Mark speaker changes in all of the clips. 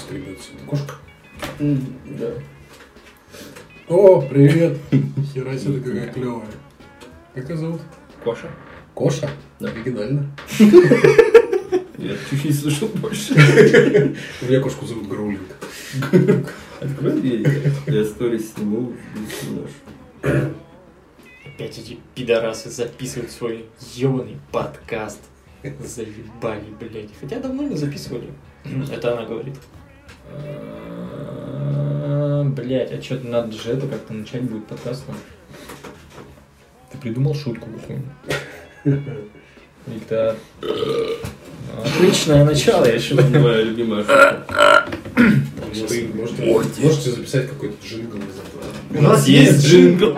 Speaker 1: стригнуться. Это кошка?
Speaker 2: Да.
Speaker 1: О, привет! Хера себе, ты какая клевая. Как ее зовут?
Speaker 2: Коша?
Speaker 1: Коша?
Speaker 2: Да.
Speaker 1: Оригинально.
Speaker 2: Я чуть не слышал больше.
Speaker 1: У меня кошку зовут Гроулинг.
Speaker 2: Открой дверь, я сторис сниму, и нож.
Speaker 3: Опять эти пидорасы записывают свой ебаный подкаст. Заебали, блядь. Хотя давно не записывали. Это она говорит. Блять, а что-то надо же это как-то начать будет подкаст. ну.
Speaker 4: Ты придумал шутку какую Виктор.
Speaker 3: Отличное начало, я считаю.
Speaker 2: Моя любимая шутка.
Speaker 1: Вы можете, можете записать какой-то джингл из этого?
Speaker 2: У нас есть джингл.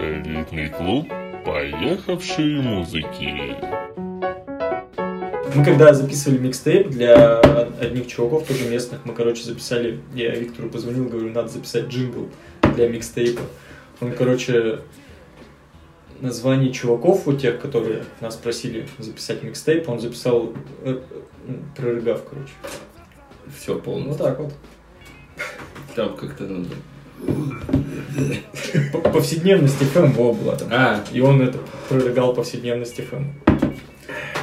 Speaker 5: Элитный клуб поехавшие музыки.
Speaker 3: Мы когда записывали микстейп для одних чуваков, тоже местных, мы, короче, записали, я Виктору позвонил, говорю, надо записать джингл для микстейпа. Он, короче, название чуваков у тех, которые нас просили записать микстейп, он записал, э, э, прорыгав, короче.
Speaker 2: Все
Speaker 3: Вот
Speaker 2: полностью.
Speaker 3: Ну, так вот.
Speaker 2: Там как-то надо.
Speaker 3: П- Повседневность FM во была там.
Speaker 2: А,
Speaker 3: И он это прорыгал повседневность FM.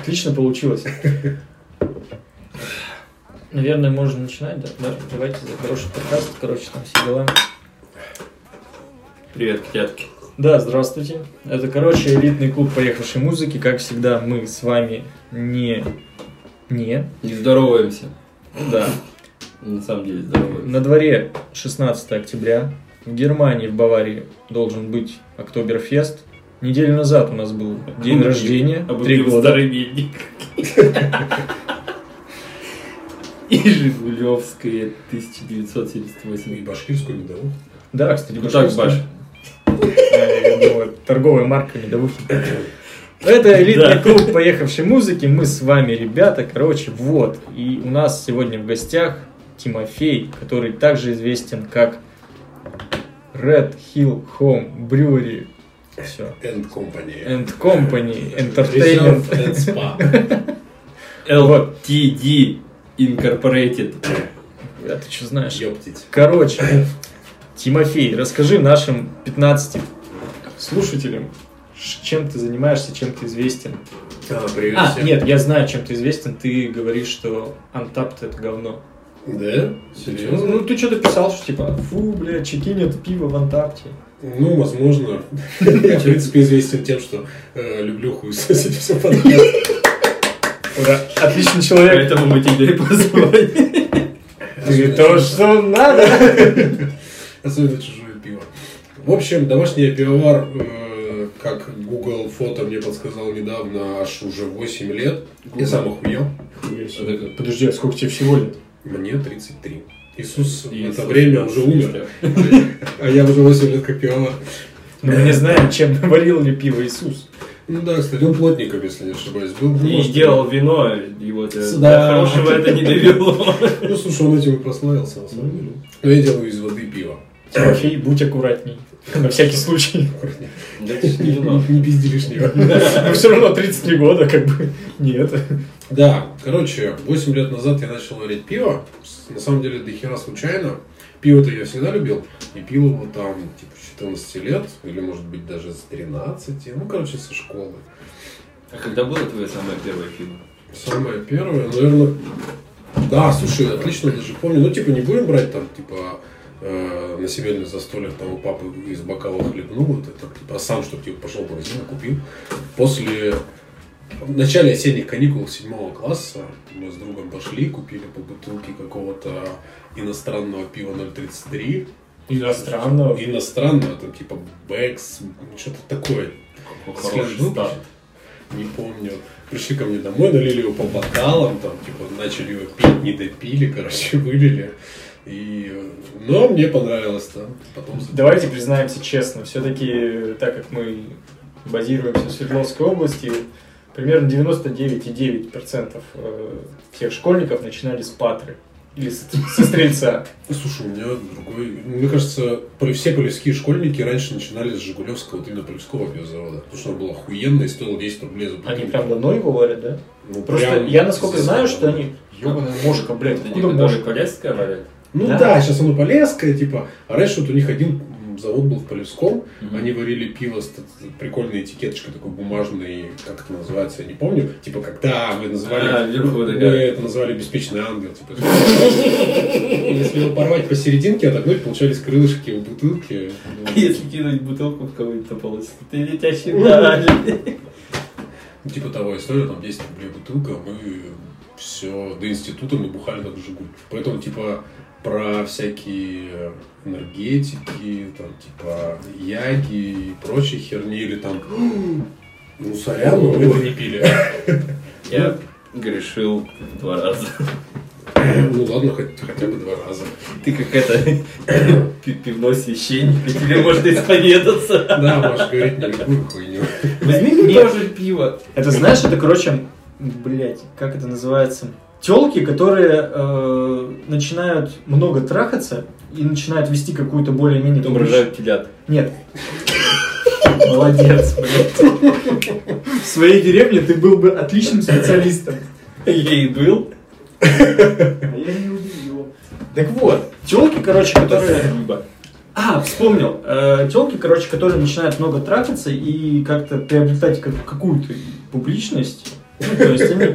Speaker 3: Отлично получилось. Наверное, можно начинать, да? Да, Давайте за хороший подкаст, короче, там все дела.
Speaker 2: привет, котятки.
Speaker 3: Да, здравствуйте. Это, короче, элитный клуб поехавшей музыки. Как всегда, мы с вами не... Не.
Speaker 2: Не здороваемся.
Speaker 3: Да.
Speaker 2: На самом деле здороваемся.
Speaker 3: На дворе 16 октября. В Германии, в Баварии должен быть Октоберфест. Неделю назад у нас был день
Speaker 2: Обудил-
Speaker 3: рождения.
Speaker 2: обудил
Speaker 3: Три года.
Speaker 2: старый медник. И Жигулевская 1978.
Speaker 1: И башкирскую медовуху.
Speaker 3: Да, кстати,
Speaker 2: Ну так,
Speaker 3: Башкирская.
Speaker 2: Баш.
Speaker 3: Э, я думаю, торговая марка медовухи. Это элитный
Speaker 2: Да.
Speaker 3: клуб поехавшей музыки. Мы с вами, ребята. Короче, вот. И у нас сегодня в гостях Тимофей, который также известен как Red Hill Home Brewery. Все.
Speaker 1: And Company.
Speaker 3: And
Speaker 1: Э,
Speaker 3: Company
Speaker 1: Reserve
Speaker 3: Entertainment.
Speaker 1: and Spa.
Speaker 2: LTD Incorporated.
Speaker 3: А ты что знаешь?
Speaker 1: Ёптить.
Speaker 3: Короче, Тимофей, расскажи нашим 15 слушателям, ш- чем ты занимаешься, чем ты известен.
Speaker 1: А, привет
Speaker 3: А,
Speaker 1: всем.
Speaker 3: нет, я знаю, чем ты известен. Ты говоришь, что Антапт это говно.
Speaker 1: Да?
Speaker 3: Ну,
Speaker 1: Серьезно?
Speaker 3: ну, ты что-то писал, что типа, фу, бля, чекинят пиво в Антапте.
Speaker 1: Ну, возможно. Я, в принципе, известен тем, что э, люблю хуесосить все подряд.
Speaker 3: Ура, отличный человек.
Speaker 2: Поэтому мы тебя и позвали.
Speaker 3: Ты то, что надо.
Speaker 1: Особенно чужое пиво. В общем, домашний пивовар, э, как Google фото мне подсказал недавно, аж уже 8 лет. Я сам охуел.
Speaker 3: Подожди, а сколько тебе всего лет?
Speaker 1: Мне 33. Иисус в
Speaker 2: И
Speaker 1: это время уже умер, а я уже 8 лет как пивовар.
Speaker 3: Ну, мы не знаем, чем наварил ли пиво Иисус.
Speaker 1: Ну да, кстати, он плотником, если не ошибаюсь, был. Ну,
Speaker 2: И
Speaker 1: может,
Speaker 2: сделал вино, его до
Speaker 1: Да.
Speaker 2: до хорошего это не довело.
Speaker 1: Ну, слушай, он этим и прославился, на самом деле. Но я делаю из воды пиво.
Speaker 3: Тимофей, будь аккуратней. На всякий случай.
Speaker 1: Не пизди лишнего.
Speaker 3: Но все равно 33 года, как бы, нет.
Speaker 1: Да, короче, 8 лет назад я начал варить пиво. С- На самом деле, до хера случайно. Пиво-то я всегда любил. И пил его там, типа, с 14 лет. Или, может быть, даже с 13. Ну, короче, со школы.
Speaker 2: А когда было твое самое первое пиво?
Speaker 1: Самое первое, наверное... Да, слушай, отлично, даже помню. Ну, типа, не будем брать там, типа, э, на семейных застольях там у папы из бокала хлебнул, вот это, типа, а сам, чтобы типа, пошел в магазин, купил. После в начале осенних каникул седьмого класса мы с другом пошли, купили по бутылке какого-то иностранного пива 0,33.
Speaker 3: Иностранного.
Speaker 1: Иностранного, там типа Бэкс, что-то такое. Скажи, ну,
Speaker 2: старт.
Speaker 1: Не помню. Пришли ко мне домой, налили его по бокалам, там, типа, начали его пить, не допили, короче, вылили. И... э, Но мне понравилось там. Потом...
Speaker 3: Давайте признаемся честно, все-таки, так как мы базируемся в Свердловской области, примерно 99,9% э, всех школьников начинали с патры или с- со стрельца.
Speaker 1: Слушай, у меня другой... Мне кажется, поле- все полевские школьники раньше начинали с Жигулевского, вот именно полевского пивзавода. Потому что он был охуенный и стоил 10 рублей за бутылку.
Speaker 3: Они прям давно его варят, да?
Speaker 1: Ну,
Speaker 3: Просто
Speaker 1: прям
Speaker 3: я насколько
Speaker 1: здесь
Speaker 3: знаю,
Speaker 1: давно.
Speaker 3: что они Ёбаная мошка, блядь.
Speaker 2: Это не
Speaker 3: Откуда
Speaker 2: который
Speaker 3: мошка?
Speaker 2: Полесская варят?
Speaker 1: Ну
Speaker 6: Да.
Speaker 1: да, сейчас оно Полесское, типа. А раньше вот у них один м, завод был в Полевском, они варили пиво с т- прикольной этикеточкой, такой бумажной, как это называется, я не помню. Типа, когда мы называли...
Speaker 2: А, вверху
Speaker 1: мы
Speaker 2: такая.
Speaker 1: это называли «Беспечный ангел». Типа, если его порвать посерединке, отогнуть, получались крылышки у бутылки. Ну,
Speaker 2: Если кинуть бутылку в кого-нибудь, то получится. Ты летящий вдаль.
Speaker 1: Ну, Типа того, история, там 10 рублей бутылка, а мы все до института мы бухали как Жигуль. Поэтому, типа, про всякие энергетики, там, типа, яги и прочей херни, или там, ну, сорян, но мы это не пили.
Speaker 2: Я грешил два раза.
Speaker 1: Ну, ладно, хоть- хотя бы два раза.
Speaker 2: Ты как это, пи- пивной священник, и тебе можно исповедаться.
Speaker 1: Да, Маша говорит, не любую хуйню.
Speaker 2: Возьми мне тоже пиво.
Speaker 6: Это знаешь, это, короче, блять, как это называется? Телки, которые э, начинают много трахаться и начинают вести какую-то более-менее...
Speaker 2: Потом
Speaker 6: публичную-
Speaker 2: рожают телят.
Speaker 6: Нет. Молодец, блядь. В своей деревне ты был бы отличным специалистом.
Speaker 2: Я и был.
Speaker 6: А я не убил его. Так вот, телки, короче, которые...
Speaker 2: Спасибо.
Speaker 6: А, вспомнил. телки, короче, которые начинают много трахаться и как-то приобретать как- какую-то публичность. Ну, то есть они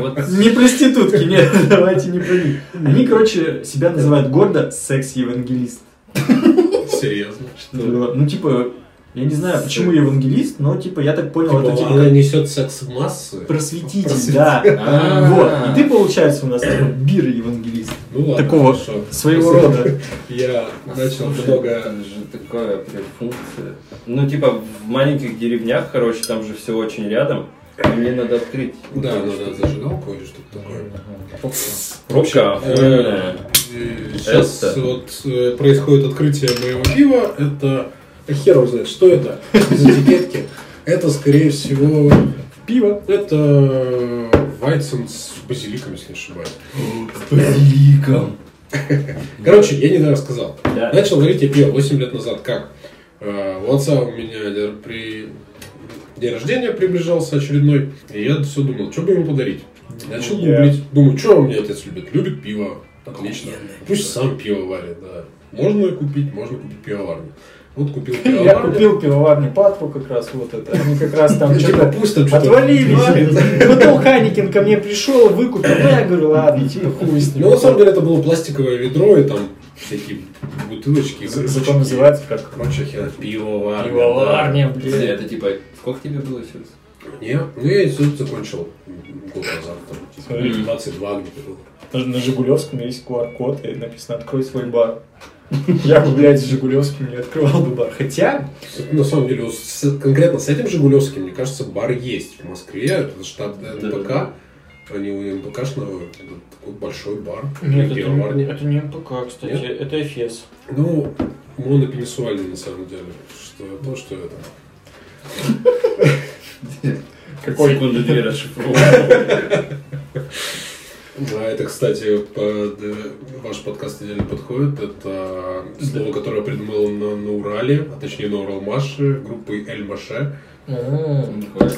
Speaker 2: Вот
Speaker 6: не проститутки, нет, давайте не про них. Они, короче, себя называют гордо секс-евангелист.
Speaker 1: Серьезно.
Speaker 6: Ну, типа, я не знаю, почему евангелист, но, типа, я так понял, это
Speaker 1: Типа,
Speaker 6: типа
Speaker 1: она несет секс в массы.
Speaker 6: просветитель,
Speaker 1: Просветитель.
Speaker 6: да.
Speaker 2: А.
Speaker 6: Вот. И ты, получается, у нас такой бир-евангелист.
Speaker 1: Ну ладно,
Speaker 6: Такого
Speaker 1: хорошо.
Speaker 6: Своего рода.
Speaker 1: Я начал
Speaker 2: Слушай,
Speaker 1: много...
Speaker 2: Это же такая прям функция. Ну, типа, в маленьких деревнях, короче, там же все очень рядом. И Мне надо открыть.
Speaker 1: Да, надо зажигалку или что-то такое.
Speaker 2: Пробка.
Speaker 1: Э, Сейчас
Speaker 2: Это.
Speaker 1: вот э, происходит открытие моего пива. Это а хер его знает, что это из этикетки. Это, скорее всего, пиво. Это э, Вайцен с базиликом, если не ошибаюсь.
Speaker 2: С базиликом.
Speaker 1: Короче, я недавно сказал.
Speaker 2: Да.
Speaker 1: Начал варить я пиво 8 лет назад. Как? Э, У отца у меня дер- при день рождения приближался очередной. И я все думал, что бы ему подарить. Начал
Speaker 6: Я-
Speaker 1: гуглить. Думаю, что у меня отец любит? Любит пиво. Отлично. Пусть сам пиво варит, да. Можно купить, можно купить пивоварню. Вот купил
Speaker 6: Я
Speaker 1: пивоварню.
Speaker 6: купил пивоварню Патву как раз вот это. Они как раз там
Speaker 1: Ну, Типа
Speaker 6: что-то
Speaker 1: пусть там что-то варит.
Speaker 6: отвалились. Потом Ханикин ко мне пришел, выкупил. Ну, я говорю, ладно, типа, хуй с
Speaker 1: Ну,
Speaker 6: ним.
Speaker 1: на самом деле, это было пластиковое ведро и там всякие бутылочки.
Speaker 6: За-
Speaker 1: крышечки.
Speaker 6: Зато называется как
Speaker 1: Короче, хер, пивоварня.
Speaker 6: пивоварня,
Speaker 2: Подожди,
Speaker 6: блядь.
Speaker 2: Это типа, сколько тебе было сейчас?
Speaker 1: Не, ну я институт закончил год назад, там, типа,
Speaker 6: Смотри.
Speaker 1: 22 где-то было.
Speaker 6: Даже на Жигулевском есть QR-код, и написано «Открой свой бар». Я бы, блядь, с Жигулевским не открывал бы бар. Хотя,
Speaker 1: На самом деле, вот с- конкретно с этим Жигулевским, мне кажется, бар есть в Москве, это штаб НПК, они у НПКшного это такой большой бар, пивоварня.
Speaker 6: Ну, не МПК,
Speaker 1: кстати,
Speaker 6: это Эфес.
Speaker 1: Ну, монопенисуальный на самом деле, что то, что это.
Speaker 6: Какой?
Speaker 2: Секунду две расшифровал.
Speaker 1: А это, кстати, под, э, ваш подкаст идеально подходит. Это э, слово, которое придумал на, на Урале, а точнее на Уралмаше, группы Эль Маше.
Speaker 6: А.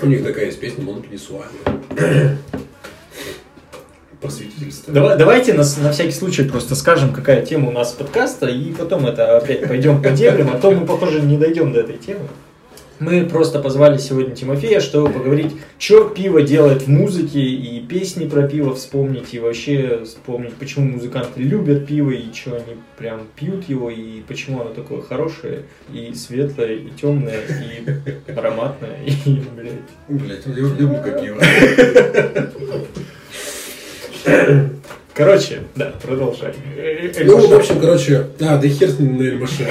Speaker 1: У них такая есть песня «Монопенисуальная». Просветительство.
Speaker 6: Давай- давайте нас на всякий случай просто скажем, какая тема у нас подкаста, и потом это опять пойдем по дебрям, а то мы, похоже, не дойдем до этой темы. Мы просто позвали сегодня Тимофея, чтобы поговорить, что пиво делает в музыке, и песни про пиво вспомнить, и вообще вспомнить, почему музыканты любят пиво, и что они прям пьют его, и почему оно такое хорошее, и светлое, и темное, и ароматное, и, блядь,
Speaker 1: Блять, я, я мука пива.
Speaker 6: Короче, да, продолжай. Э, э,
Speaker 1: Ну, в
Speaker 6: Эльбаш.
Speaker 1: общем, короче, а, да хер с ним на Эльмаше.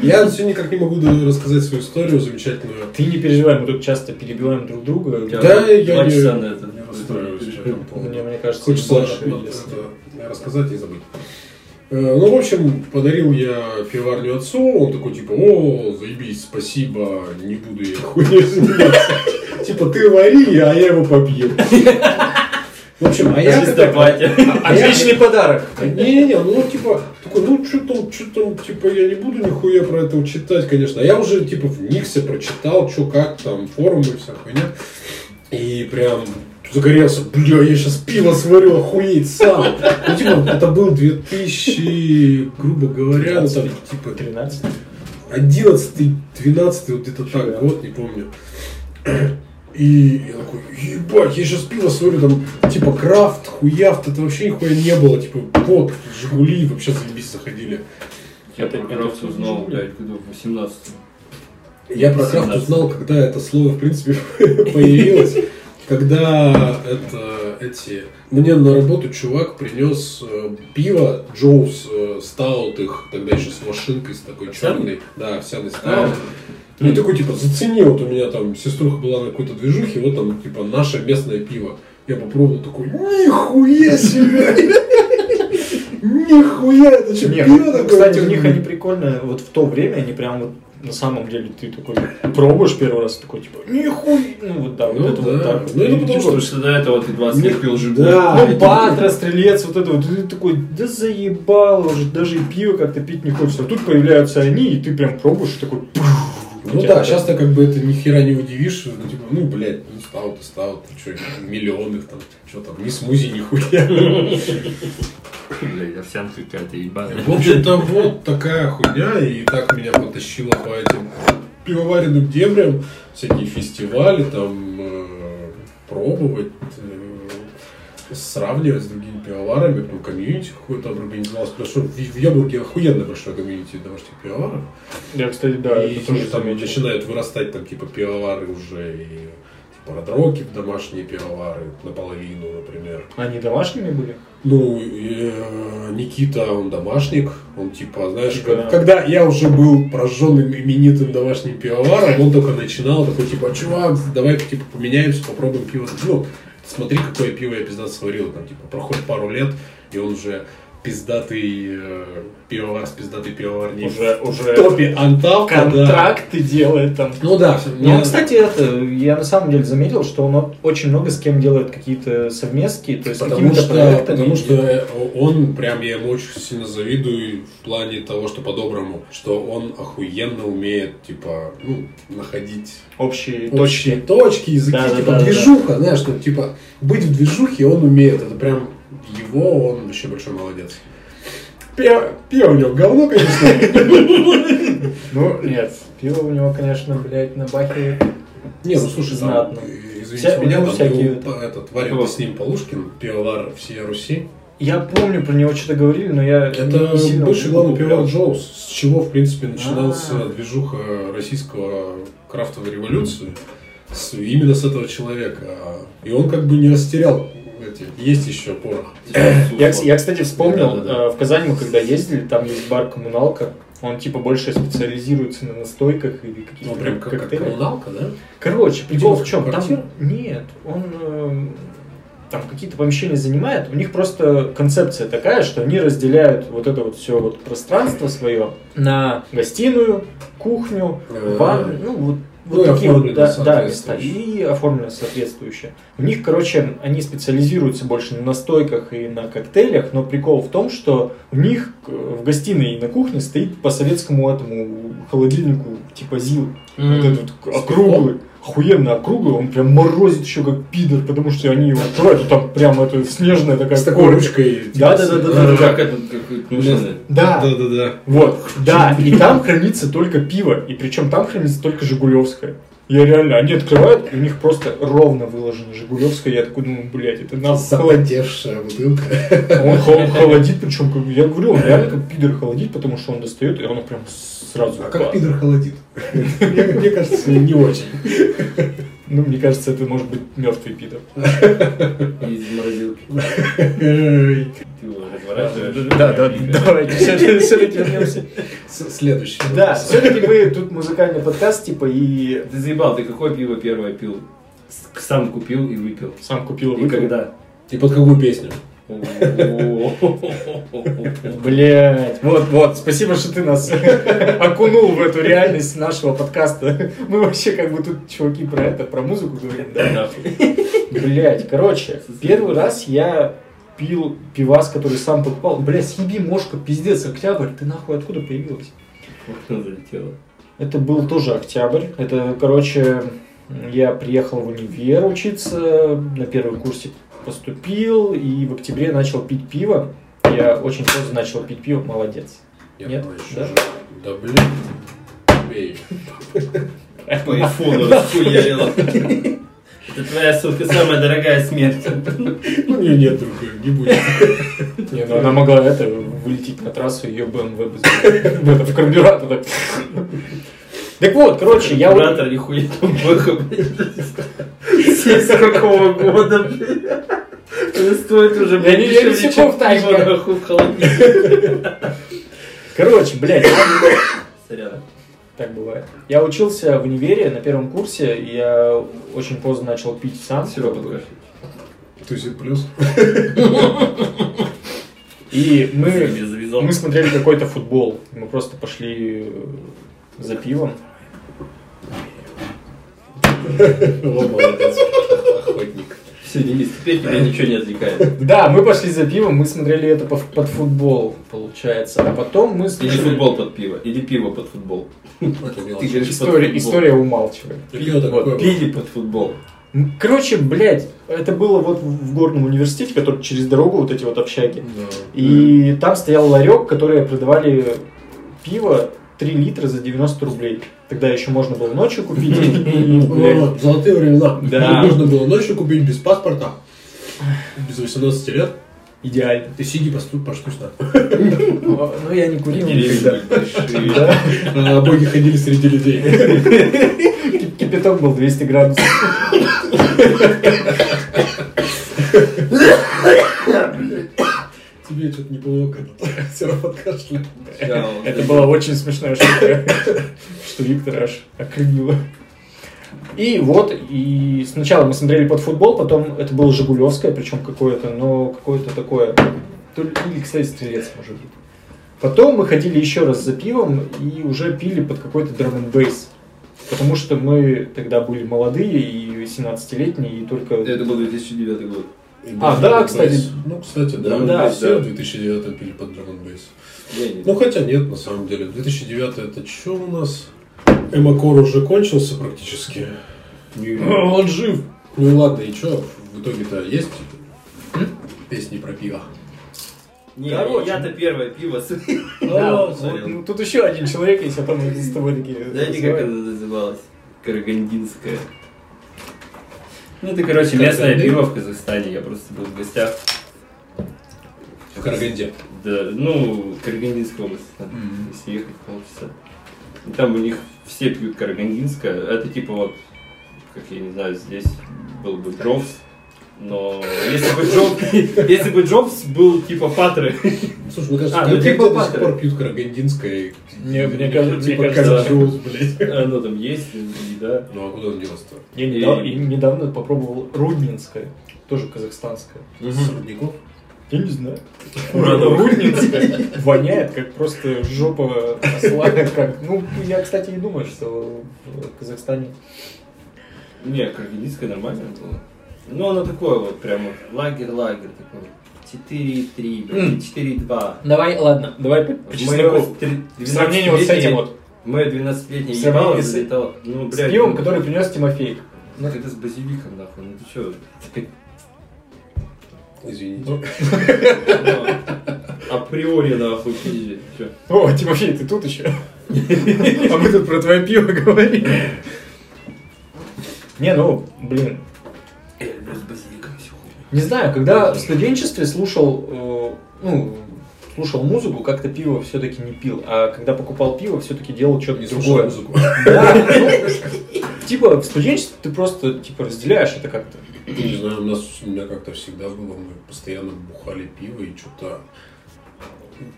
Speaker 1: Я все никак не могу да- рассказать свою историю замечательную.
Speaker 6: Ты не переживай, мы тут часто перебиваем друг друга.
Speaker 1: Да, я
Speaker 2: Два
Speaker 1: не-
Speaker 2: часа на это.
Speaker 1: не расстраиваюсь по этому поводу.
Speaker 6: Мне, мне кажется,
Speaker 1: Хочется
Speaker 6: больше
Speaker 1: вот
Speaker 6: если-
Speaker 1: это рассказать и забыть. Э, Ну, в общем, подарил я пиварню отцу, он такой, типа, о, заебись, спасибо, не буду я хуйней заниматься. Типа, ты вари, а я его попью. В общем, а я... когда-
Speaker 2: Звездопадя.
Speaker 1: а я-
Speaker 6: Отличный подарок.
Speaker 1: а Не-не-не, ну типа, такой, ну что там, что там, типа, я не буду нихуя про это читать, конечно. А я уже, типа, в Никсе прочитал, что как там, форумы, вся хуйня. И прям загорелся, бля, я сейчас пиво сварю, охуеть сам. Ну, типа, это был 2000, грубо говоря, ну, там, типа,
Speaker 3: 13.
Speaker 1: 11 12 вот где-то так год, не помню. И я такой, ебать, я сейчас пиво сварю, там, типа, крафт, хуяфт, это вообще нихуя не было, типа, вот, Жигули, вообще заебись заходили.
Speaker 2: Я
Speaker 3: Это-
Speaker 2: про
Speaker 3: это
Speaker 2: крафт
Speaker 3: всё
Speaker 2: узнал,
Speaker 3: Жигули.
Speaker 2: блядь, году в 18
Speaker 1: Я про крафт
Speaker 2: 17.
Speaker 1: узнал, когда это слово, в принципе, появилось. Когда это, эти... Мне на работу чувак принес э, пиво Джоус э, Стаут их, тогда еще с машинкой, с такой
Speaker 2: Овсяный?
Speaker 1: черной. Да, овсяный
Speaker 3: А.
Speaker 1: Стаут. Ну и такой, типа, зацени, вот у меня там сеструха была на какой-то движухе, вот там, типа, наше местное пиво. Я попробовал такой, нихуя себе! Нихуя, это что,
Speaker 3: Нет,
Speaker 1: пиво такое?
Speaker 3: ну, кстати, у них они прикольно, вот в то время они прям вот на самом деле ты такой пробуешь первый раз, такой типа, нихуй, ну вот да,
Speaker 1: Ну
Speaker 3: вот это
Speaker 1: да.
Speaker 3: вот так. вот.
Speaker 1: Ну, это потому что
Speaker 2: Потому что до этого ты 20 лет
Speaker 1: Не-
Speaker 2: пил жигу.
Speaker 1: Да.
Speaker 3: Ну,
Speaker 1: это-
Speaker 3: Батра, стрелец, вот это вот, и ты такой, да заебало уже, даже и пиво как-то пить не хочется. А тут появляются они, и ты прям пробуешь, и такой... «Пф».
Speaker 1: Ну да, сейчас ты как бы это ни хера не удивишь, ну типа, ну блядь, ну стаут и стаут, ну что, миллион их там, что там, ни смузи, ни хуя.
Speaker 2: Блядь, овсянка какая-то ебаная.
Speaker 1: В общем-то, вот такая хуйня, и так меня потащило по этим пивоваренным дебрям, всякие фестивали там, э, пробовать, э, сравнивать с другими пивоварами, там комьюнити какое-то организовалось, потому что в, в Ябурге охуенно большое комьюнити домашних пивоваров.
Speaker 3: Я, кстати, да,
Speaker 1: и
Speaker 3: это тоже
Speaker 1: там
Speaker 3: заметил.
Speaker 1: начинают вырастать там типа пивовары уже и типа родроки домашние пивовары наполовину, например.
Speaker 3: Они домашними были?
Speaker 1: Ну, и, э, Никита, он домашник, он типа, знаешь,
Speaker 3: Типа,
Speaker 1: как-
Speaker 3: да.
Speaker 1: когда я уже был прожженным именитым домашним пивоваром, он только начинал, такой типа, чувак, давай типа поменяемся, попробуем пиво. Ну, смотри, какое пиво я пизда сварил, там типа проходит пару лет, и он уже пиздатый э, пивовар с пиздатой пивоварней.
Speaker 3: Уже,
Speaker 1: в
Speaker 3: уже...
Speaker 1: топе Антавка, да.
Speaker 3: контракты делает там.
Speaker 1: Ну да, всё,
Speaker 3: Ну,
Speaker 1: не-
Speaker 3: кстати, это, я на самом деле заметил, что он от- очень много с кем делает какие-то совместки, то есть с
Speaker 1: Потому
Speaker 3: какими-то
Speaker 1: что,
Speaker 3: проектами.
Speaker 1: потому что он, прям я ему очень сильно завидую в плане того, что по-доброму, что он охуенно умеет, типа, ну, находить
Speaker 3: общие
Speaker 1: общие
Speaker 3: точки.
Speaker 1: точки, языки,
Speaker 3: Да, да,
Speaker 1: типа,
Speaker 3: да, да.
Speaker 1: движуха, знаешь, что, типа, быть в движухе он умеет, это прям его, он вообще большой молодец. Пиво, пиво у него говно, конечно.
Speaker 3: Ну, нет, пиво у него, конечно, блядь, на бахе.
Speaker 1: Не, ну слушай, там,
Speaker 3: Знатно.
Speaker 1: э, извините
Speaker 3: Вся-
Speaker 1: меня,
Speaker 3: ну,
Speaker 1: там
Speaker 3: всякие
Speaker 1: был,
Speaker 3: это-
Speaker 1: э, этот варил
Speaker 2: Вот.
Speaker 1: с ним Полушкин, пивовар всей Руси.
Speaker 3: Я помню, про него что-то говорили, но я
Speaker 1: Это
Speaker 3: не сильно
Speaker 1: бывший главный пивовар
Speaker 3: углублялся.
Speaker 1: Джоус, с чего, в принципе, начинался
Speaker 3: А.
Speaker 1: движуха российского крафтовой революции. С- именно с этого человека. А, И он как бы не растерял эти. Есть еще порох.
Speaker 3: Я,
Speaker 2: типа,
Speaker 3: я, кстати, вспомнил,
Speaker 1: Да-да-да.
Speaker 3: э, в Казань мы когда ездили, там есть бар «Коммуналка», он типа больше специализируется на настойках или каких-то
Speaker 1: Ну, прям как, как
Speaker 3: коктейлях.
Speaker 1: коммуналка, да?
Speaker 3: Короче, прикол в чем? Там
Speaker 1: Квартира?
Speaker 3: нет, он эм, там какие-то помещения занимает. У них просто концепция такая, что они разделяют вот это вот все вот пространство свое на гостиную, кухню,
Speaker 1: Э,
Speaker 3: ванну, ну вот.
Speaker 1: ну
Speaker 3: Вот
Speaker 1: и
Speaker 3: такие вот
Speaker 1: оформлено
Speaker 3: да, да, места.
Speaker 1: соответствующе.
Speaker 3: И оформлено соответствующе. У них, короче, они специализируются больше на настойках и на коктейлях, но прикол в том, что у них э, в гостиной и на кухне стоит по советскому этому холодильнику типа ЗИЛ. Вот этот вот округлый, охуенно округлый, он прям морозит еще как пидор, потому что они его открывают, и там прям это снежная такая
Speaker 1: С такой
Speaker 3: корка.
Speaker 1: ручкой. типа
Speaker 3: Да-да-да-да-да.
Speaker 2: Как этот, как этот мужчина.
Speaker 3: Да,
Speaker 1: Да-да-да.
Speaker 3: вот, да, и там хранится только пиво, и причем там хранится только Жигулевское. Я реально, они открывают, и у них просто ровно выложено Жигулевское, я такой думаю, блядь, это нас холодит.
Speaker 1: Запотевшая бутылка.
Speaker 3: Он хо- холодит, причем, как бы, я говорю, он реально как пидор холодит, потому что он достает, и он прям сразу...
Speaker 1: А как пидор холодит? Мне мне кажется, не очень.
Speaker 3: Ну, мне кажется, это может быть мертвый пидор.
Speaker 2: Из морозилки.
Speaker 1: Эй.
Speaker 2: Ты его разворачиваешь.
Speaker 3: Да, да, давайте все-таки вернемся.
Speaker 1: С- Следующий.
Speaker 3: Да,
Speaker 1: вопрос.
Speaker 3: все-таки мы тут музыкальный подкаст, типа, и
Speaker 2: Ты заебал, ты какое пиво первое пил? С- Сам купил и выпил.
Speaker 3: сам купил
Speaker 2: И
Speaker 3: выпил.
Speaker 2: когда?
Speaker 1: И под какую песню?
Speaker 3: Блять, вот, вот, спасибо, что ты нас окунул в эту реальность нашего подкаста. Мы вообще как бы тут, чуваки, про это, про музыку говорим. Да, Блять, короче, первый раз я пил пивас, который сам покупал. Блять, съеби мошка, пиздец, октябрь, ты нахуй откуда появилась?
Speaker 2: Окно залетело.
Speaker 3: Это был тоже октябрь. Это, короче, Я приехал в универ учиться, на первом курсе поступил, и в октябре начал пить пиво. Я очень поздно начал пить пиво, молодец.
Speaker 1: Я
Speaker 3: Нет,
Speaker 1: думаю, еще
Speaker 3: да?
Speaker 1: же. Да блин. Бей.
Speaker 2: По айфону расхуярила. Это твоя, сука, самая дорогая смерть.
Speaker 1: Ну, у нее нет другой, не будет.
Speaker 3: Не, ну она могла это вылететь на трассу, ее БМВ бы сбил. Это в карбюратор. так. Так вот, короче, я... вот-
Speaker 2: Оператор нихуя там выход. С какого года, блин. Это стоит уже,
Speaker 3: Я не- я не
Speaker 2: дешевле,
Speaker 3: секу в
Speaker 2: чем
Speaker 3: тачке.
Speaker 2: пиво, нахуй, в холодильнике.
Speaker 3: Короче, блядь,
Speaker 2: Сорян.
Speaker 3: так бывает. Я учился в универе на первом курсе, и я очень поздно начал пить сам.
Speaker 2: Сироп от кашля.
Speaker 1: Тузик плюс.
Speaker 3: И мы...
Speaker 2: Себе завязал.
Speaker 3: Мы смотрели какой-то футбол. Мы просто пошли э, за пивом.
Speaker 1: Охотник.
Speaker 2: Все, Денис, теперь тебя ничего не отвлекает.
Speaker 3: Да, мы пошли за пивом, мы смотрели это по- под футбол, получается. А потом мы
Speaker 2: Или
Speaker 3: слушали...
Speaker 2: футбол под пиво, или пиво под футбол. Ты говоришь, под
Speaker 3: История,
Speaker 2: футбол.
Speaker 3: история умалчивает.
Speaker 1: Пиво
Speaker 2: Вот,
Speaker 1: такое.
Speaker 2: пили под футбол.
Speaker 3: М, Короче, блядь, это было вот в в горном университете, который через дорогу, вот эти вот общаги.
Speaker 1: Да.
Speaker 3: И там стоял ларек, который продавали пиво 3 литра за 90 рублей. Тогда еще можно было ночью купить. И, блядь,
Speaker 1: О, Золотые времена.
Speaker 3: Да.
Speaker 1: Можно было ночью купить без паспорта. Без 18 лет.
Speaker 3: Идеально.
Speaker 1: Ты сиди посту- поштучно.
Speaker 3: Но Ну, а, я не курил никогда.
Speaker 2: Деревья были большие.
Speaker 3: Да.
Speaker 1: А боги ходили среди людей.
Speaker 3: Кип- Кипяток был 200 градусов.
Speaker 1: Тебе что-то не помог этот. Все равно откашлял.
Speaker 2: Да, вот
Speaker 3: Это была очень смешная шутка, что Виктор аж окрылило. И вот, и сначала мы смотрели под футбол, потом это было Жигулевское, причем какое-то, но какое-то такое. То ли, или, кстати, стрелец, может быть. Потом мы ходили еще раз за пивом и уже пили под какой-то драм бейс Потому что мы тогда были молодые и 17-летние, и только...
Speaker 2: Это был 2009 год.
Speaker 3: А, да, кстати.
Speaker 1: Ну, кстати, да.
Speaker 2: Drum and
Speaker 1: да,
Speaker 2: Bass,
Speaker 1: все
Speaker 2: да.
Speaker 1: в 2009 пили под Drum and Bass.
Speaker 2: Я не
Speaker 1: Ну, хотя нет, на самом деле. 2009 это что у нас? Эмакор уже кончился практически.
Speaker 3: Он жив!
Speaker 1: Ну и ладно, и что? В итоге-то есть песни про пиво?
Speaker 2: Не,
Speaker 3: Короче.
Speaker 2: я-то первое пиво сварил.
Speaker 3: Да, вот,
Speaker 2: смотрел.
Speaker 3: ну, тут еще один человек есть, а там они с тобой такие.
Speaker 2: Знаете, как
Speaker 3: называют.
Speaker 2: это называлось? Карагандинское. Ну, это, короче, местное
Speaker 1: местное
Speaker 2: пиво
Speaker 1: пиво
Speaker 2: в Казахстане. Я просто был в гостях.
Speaker 1: В Караганде.
Speaker 2: Да, ну, Карагандинская область. там, Если ехать полчаса. И там у них все пьют карагандинское. Это типа вот, как я не знаю, здесь был бы Джобс. Но если бы Джобс, если бы Джобс был типа Патры,
Speaker 1: Слушай, мне кажется,
Speaker 2: А,
Speaker 1: а,
Speaker 2: ну,
Speaker 1: до
Speaker 2: типа
Speaker 1: сих
Speaker 2: Патера.
Speaker 1: пор пьют карагандинское.
Speaker 3: Не, мне кажется-
Speaker 1: типа
Speaker 3: мне кажется,
Speaker 1: Козёл, блядь.
Speaker 2: оно там есть, еда.
Speaker 1: Ну, а куда он делся-то?
Speaker 3: Я недавно, я недавно попробовал руднинское, тоже казахстанское.
Speaker 1: С рудников?
Speaker 3: Я не знаю.
Speaker 2: Урановое.
Speaker 3: Руднинское воняет, как просто жопа осла. Как. Ну, я, кстати, и думаю, что в Казахстане...
Speaker 2: Не, карагандинское нормально было. Ну, оно такое вот прямо, лагерь-лагерь такой. 4-3, блин, 4-2.
Speaker 3: Давай, ладно, давай по, по чесноку. В сравнении вот с этим вот,
Speaker 2: Мое 12-летнее
Speaker 3: В сравнении
Speaker 2: ебало
Speaker 3: с-
Speaker 2: залетало. Ну,
Speaker 3: с
Speaker 2: блядь.
Speaker 3: пивом,
Speaker 2: ну,
Speaker 3: который принес Тимофей.
Speaker 2: Ну, это с базиликом, нахуй, ну ты чё?
Speaker 1: Извините.
Speaker 3: Ну,
Speaker 2: Ну, Априори, нахуй, пизди. Чё?
Speaker 3: О, Тимофей, ты тут еще? А мы тут про твое пиво говорим. Не, ну, блин,
Speaker 2: Я люблю Э, ну, с базиликом всю хуйню.
Speaker 3: Не знаю, когда в студенчестве слушал, э, ну, слушал музыку, как-то пиво все-таки не пил. А когда покупал пиво, все-таки делал что-то
Speaker 1: Не слушал
Speaker 3: другое.
Speaker 1: музыку.
Speaker 3: Да, ну, типа в студенчестве ты просто типа разделяешь это как-то.
Speaker 1: Ну, Не знаю, у нас у меня как-то всегда было, мы постоянно бухали пиво и что-то.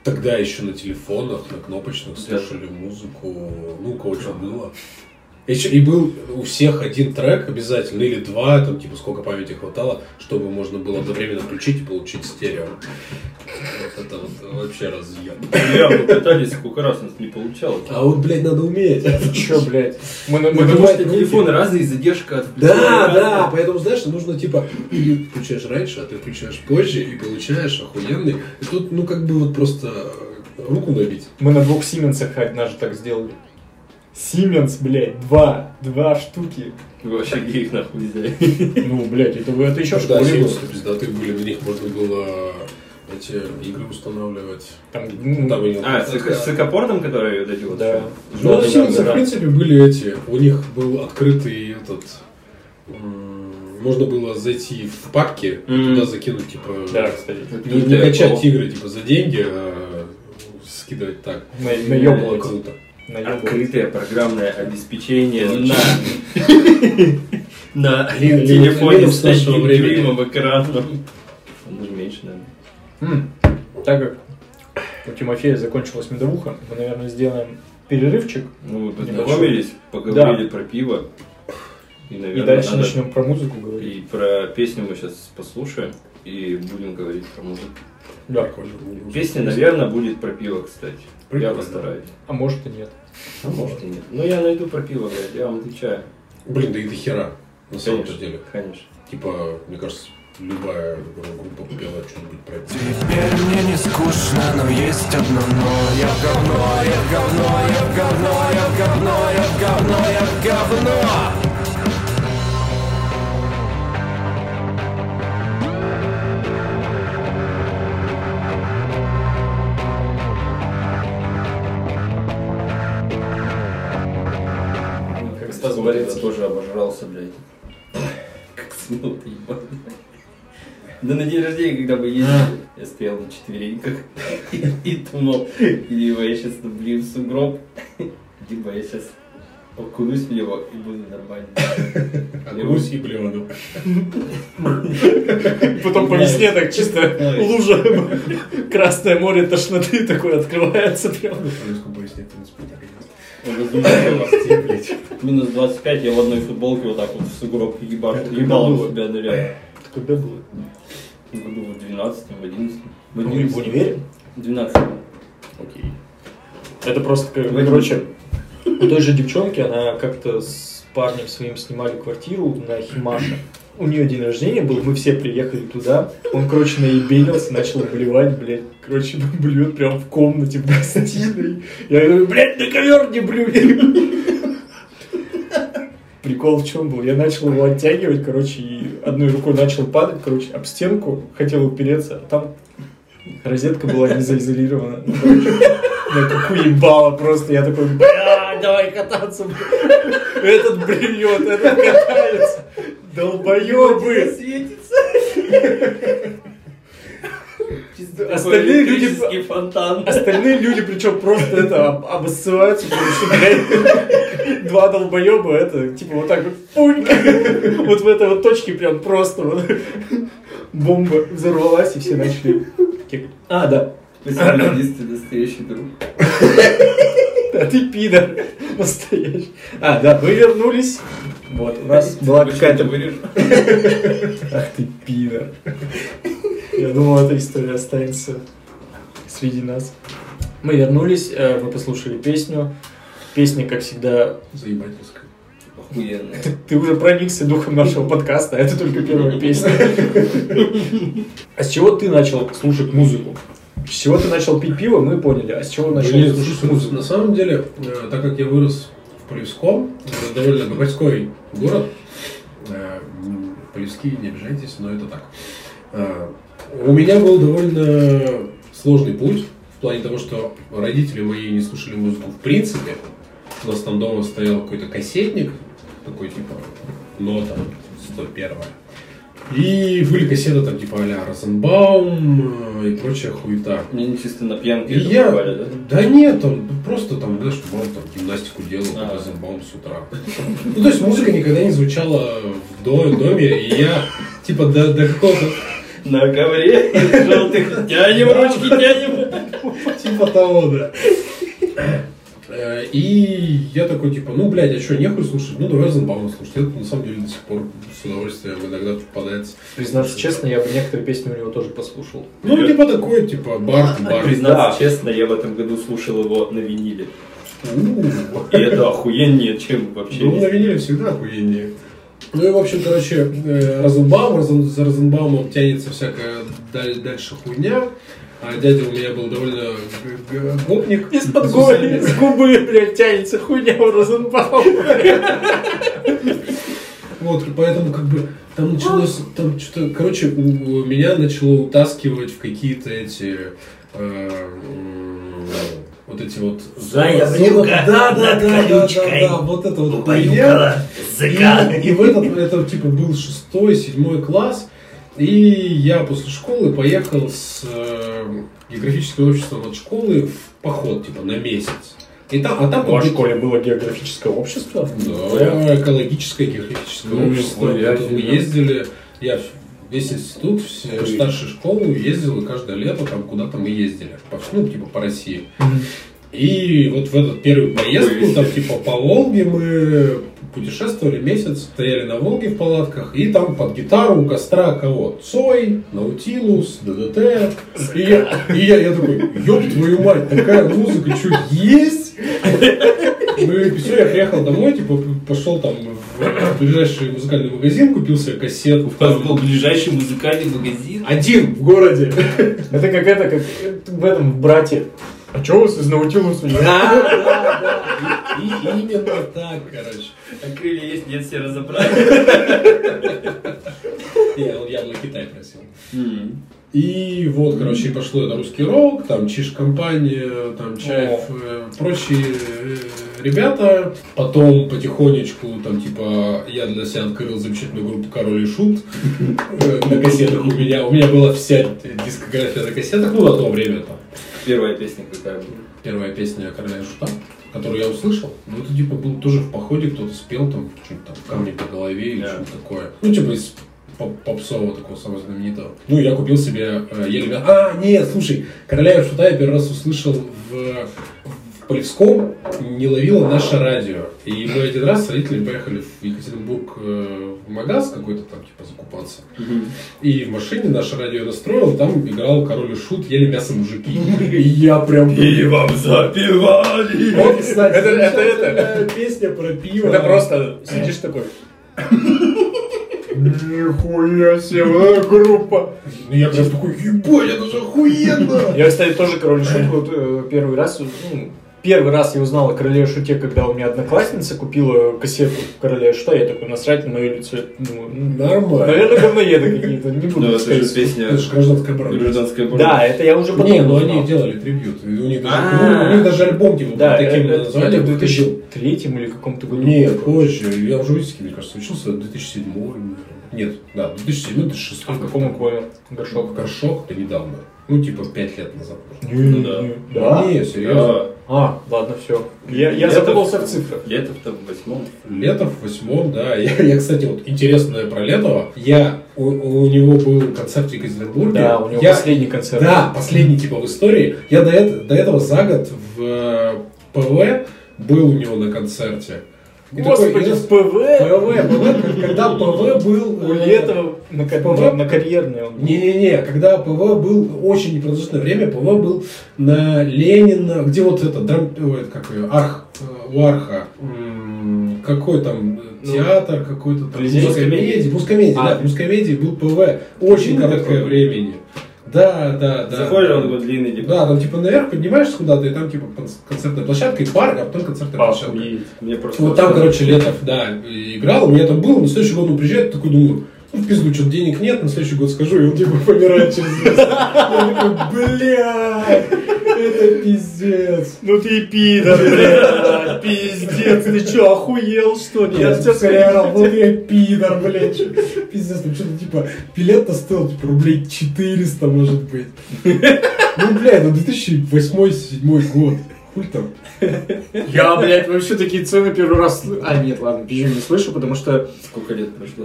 Speaker 1: Тогда еще на телефонах, на кнопочных
Speaker 2: Да.
Speaker 1: слушали музыку. Ну, у кого что было. Еще, и был у всех один трек обязательно, или два, там, типа, сколько памяти хватало, чтобы можно было одновременно включить и получить стерео. Вот это вот вообще разъем.
Speaker 2: Бля, мы пытались, сколько раз у нас не получалось.
Speaker 1: А вот, блядь, надо уметь.
Speaker 3: Че, блядь? Мы, на- мы
Speaker 2: Ну, Потому
Speaker 3: бывает-
Speaker 2: что телефоны разные, и задержка от
Speaker 1: Да, да, поэтому, знаешь, нужно типа, или включаешь раньше, а ты включаешь позже, и получаешь охуенный. И тут, ну, как бы вот просто э, руку набить.
Speaker 3: мы на двух Сименсах однажды так сделали. Сименс, блядь, два, два штуки.
Speaker 2: Вы вообще геев нахуй взяли.
Speaker 3: Ну, блядь, это, это еще
Speaker 1: Да,
Speaker 3: школе было.
Speaker 1: синусы пиздаты были, на них можно было э, эти игры устанавливать.
Speaker 3: Там, ну,
Speaker 1: Там и-
Speaker 2: А, с, с экопортом, который вот эти вот...
Speaker 3: Да.
Speaker 1: Ну,
Speaker 2: Желтые
Speaker 1: на Синусе, в
Speaker 2: дома.
Speaker 1: принципе, были эти. У них был открытый этот... м, Можно было зайти в папки, и
Speaker 2: Мгм.
Speaker 1: туда закинуть, типа...
Speaker 3: да, кстати.
Speaker 2: Ну,
Speaker 1: Не, не качать игры, типа, за деньги, а скидывать так.
Speaker 3: На,
Speaker 1: Было
Speaker 3: наебывать.
Speaker 1: круто.
Speaker 3: Наебывать.
Speaker 2: Открытое программное обеспечение на... На
Speaker 1: Лин-
Speaker 2: телефоне
Speaker 1: Linux
Speaker 2: с таким
Speaker 1: нашего времени.
Speaker 2: дюймом экраном. Ну, меньше, наверное.
Speaker 3: М, Так как у Тимофея закончилась медовуха, мы, наверное, сделаем перерывчик
Speaker 2: Ну, мы
Speaker 3: Небольшой.
Speaker 2: познакомились, поговорили про пиво. И,
Speaker 3: и
Speaker 2: наверное,
Speaker 3: дальше
Speaker 2: надо-
Speaker 3: начнем про музыку говорить.
Speaker 2: И про песню мы сейчас послушаем и будем говорить про музыку.
Speaker 3: Да.
Speaker 1: Прикольно. ну,
Speaker 2: Ну, Песня, наверное, будет про пиво, кстати. Я
Speaker 1: Прикольно.
Speaker 2: постараюсь.
Speaker 3: А может и нет.
Speaker 2: А может и нет. Но я найду про пиво, блядь, я вам отвечаю.
Speaker 1: Блин, да и до хера, на самом
Speaker 2: Конечно,
Speaker 1: деле.
Speaker 2: конечно.
Speaker 1: Типа, мне кажется, любая группа пела что-нибудь про это.
Speaker 7: Теперь мне не скучно, но есть одно но Я в говно, я в говно, я в говно, я в говно, я в говно, я в говно
Speaker 2: Ну, Как Стас Борец тоже обожрался, блядь. Как смело ты ебать. Да на день рождения, когда мы ездили, я стоял на четвереньках и, и думал, либо я сейчас блин в сугроб, либо я сейчас окунусь в него и буду нормально.
Speaker 1: Русь и блевану.
Speaker 3: Потом по весне так чисто лужа, Красное море тошноты такое открывается прям.
Speaker 2: Минус 25, я в одной футболке вот так вот в сугроб ебал, ебал его себя ныряю.
Speaker 3: Когда было?
Speaker 2: В году в 12 в 11 В
Speaker 3: Ну, Мы
Speaker 2: 11
Speaker 3: в универе?
Speaker 2: 12
Speaker 3: Окей. Это просто, как-
Speaker 2: В один.
Speaker 3: короче, у той же девчонки, она как-то с парнем своим снимали квартиру на Химаше. У нее день рождения был, мы все приехали туда. Он, короче, наебенился, начал блевать, блядь. Короче, блюет прям в комнате, в гостиной. Я говорю, блядь, на ковер не блюй. Прикол в чем был? Я начал его оттягивать, короче, и одной рукой начал падать, короче, об стенку, хотел упереться, а там розетка была не заизолирована. Ну, короче, меня как уебало просто. Я такой, бля, давай кататься. бля». Этот блюет, этот катается. Долбоебы.
Speaker 2: светится. Чисто
Speaker 3: Остальные
Speaker 2: такой
Speaker 3: люди-
Speaker 2: электрический фонтан.
Speaker 3: Остальные люди, причем просто это об- обоссываются, потому что, блядь, два долбоеба, это типа вот так вот, пунь, вот в этой вот точке прям просто вот бомба взорвалась, и все начали такие, а, да,
Speaker 2: Вы самый единственный настоящий друг.
Speaker 3: Да а ты пидор настоящий. А, да, вы вернулись. Вот, у нас была какая-то...
Speaker 2: вырежу.
Speaker 3: Ах ты пидор. Я думал, эта история останется среди нас. Мы вернулись, э, вы послушали песню. Песня, как всегда...
Speaker 1: Заебать пускай.
Speaker 2: Охуенно.
Speaker 3: Ты уже проникся духом нашего подкаста, а это только первая песня. А с чего ты начал слушать музыку? С чего ты начал пить пиво, мы поняли. А с чего начал
Speaker 1: Блин,
Speaker 3: слушать
Speaker 1: слушай,
Speaker 3: музыку?
Speaker 1: На самом деле, э, так как я вырос в Полевском, это довольно богатской город, э, м, Полевские, не обижайтесь, но это так. Э, У меня был довольно сложный путь, в плане того, что родители мои не слушали музыку в принципе. У нас там дома стоял какой-то кассетник, такой типа нота 101. И были кассеты там типа а-ля Розенбаум э, и прочая хуета.
Speaker 2: Мне не чисто на пьянке
Speaker 1: И
Speaker 2: это
Speaker 1: я...
Speaker 2: попали, да?
Speaker 1: Да нет, там ну, просто там, знаешь, мама там гимнастику делал,
Speaker 2: А.
Speaker 1: а Розенбаум с утра. Ну, то есть музыка никогда не звучала в до- доме, и я, типа, до, до какого-то...
Speaker 2: На ковре желтых тянем ручки, тянем.
Speaker 1: Типа того, да. Э, И я такой, типа, ну, блядь, а что, нехуй слушать? Ну, давай Розенбаума слушать. Это, на самом деле, до сих пор с удовольствием иногда попадается.
Speaker 3: Признаться честно, я бы некоторые песни у него тоже послушал.
Speaker 1: Ну, типа, такой, типа, бар, бар.
Speaker 2: А, Признаться честно, я в этом году слушал его на виниле.
Speaker 1: У.
Speaker 2: И это охуеннее, чем вообще.
Speaker 1: Ну, на виниле всегда охуеннее. Ну и, в общем, короче, э, Розенбаум, Розен- за Розенбаумом тянется всякая даль- дальше хуйня. А дядя у меня был довольно г- г- гопник.
Speaker 3: Из-под губы, с губы, блядь, тянется хуйня у Розенбаума.
Speaker 1: Вот, и поэтому как бы там началось, там что-то, короче, у- у меня начало утаскивать в какие-то эти, э, м, вот эти вот...
Speaker 8: Заядлюка
Speaker 1: Да, да, да,
Speaker 8: над
Speaker 1: да, да,
Speaker 8: колючкой
Speaker 1: да, вот это вот.
Speaker 8: Убаюкала языка.
Speaker 1: И, и в этот, это типа был шестой, седьмой класс. И я после школы поехал с э, географическим обществом от школы в поход, типа, на месяц. И там, а там
Speaker 3: В вашей
Speaker 1: как бы-
Speaker 3: школе было географическое общество?
Speaker 1: да, экологическое, географическое
Speaker 2: Ну,
Speaker 1: общество.
Speaker 2: нихуя
Speaker 1: Вот Мы
Speaker 2: себе.
Speaker 1: ездили, я в- весь институт, все старшую школу ездил, и каждое лето там куда-то мы ездили. По, ну, типа по России. И вот в этот первую поездку, там типа по Волге мы путешествовали месяц, стояли на Волге в палатках, и там под гитару у костра кого? Цой, Наутилус, ДДТ. И я, и я, я такой, ёб твою мать, такая музыка, что есть? Ну и все, я приехал домой, типа, пошел там в ближайший музыкальный магазин, купил себе кассету.
Speaker 2: У нас был ближайший музыкальный магазин.
Speaker 1: Один в городе.
Speaker 3: Это как это, как э, в этом, в брате. А чё у вас из Наутилуса нет?
Speaker 1: И именно так, короче.
Speaker 2: А крылья есть, нет, все разобрали.
Speaker 1: Не, он явно Китай просил. И вот, короче, и пошло это русский рок, там Чиш компания, там Чаев, э, прочие э, ребята. Потом потихонечку, там, типа, я для себя открыл замечательную группу Король и Шут э, на кассетах у меня. У меня была вся дискография на кассетах, ну, на то время там.
Speaker 2: Первая песня какая была?
Speaker 1: первая песня Короля и Шута, которую я услышал, ну это типа был тоже в походе, кто-то спел там, что-нибудь там, камни по голове или
Speaker 2: Да.
Speaker 1: что-то такое. Ну, типа из поп- попсового такого самого знаменитого. Ну, я купил себе э, еле... мя- А, нет, слушай, Короля и Шута я первый раз услышал в, в Полевском, не ловило наше радио. И мы один раз с родителями поехали в Екатеринбург э, в магаз какой-то там, типа, закупаться. И в машине наше радио настроил, там играл Король и Шут, ели мясо мужики. И я прям...
Speaker 2: вам запивали!
Speaker 1: Вот, кстати,
Speaker 3: Это- это- это.
Speaker 1: замечательная песня про пиво.
Speaker 3: Это просто сидишь такой. Нихуя себе, вот эта группа.
Speaker 1: Ну, я прям такой, ебать, это же охуенно.
Speaker 3: Я, кстати, тоже король шут вот, э, первый раз. ну, Первый раз я узнал о короле шуте, когда у меня одноклассница купила кассету короля шута. Я такой насрать на мое лицо. Думаю, ну,
Speaker 1: Нормально.
Speaker 3: Наверное, говноеды какие-то, не
Speaker 2: Да,
Speaker 3: буду
Speaker 2: Ну, это
Speaker 3: искать.
Speaker 2: же песня
Speaker 1: Это же гражданская брата.
Speaker 2: гражданская борьба.
Speaker 3: Да, это я уже потом
Speaker 1: Не, ну
Speaker 3: узнал.
Speaker 1: они делали трибьют. И У них даже,
Speaker 2: А-а-а.
Speaker 1: у них даже альбом типа
Speaker 3: Да,
Speaker 1: под таким
Speaker 3: это, это,
Speaker 1: названием
Speaker 3: в
Speaker 1: выходил.
Speaker 3: 2003 или каком-то году.
Speaker 1: Нет, позже. Я уже виски, мне кажется, учился в 2007 наверное. Нет, да, 2007-2006.
Speaker 3: А в каком аквариуме? Горшок.
Speaker 1: Горшок, это недавно. Ну, типа, 5 лет назад.
Speaker 2: Ну да.
Speaker 3: Да?
Speaker 1: Не, серьезно.
Speaker 2: Да.
Speaker 3: А, ладно, все. Я, я
Speaker 2: Летов-
Speaker 3: запутался в цифрах.
Speaker 2: Летов там в восьмом.
Speaker 1: Летов в восьмом, да. Я, я, кстати, вот интересное про Летова. Я, у, у него был концерт в Екатеринбурге.
Speaker 3: Да, у него
Speaker 1: я,
Speaker 3: последний концерт.
Speaker 1: Да, последний типа в истории. Я до, эт- до этого за год в э, ПВ был у него на концерте. И такой,
Speaker 3: Господи,
Speaker 1: я-
Speaker 3: в ПВ!
Speaker 1: ПВ, ПВ, к- когда ПВ был...
Speaker 3: У
Speaker 1: э,
Speaker 3: Летова на, ка-
Speaker 1: ПВ?
Speaker 3: на- на карьерный он. был.
Speaker 1: Не-не-не, когда ПВ был очень непродолжительное время, ПВ был на Ленина, где вот это, драм- ой, это как ее, Арх, э, у Арха, м, какой там э,
Speaker 2: Ну,
Speaker 1: театр, какой-то там...
Speaker 3: Колизей?
Speaker 1: Мускомедий, Мускомедий,
Speaker 3: А.
Speaker 1: да, Мускомедий был ПВ, очень короткое времени. Да, да, да.
Speaker 2: Заходишь, Ну, он такой длинный, типа.
Speaker 1: Да, там типа наверх поднимаешься куда-то, и там типа кон- концертная площадка и бар, а потом концертная площадка.
Speaker 2: Охуеть. Мне просто...
Speaker 1: Типа, Вот там, короче, Летов, да, и- играл, у меня там было, на следующий год он приезжает, такой думаю, ну, в пизду, что-то денег нет, на следующий год скажу, и он типа помирает через месяц. Я такой, блядь, это пиздец.
Speaker 3: Ну ты пидор, бля, пиздец, ты чё, охуел что ли?
Speaker 1: Я
Speaker 3: Я
Speaker 1: все
Speaker 3: тебя
Speaker 1: сорял, вот я пидор, блядь. чё- Пиздец, там что-то типа, билет-то стоил типа, рублей 400, может быть. Ну, блядь, ну 2008-2007 год. Хуй там.
Speaker 3: Я, блядь, вообще такие цены первый раз... сл- А, нет, ладно, пизжу не слышу, потому что
Speaker 2: Сколько лет прошло?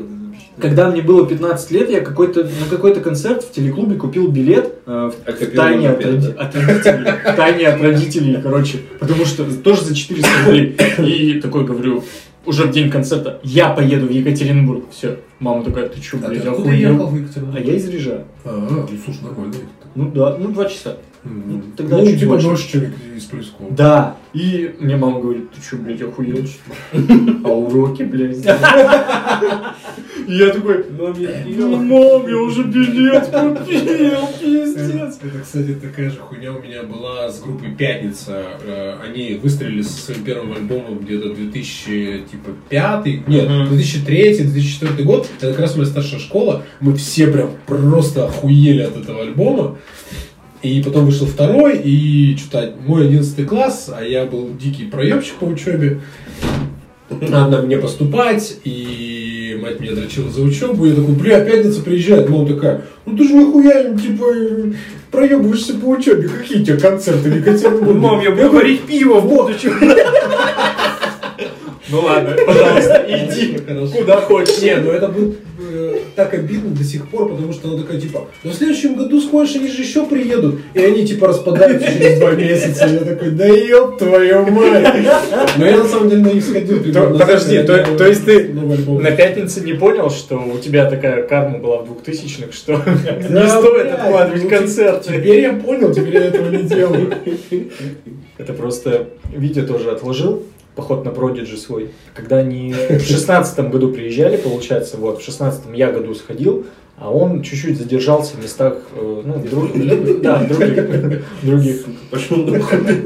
Speaker 3: когда мне было 15 лет, я какой-то на какой-то концерт в телеклубе купил билет э, в
Speaker 2: А
Speaker 3: В тайне от, роди- от родителей. В тайне от родителей, короче. Потому что тоже за 400 рублей. И такой говорю, уже в день концерта, я поеду в Екатеринбург. Все. Мама такая, ты че,
Speaker 1: А
Speaker 3: блядь,
Speaker 1: ты откуда
Speaker 3: охуел?»
Speaker 1: ехал в Екатеринбург?
Speaker 3: А я из Рижа.
Speaker 1: А, ну слушай, нормально.
Speaker 3: Ну да, ну два часа.
Speaker 1: Ну,
Speaker 3: тогда
Speaker 1: ну,
Speaker 3: чуть
Speaker 1: типа
Speaker 3: больше.
Speaker 1: больше, чем из Плюскова.
Speaker 3: Да. И мне мама говорит, ты че, блядь, охуел? что ли?» А уроки, блядь. И Я такой, мам, я уже билет купил, пиздец. пиздец.
Speaker 1: Это, кстати, такая же хуйня у меня была с группой «Пятница». Э, Они выстрелили со своим первым альбомом где-то 2005, нет, 2003-2004 год. Это как раз моя старшая школа. Мы все прям просто охуели от этого альбома. И потом вышел второй, и что-то мой 11 класс, а я был дикий проебщик по учебе. Надо мне поступать, и мать меня дрочила за учебу. Я такой, бля, пятница приезжает. Мама такая, ну ты же нихуя, типа, проебываешься по учебе. Какие у тебя концерты или концерты? будут?»
Speaker 2: Мам, я буду варить пиво в будущем. Ну ладно, пожалуйста, иди.
Speaker 1: Хорошо.
Speaker 3: Куда хочешь.
Speaker 1: Не, ну это был э, так обидно до сих пор, потому что она такая, типа, ну в следующем году сходишь, они же еще приедут. И они, типа, распадаются через два месяца. Я такой, да ёб твою мать. Но я, на самом деле, на них сходил. примерно за
Speaker 3: подожди,
Speaker 1: это,
Speaker 3: то-
Speaker 1: я
Speaker 3: то есть ты
Speaker 1: новый альбом.
Speaker 3: На пятнице не понял, что у тебя такая карма была в 2000-х, что
Speaker 1: Да,
Speaker 3: не стоит
Speaker 1: блядь,
Speaker 3: откладывать
Speaker 1: ну,
Speaker 3: концерты.
Speaker 1: Теперь я понял, теперь я этого не делаю.
Speaker 3: Это просто видео тоже отложил, поход на Продиджи свой. Когда они в шестнадцатом году приезжали, получается, вот, в шестнадцатом я году сходил, а он чуть-чуть задержался в местах, э, ну, друг- да, других, других.
Speaker 2: Пошел нахуй. Ты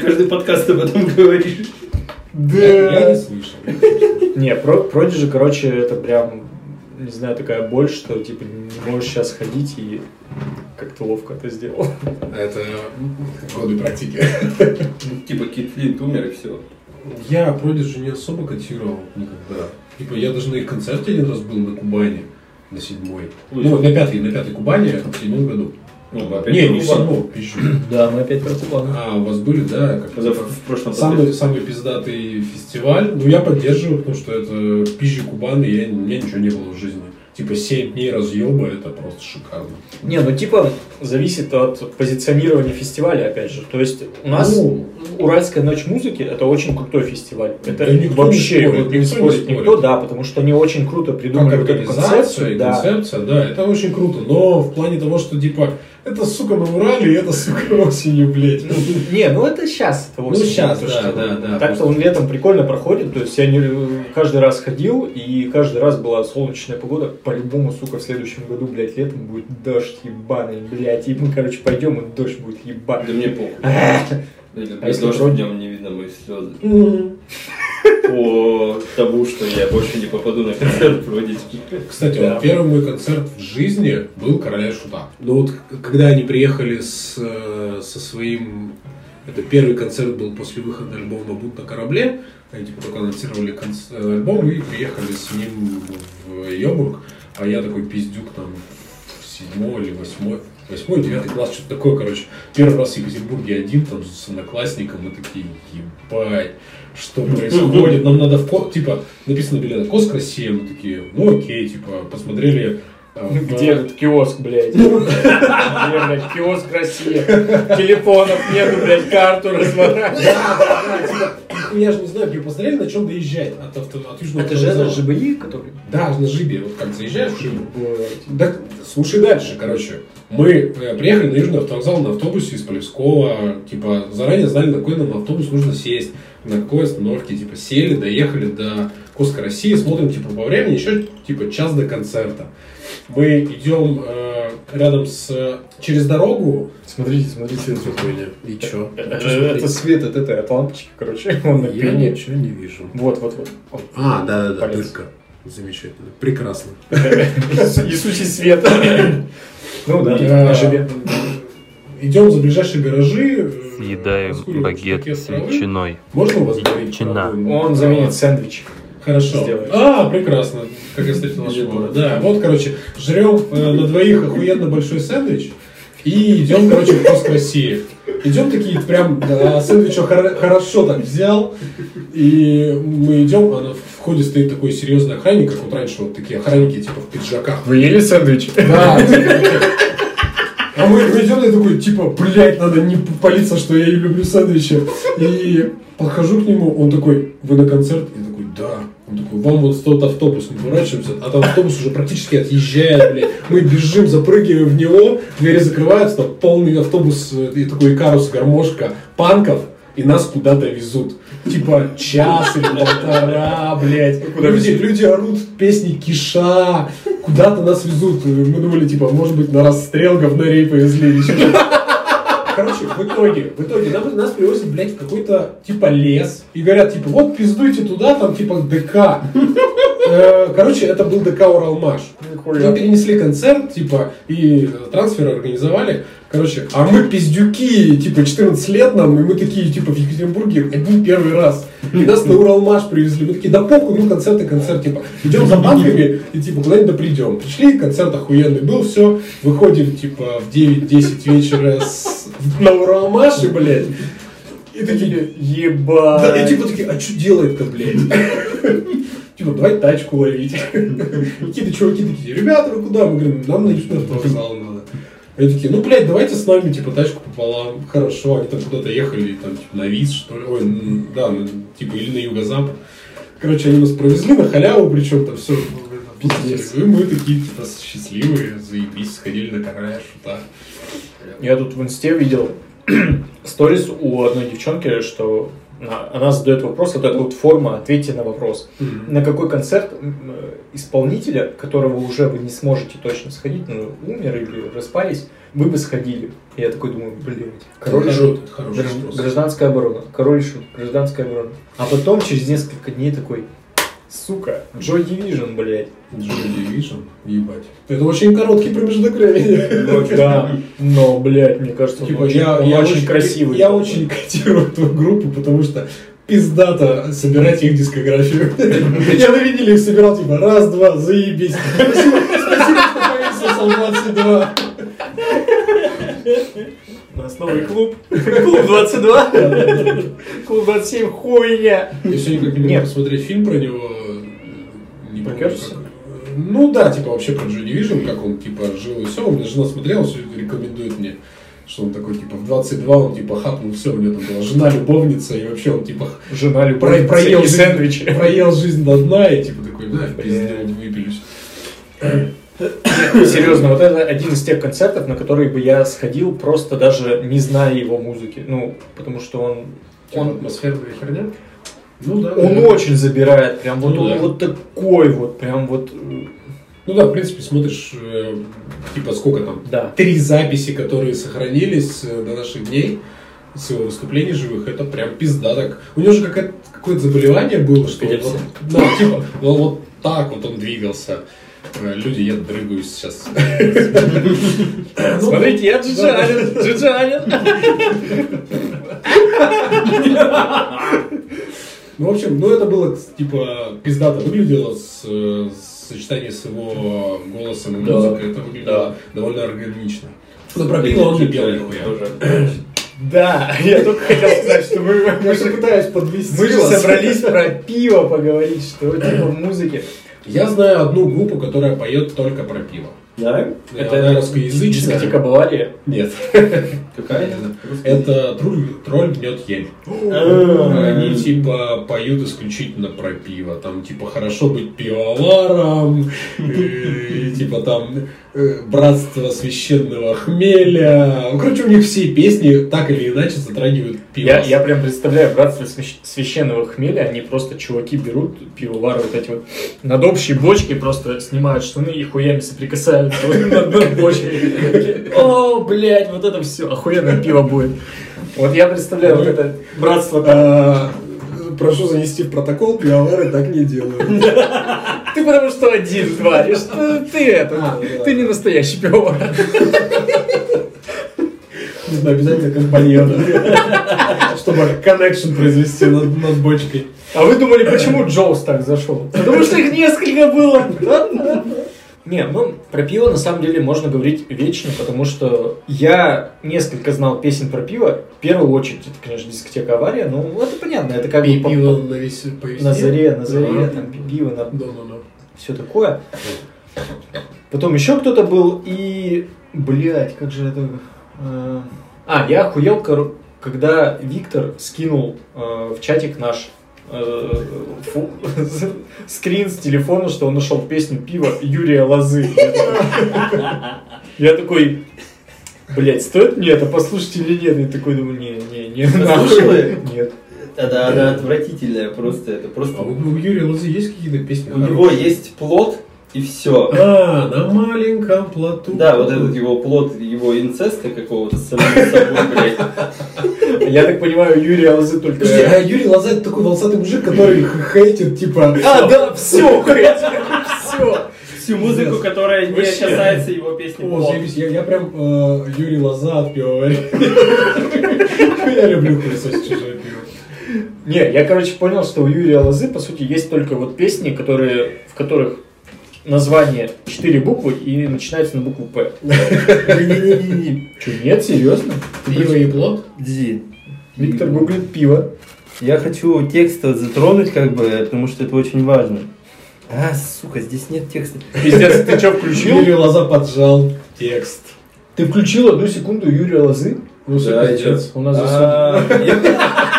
Speaker 2: Каждый подкаст об этом говоришь.
Speaker 1: Я не слышал.
Speaker 3: Не, про Продиджи, короче, это прям, не знаю, такая боль, что типа не можешь сейчас ходить и как-то ловко это сделал.
Speaker 1: Это годы практики.
Speaker 2: Типа Кит Флинт умер и все.
Speaker 1: Я Продиджи не особо котировал никогда. Типа я даже на их концерте один раз был на Кубани, на седьмой. Ну, на пятой, на пятой Кубани, а в седьмом году.
Speaker 2: Ну, опять
Speaker 1: Не,
Speaker 2: про
Speaker 1: не в
Speaker 2: Кубань.
Speaker 1: седьмом, пищу.
Speaker 6: Да, мы опять про Кубану.
Speaker 1: А, у вас были, да? Как
Speaker 2: За- В прошлом
Speaker 1: самый,
Speaker 2: подкасте.
Speaker 1: самый пиздатый фестиваль. Ну, я поддерживаю, потому что это пища Кубаны, я, у меня ничего не было в жизни. Типа 7 дней разъеба, это просто шикарно.
Speaker 3: Не, ну типа зависит от позиционирования фестиваля, опять же. То есть у нас
Speaker 1: Ну.
Speaker 3: Уральская ночь музыки это очень крутой фестиваль. Это
Speaker 1: Да никто не спорит,
Speaker 3: вообще вот не
Speaker 1: никто не
Speaker 3: спорит
Speaker 1: спорит.
Speaker 3: никто, да, потому что они очень круто придумали
Speaker 1: Как
Speaker 3: вот эту
Speaker 1: организация,
Speaker 3: концепцию.
Speaker 1: и
Speaker 3: Да.
Speaker 1: концепция, да, это очень круто. Но в плане того, что типа, это сука на Урале, и это сука осенью, блядь.
Speaker 3: Ну, Не, ну это сейчас.
Speaker 1: Ну, щас, да, да, да,
Speaker 3: Так-то он летом прикольно проходит, то есть я не- каждый раз ходил, и каждый раз была А солнечная погода. По-любому, сука, в следующем году, блядь, летом будет дождь ебаный, блядь, и мы, короче, пойдем, и дождь будет
Speaker 2: Да
Speaker 3: ебаный.
Speaker 2: мне похуй.
Speaker 3: А
Speaker 2: Если
Speaker 3: если
Speaker 2: дождь,
Speaker 3: вроде?
Speaker 2: днем не видно мои слезы. По тому, что я больше не попаду на концерт проводить.
Speaker 1: Кстати,
Speaker 3: Да.
Speaker 1: вот первый мой концерт в жизни был «Короля шута». Но Ну вот к- когда они приехали с, э, со своим... Это первый концерт был после выхода альбома «Бунт на корабле». Они типа только анонсировали конц- э, альбом и приехали с ним в Йобург. А я такой пиздюк там в седьмой или восьмой, восьмой, девятый класс, что-то такое, короче. Первый раз в Екатеринбурге один, там, с одноклассником, мы такие, ебать, что происходит, нам надо в Ко- типа, написано на билетах Коск Россия, мы такие, ну окей, типа, посмотрели э, в-
Speaker 3: Ну Где этот киоск, блядь? Где, блядь, киоск Россия? Телефонов нету, блядь, карту разворачивать.
Speaker 1: Я же не знаю, где посмотрели, на чем доезжать от, авто- от Южного
Speaker 6: Это же это
Speaker 1: автовокзала.
Speaker 6: ЖБИ, который...
Speaker 1: Да, на Жибе, вот как заезжаешь в Жибу. Да, слушай дальше, короче. Мы э, приехали на Южный автовокзал на автобусе из Полевского, типа, заранее знали, на какой нам автобус нужно сесть, на какой остановке, типа, сели, доехали до Куска России, смотрим, типа, по времени еще, типа, час до концерта. Мы идем э, рядом с... через дорогу.
Speaker 3: Смотрите, смотрите.
Speaker 1: И чё?
Speaker 3: Это свет от этой, от лампочки, короче. Он на
Speaker 1: Я
Speaker 3: пене.
Speaker 1: ничего не вижу.
Speaker 3: Вот, вот, вот.
Speaker 1: А, да-да-да,
Speaker 3: Палец.
Speaker 1: дырка. Замечательно. Прекрасно.
Speaker 3: Иисусе свет. Ну да,
Speaker 1: Я-
Speaker 3: на живе.
Speaker 1: Идем за ближайшие гаражи. э,
Speaker 9: Съедаем
Speaker 1: раскуриваем
Speaker 9: багет
Speaker 1: штуки
Speaker 9: с
Speaker 1: травы.
Speaker 9: ветчиной.
Speaker 1: Можно у вас говорить?
Speaker 9: Чина.
Speaker 3: Он заменит сэндвич.
Speaker 1: Хорошо.
Speaker 3: Сделаешь.
Speaker 1: А, прекрасно. Как я встретил нашу маму. Да, вот, короче, жрем э, на двоих охуенно большой сэндвич и идем, короче, в пост России. Идем такие прям, да, сэндвич хор- хорошо так взял, и мы идем, а на входе стоит такой серьезный охранник, как вот раньше, вот такие охранники, типа, в пиджаках.
Speaker 3: Вы ели сэндвич?
Speaker 1: Да. А мы идем, я такой, типа, блядь, надо не палиться, что я и люблю сэндвичи. И подхожу к нему, он такой, вы на концерт? Я такой, да. Он такой, вам вот тот автобус, мы поворачиваемся, а там автобус уже практически отъезжает, блядь. Мы бежим, запрыгиваем в него, двери закрываются, там полный автобус э, и такой карус, гармошка панков, и нас куда-то везут. типа час или полтора, блядь.
Speaker 3: Куда
Speaker 1: люди,
Speaker 3: везут?
Speaker 1: люди орут песни Киша, куда-то нас везут. Мы думали, типа, может быть, на расстрел говнорей повезли. или что-то. Короче, в итоге, в итоге нам- нас привозят, блядь, в какой-то, типа, лес. И говорят, типа, вот пиздуйте туда, там, типа, ДК. Э, Короче, это был ДК Уралмаш. Мы перенесли а концерт, типа, и э, трансфер организовали. Короче, а мы пиздюки, типа, 14 лет нам, и мы такие, типа, в Екатеринбурге одни первый раз. И нас на Уралмаш привезли. Мы такие, да похуй, ну концерт и концерт, типа, идем за банками и, типа, куда-нибудь да придем. Пришли, концерт охуенный был, все, выходим, типа, в 9-10 вечера с- на Уралмаш, и, блядь. И такие,
Speaker 3: Ебать.
Speaker 1: да, и типа такие, а что делает-то, блядь? Типа, давай тачку ловить. И Какие-то чуваки такие, ребята, вы куда? Мы говорим, нам на Южный автовокзал надо. Они такие, ну, блядь, давайте с нами, типа, тачку пополам. Хорошо, они там куда-то ехали, там, типа, на Виз, что ли. Ой, м, да, на- типа, или на Юго-Запад. Короче, они нас провезли на халяву, причем там все. Пиздец. И мы такие, типа, счастливые, заебись, сходили на карая шута.
Speaker 6: Я тут в инсте видел сториз у одной девчонки, что на- она задает вопрос, вот эта вот форма, ответьте на вопрос. На какой концерт м, э, исполнителя, которого уже вы не сможете точно сходить, ну, умер или распались, вы бы сходили. И я такой думаю, блин, король и шут.
Speaker 1: шут, это хороший
Speaker 6: Гражд-
Speaker 1: вопрос.
Speaker 6: Гражданская оборона. Король и шут. Гражданская оборона. А потом, через несколько дней, такой, сука, Джой Division, блядь.
Speaker 1: Джонни Division, ебать. Это очень короткий промежуток времени.
Speaker 6: Да, но, блядь, мне кажется, он
Speaker 1: Типа,
Speaker 6: очень,
Speaker 1: я,
Speaker 6: он
Speaker 1: я
Speaker 6: очень красивый.
Speaker 1: Я
Speaker 6: такой.
Speaker 1: очень котирую эту группу, потому что пиздато собирать их дискографию. Я на виниле их собирал, типа, раз, два, заебись. Спасибо, спасибо, что повесил Солдат 2.
Speaker 6: У нас новый клуб. Клуб 22. Клуб 27. Хуйня.
Speaker 1: Я все никак не
Speaker 6: Нет.
Speaker 1: могу посмотреть фильм про него. Не помню,
Speaker 6: Прокажешься?
Speaker 1: как. Ну да, типа вообще про Джо Division, как он типа жил и все. У меня жена смотрела, все рекомендует мне. Что он такой, типа, в 22 он, типа, хапнул все, у него там была жена-любовница, и вообще он, типа,
Speaker 6: Жена
Speaker 1: Про-
Speaker 6: любовь.
Speaker 1: проел,
Speaker 6: Проел
Speaker 1: жизнь,
Speaker 6: сэндвичи.
Speaker 1: проел жизнь до дна и типа такой, да, в пизде вот выпилюсь.
Speaker 6: Серьезно, вот это один из тех концертов, на который бы я сходил, просто даже не зная его музыки. Ну, потому что он...
Speaker 1: Он
Speaker 6: Он,
Speaker 1: атмосферная херня? Ну да.
Speaker 6: он
Speaker 1: наверное.
Speaker 6: очень забирает, прям вот
Speaker 1: Ну
Speaker 6: он
Speaker 1: да.
Speaker 6: вот такой вот, прям вот, э,
Speaker 1: Ну да, в принципе, смотришь, э, типа, сколько там?
Speaker 6: да.
Speaker 1: Три записи, которые сохранились э, до наших дней с его выступлений живых, это прям пизда так. У него же какая- какое-то заболевание было, что он,
Speaker 6: Эпилепсия.
Speaker 1: вот- да, типа, он вот так вот он двигался. Э, Люди, я дрыгаюсь сейчас.
Speaker 6: Ну, Смотрите, я Джиджи
Speaker 1: Да, да.
Speaker 6: Аллен, Джиджи Аллен.
Speaker 1: Ну, в общем, ну это было, типа, пиздато выглядело с, э, с сочетанием с его голосом и
Speaker 6: Да.
Speaker 1: музыкой. Это выглядело довольно органично. Но Ну, про Билла он не пел нихуя.
Speaker 6: Да, я только хотел сказать, что мы, мы же
Speaker 1: пытаюсь подвести
Speaker 6: Мы же собрались про пиво поговорить, что типа в музыке.
Speaker 1: Я знаю одну группу, которая поет только про пиво.
Speaker 6: Да?
Speaker 1: Это она русскоязычная.
Speaker 6: Дискотека Бавария.
Speaker 1: Нет.
Speaker 2: Какая?
Speaker 1: Это тролль, тролль гнет ель. Они типа поют исключительно про пиво. Там типа хорошо быть пивоваром, э, типа там э, братство священного хмеля. Ну, Короче, у них все песни так или иначе затрагивают пиво.
Speaker 6: Я, я прям представляю, братство свящ- священного хмеля, они просто чуваки берут пивовары вот эти вот над общей бочкой просто снимают штаны и хуями соприкасаются вот над одной бочкой. О, блядь, вот это все, охуенное пиво будет. Вот я представляю вот это братство там.
Speaker 1: А, Прошу занести в протокол, пивовары так не делают.
Speaker 6: Ты потому что один, тварь, что ты это, ну,
Speaker 1: А, да.
Speaker 6: ты не настоящий пивовар.
Speaker 1: Нужно обязательно компаньона, чтобы коннекшн произвести над, над бочкой.
Speaker 6: А вы думали, почему Джоус так зашел? Потому что их несколько было. Не, ну, про пиво на самом деле можно говорить вечно, потому что я несколько знал песен про пиво. В первую очередь, это, конечно, дискотека авария, ну, это понятно, это как бы... по-
Speaker 1: на весь по весне.
Speaker 6: На заре, на заре,
Speaker 1: Ага.
Speaker 6: там, пиво, на
Speaker 1: Да, да, да.
Speaker 6: все такое. Потом еще кто-то был и... Блять, как же это... э, А, я охуел, кор- когда Виктор скинул э, в чатик наш э, фу- скрин с телефона, что он нашел песню пива Юрия Лозы. Я такой- Я такой, блять, стоит мне это послушать или нет? И такой думаю, не, не, не,
Speaker 2: Послушал
Speaker 6: нахуй.
Speaker 2: ее?
Speaker 6: Нет.
Speaker 2: Это она отвратительная просто. Это
Speaker 1: А
Speaker 2: просто...
Speaker 1: у,
Speaker 9: ну,
Speaker 1: у Юрия Лозы есть какие-то песни?
Speaker 2: У него есть плод и все.
Speaker 1: А, на маленьком плоту.
Speaker 2: Да, вот этот его плод, его инцеста какого-то с самим собой, блядь.
Speaker 3: Я так понимаю, Юрий Алзы только...
Speaker 9: Подожди, а Юрий Лоза это такой волосатый мужик, который хейтит, типа...
Speaker 3: А, да, все, все.
Speaker 2: Всю музыку, которая не
Speaker 1: Вообще.
Speaker 2: касается его песни
Speaker 9: О,
Speaker 2: «Плод».
Speaker 9: заебись, я, я прям э, Юрий Лоза отпеваю. Я люблю пылесосить чужое пиво.
Speaker 3: Не, я, короче, понял, что у Юрия Лозы, по сути, есть только вот песни, которые, в которых название четыре буквы и начинается на букву П. Не-не-не-не. Че, нет, серьезно?
Speaker 9: Пиво и плод?
Speaker 10: Подожди.
Speaker 3: Виктор гуглит пиво.
Speaker 10: Я хочу текст затронуть, как бы, потому что это очень важно. А, сука, здесь нет текста.
Speaker 3: Пиздец, ты что, включил?
Speaker 9: Юрий Лоза поджал текст.
Speaker 3: Ты включил одну секунду Юрия Лозы?
Speaker 9: Ну,
Speaker 2: Да,
Speaker 3: а
Speaker 9: все,
Speaker 2: идёт.
Speaker 9: пиздец.
Speaker 3: У нас засунули.
Speaker 2: А, я-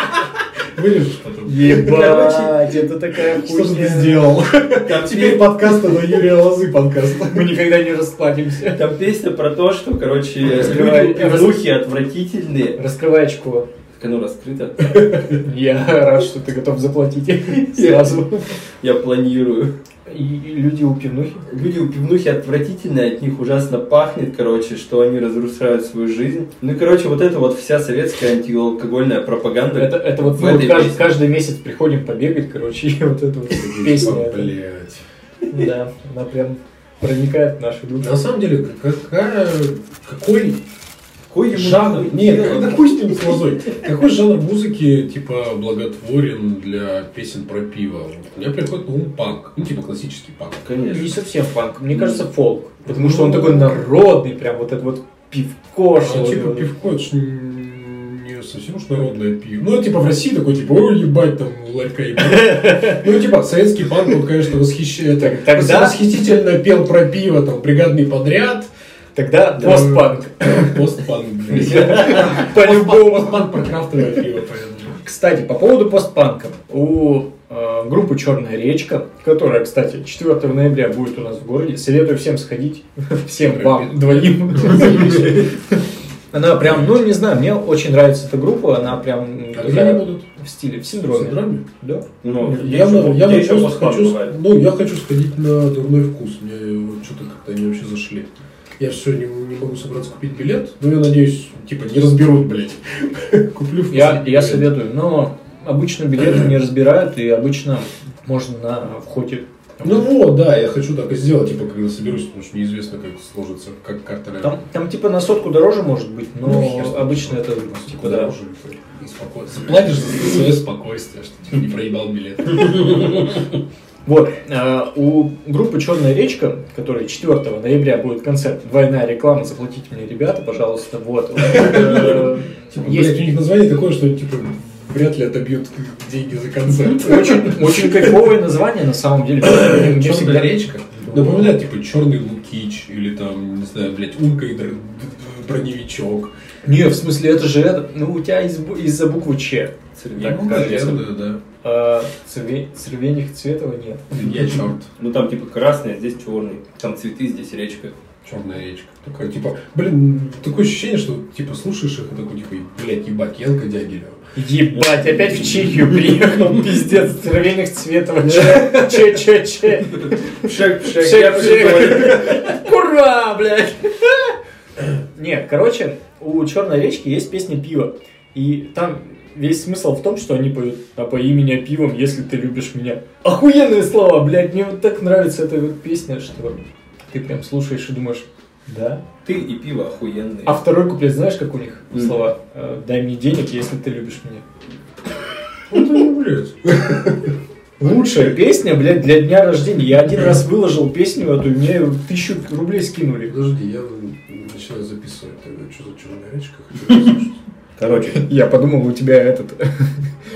Speaker 9: Вырежешь потом.
Speaker 3: Ебать, это такая
Speaker 9: Что же ты
Speaker 3: хуйня.
Speaker 9: сделал?
Speaker 2: Там
Speaker 9: Теперь
Speaker 2: пе-
Speaker 9: подкаст, но Юрия Лозы подкаст.
Speaker 3: Мы никогда не расплатимся.
Speaker 2: там песня про то, что, короче,
Speaker 3: Раскрывай-
Speaker 2: люди пивнухи отвратительные.
Speaker 3: Раскрывай очко.
Speaker 2: Так оно раскрыто.
Speaker 3: Я рад, что ты готов заплатить сразу.
Speaker 2: Я планирую.
Speaker 3: И и люди у пивнухи.
Speaker 2: Люди у пивнухи отвратительные, от них ужасно пахнет, короче, что они разрушают свою жизнь. Ну и, короче, вот это вот вся советская антиалкогольная пропаганда.
Speaker 3: Это, это вот
Speaker 2: В
Speaker 3: мы вот
Speaker 2: этой
Speaker 3: кажд-
Speaker 2: песне.
Speaker 3: каждый месяц приходим побегать, короче, и вот эта вот песня.
Speaker 1: Блять.
Speaker 3: Да, она прям проникает в нашу душу.
Speaker 1: На самом деле, какая, какой
Speaker 2: Какой ему
Speaker 1: жанр?
Speaker 2: нахуй
Speaker 1: Нет,
Speaker 2: дело?
Speaker 1: да хуй с ним с лозой. Какой жанр музыки, типа, благотворен для песен про пиво? Вот у меня приходит на ум панк. Ну, типа, классический панк.
Speaker 2: Конечно.
Speaker 3: Не совсем фанк, мне кажется, фолк. Потому что он такой народный, прям вот это вот пивко.
Speaker 1: А,
Speaker 3: что вот
Speaker 1: типа,
Speaker 3: это.
Speaker 1: пивко, это ж н- не совсем уж народное пиво. Ну, типа, в России такой, типа, ой, ебать, там, ларька ебать. Ну, типа, советский панк, он, конечно, восхищает.
Speaker 3: тогда-
Speaker 1: Восхитительно пел про пиво, там, бригадный подряд.
Speaker 3: Тогда постпанк.
Speaker 1: Постпанк, блядь.
Speaker 3: По-любому.
Speaker 1: Постпанк про крафтовое пиво, поэтому.
Speaker 3: Кстати, по поводу постпанка. У э, группы «Черная речка», которая, кстати, 4 ноября будет у нас в городе, советую всем сходить, всем вам, двоим. Она прям, ну не знаю, мне очень нравится эта группа, она прям
Speaker 1: А где
Speaker 3: такая
Speaker 1: они будут?
Speaker 3: в стиле, в
Speaker 1: В
Speaker 3: синдроме.
Speaker 1: Синдроме?
Speaker 3: Да.
Speaker 2: Ну,
Speaker 1: Я,
Speaker 2: где
Speaker 1: на-
Speaker 2: еще-
Speaker 1: я
Speaker 2: где
Speaker 1: на
Speaker 2: еще
Speaker 1: просто
Speaker 2: постпанк
Speaker 1: хочу,
Speaker 2: бывает?
Speaker 1: ну, я хочу сходить на дурной вкус. Мне вот что-то как-то они вообще зашли. Я все не, не могу собраться купить билет, но я надеюсь, типа, не разберут, блядь. Куплю в
Speaker 3: Я,
Speaker 1: последний
Speaker 3: я
Speaker 1: момент.
Speaker 3: советую, но обычно билеты не разбирают, и обычно можно на входе.
Speaker 1: Ну вот, да, я хочу так и сделать, типа, когда соберусь, потому что неизвестно, как сложится, как карта
Speaker 3: Там, там типа на сотку дороже может быть, но
Speaker 1: Ну, хер с ним.
Speaker 3: обычно это типа
Speaker 1: Типа,
Speaker 3: да.
Speaker 1: дороже. И спокойствие. Платишь за свое спокойствие, что типа, не проебал билет.
Speaker 3: Вот, э, у группы «Черная речка», которая 4 ноября будет концерт, двойная реклама, заплатите мне, ребята, пожалуйста, вот. Э,
Speaker 1: Типа, блядь, у
Speaker 3: Есть
Speaker 1: них название такое, что, типа, вряд ли отобьют деньги за концерт.
Speaker 3: очень, очень кайфовое название, на самом деле. Мне
Speaker 1: Чёрная
Speaker 3: всегда-
Speaker 1: речка? Напоминает, типа, черный лукич или там, не знаю, блядь, умка и др- броневичок.
Speaker 3: Не, в смысле, это же это, ну у тебя из, бу- из-за буквы «Ч».
Speaker 2: Цельняк,
Speaker 1: Ну,
Speaker 2: кажется.
Speaker 1: наверное, да.
Speaker 3: Э, Цве- Цервених Цветова нет.
Speaker 1: Я черт.
Speaker 2: Ну там типа красный, а здесь черный. Там цветы, здесь речка.
Speaker 1: Черная речка. Такое, типа, блин, такое ощущение, что, типа, слушаешь их и такой, типа, блядь, ебать, Янка Дягилева.
Speaker 3: Ебать, опять в Чехию приехал, пиздец, Цервених Цветова, «Ч», «Ч», «Ч», «Ч».
Speaker 2: Пшек, пшек,
Speaker 3: Пшек,
Speaker 2: я
Speaker 3: пшек.
Speaker 2: пшек.
Speaker 3: Ура, блядь! Не, короче, у Черной речки есть песня «Пиво». И там весь смысл в том, что они поют «Напои меня пивом, если ты любишь меня». Охуенные слова, блядь, мне вот так нравится эта вот песня, что ты прям слушаешь и думаешь, да.
Speaker 2: Ты и пиво охуенные.
Speaker 3: А второй куплет, знаешь, как у них
Speaker 2: Мгм.
Speaker 3: слова? Э, Дай мне денег, если ты любишь меня.
Speaker 1: Вот они, блядь.
Speaker 3: Лучшая песня, блядь, для дня рождения. Я один раз выложил песню эту, и мне тысячу рублей скинули.
Speaker 1: Подожди, я начинаю записывать тогда, что за черная речка хочу послушать.
Speaker 10: Короче,
Speaker 3: Я подумал, у тебя этот...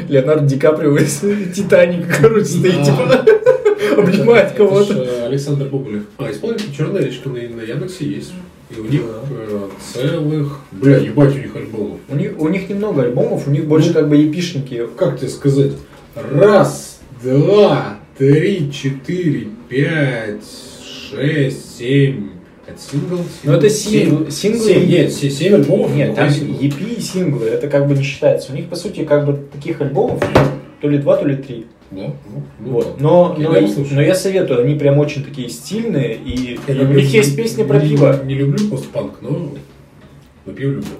Speaker 3: Леонардо Ди Каприо из Титаника, короче, стоит, типа, обнимает
Speaker 1: Это ж,
Speaker 3: кого-то.
Speaker 1: э, Александр Боболев. А, исполнитель «Черная речка» на, на Яндексе есть. И у них э, целых... Бля, ебать, у них альбомов.
Speaker 3: У них, у них немного альбомов, у них больше как бы епишники.
Speaker 1: Как тебе сказать? Раз, два, три, четыре, пять, шесть, семь, Это сингл?
Speaker 3: Ну это сингл, синглы.
Speaker 1: Нет, се- семь альбомов?
Speaker 3: Нет,
Speaker 1: какой
Speaker 3: там
Speaker 1: сингл?
Speaker 3: EP и синглы, это как бы не считается. У них, по сути, как бы таких альбомов ну, то ли два, то ли три.
Speaker 1: Да? Ну, ну
Speaker 3: Вот.
Speaker 1: да.
Speaker 3: Но,
Speaker 1: Я
Speaker 3: но,
Speaker 1: не слушаю.
Speaker 3: но я советую, они прям очень такие стильные, и
Speaker 1: Я
Speaker 3: у
Speaker 1: люблю-
Speaker 3: них есть песни про
Speaker 1: не-
Speaker 3: пиво.
Speaker 1: Не люблю постпанк, но, но пиво люблю.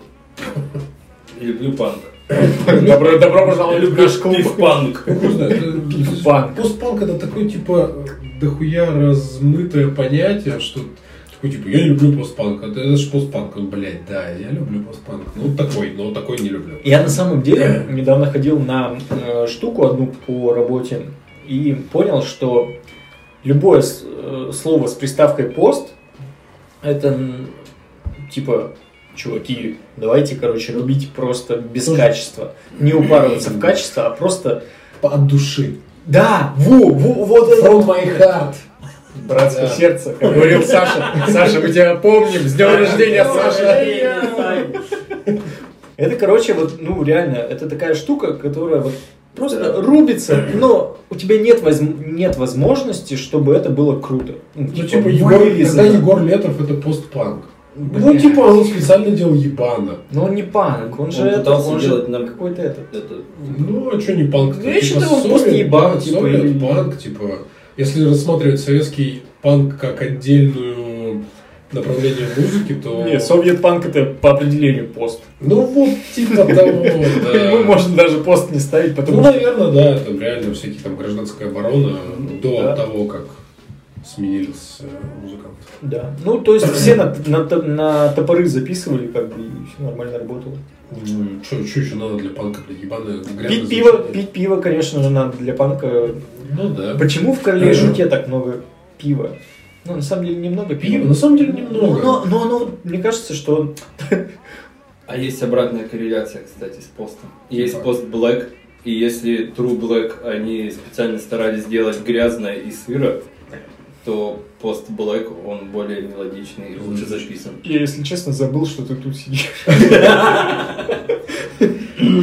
Speaker 2: Люблю панк.
Speaker 3: Добро, добро пожаловать в наш
Speaker 2: Ты в панк.
Speaker 1: Не знаю, это-
Speaker 3: Пивпанк.
Speaker 1: Постпанк это такое типа дохуя размытое понятие, что такой типа я не люблю постпанк, это, это же постпанк, Ну, блядь, да, я люблю постпанк, ну такой, но такой не люблю.
Speaker 3: Я на самом деле недавно ходил на э, штуку одну по работе и понял, что любое с- э, слово с приставкой пост это м, типа чуваки, давайте, короче, рубить просто без качества. Не упарываться в качество, а просто
Speaker 9: От души.
Speaker 3: да, во, во, вот это
Speaker 9: From my heart.
Speaker 3: братское
Speaker 1: Да.
Speaker 3: сердце, как говорил Саша. Саша, мы тебя помним. С днем рождения, Саша! Это, короче, вот, ну, реально, это такая штука, которая вот просто рубится, но у тебя нет, воз- нет возможности, чтобы это было круто. Ну,
Speaker 1: Ну типа Егор,
Speaker 3: вырезано.
Speaker 1: тогда Егор Летов это постпанк. Ну
Speaker 3: Блядь.
Speaker 1: типа он специально делал ебано.
Speaker 3: Но он не панк, он же
Speaker 10: Он
Speaker 3: это,
Speaker 10: пытался
Speaker 3: он же
Speaker 10: делать нам-
Speaker 3: какой-то этот.
Speaker 10: Это
Speaker 1: Ну а что не панк?
Speaker 3: Ну, я считаю, он просто ебан, типа, или-
Speaker 1: панк, типа. Если рассматривать советский панк как отдельную направление музыки, то...
Speaker 3: Не, совет панк это по определению пост.
Speaker 1: Ну вот типа того, да.
Speaker 3: Мы можем даже пост не ставить,
Speaker 1: Ну,
Speaker 3: потому что
Speaker 1: наверное, да, там реально всякие там гражданская оборона ну, до
Speaker 3: да.
Speaker 1: того, как сменились э, музыканты.
Speaker 3: Да. Ну, то есть все на, на, т- на топоры записывали, как бы, и все нормально работало.
Speaker 1: Что еще надо для панка, для ебаной грязной
Speaker 3: Пить пиво,
Speaker 1: звучания?
Speaker 3: пить пиво, конечно же, надо для панка.
Speaker 1: Ну да.
Speaker 3: Почему в короле и жуке так много пива? Ну, на самом деле, немного пива.
Speaker 1: Пиво, на самом деле, немного.
Speaker 3: Ну, Но, но, но оно, мне кажется, что
Speaker 2: А есть обратная корреляция, кстати, с постом. Есть
Speaker 1: Так.
Speaker 2: пост Black, и если True Black они специально старались сделать грязное и сыро, то пост Black, он более мелодичный и лучше записан.
Speaker 3: я, если честно, забыл, что ты тут сидишь.
Speaker 1: Ну,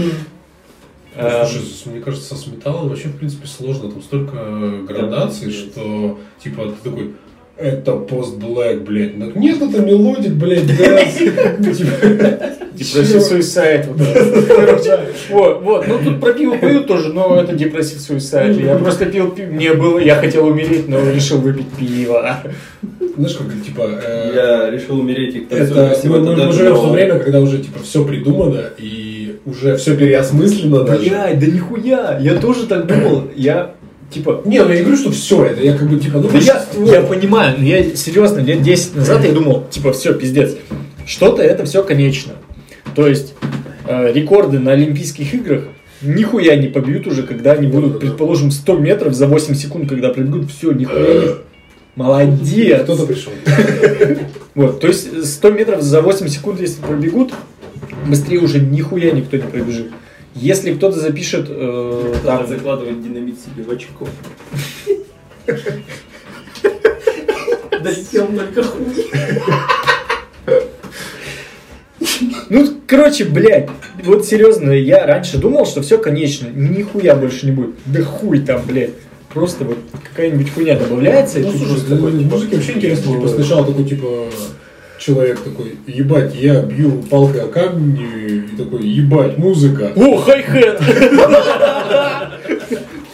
Speaker 1: слушай, с- мне кажется, со сметалом вообще, в принципе, сложно. Там столько градаций, что, типа, ты такой, это пост блэк, блядь. Ну, Нет, это мелодик, блядь, да. Типа,
Speaker 3: Депрессив суисайд. Вот, это. Короче, вот, вот. Ну тут про пиво поют тоже, но это депрессив суисайд. Я просто пил пиво. Мне было, я хотел умереть, но решил выпить пиво.
Speaker 1: Знаешь, как, типа, э,
Speaker 2: Я решил умереть и к концу
Speaker 1: Это
Speaker 2: всего
Speaker 1: мы, мы- мы
Speaker 2: додумал.
Speaker 1: живем в то время, когда уже типа все придумано и уже все переосмыслено даже.
Speaker 3: Блядь, да нихуя! Я тоже так думал. Я типа.
Speaker 1: Не, ну я не говорю, что все это. Я как бы типа, ну
Speaker 3: Да я,
Speaker 1: большинство.
Speaker 3: я понимаю, но я серьезно, лет 10 назад я думал, типа, все, пиздец. Что-то это все конечно. То есть э, рекорды на Олимпийских играх нихуя не побьют уже, когда они будут, предположим, 100 метров за 8 секунд, когда пробегут, все, нихуя не... Молодец!
Speaker 1: Кто-то пришел.
Speaker 3: Вот, то есть 100 метров за 8 секунд, если пробегут, быстрее уже нихуя никто не пробежит. Если кто-то запишет... э,
Speaker 2: Надо
Speaker 3: там,
Speaker 2: закладывать динамит себе в очко.
Speaker 3: Ну, короче, блядь, вот серьезно, я раньше думал, что все конечно, нихуя больше не будет. Да хуй там, блядь. Просто вот какая-нибудь хуйня добавляется, и
Speaker 1: Ну
Speaker 3: ты
Speaker 1: слушай,
Speaker 3: просто
Speaker 1: для
Speaker 3: такой, типа,
Speaker 1: музыки вообще интересно. Типа
Speaker 3: бывает.
Speaker 1: сначала такой типа человек такой, ебать, я бью палкой о камни, и такой, ебать, музыка.
Speaker 3: О, хай-хэт!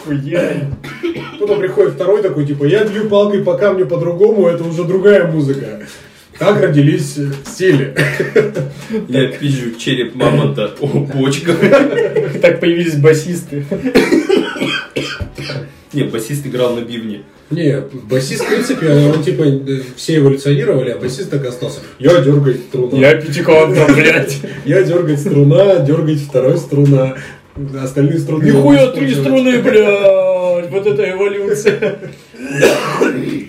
Speaker 3: Хуя.
Speaker 1: Потом приходит второй такой, типа, я бью палкой по камню по-другому, это уже другая музыка. Так родились э, стили.
Speaker 2: Я пизжу череп мамонта. О, бочка.
Speaker 3: Так появились басисты.
Speaker 2: Не, басист играл на бивне.
Speaker 1: Не, басист, в принципе, он типа э, все эволюционировали, а басист так и остался. Я дергать струна. Я,
Speaker 3: пятикантно, блядь.
Speaker 1: дергать струна, дергать второй струна. Остальные струны.
Speaker 3: Нихуя
Speaker 1: я
Speaker 3: три
Speaker 1: использую.
Speaker 3: струны, блядь. Вот это эволюция.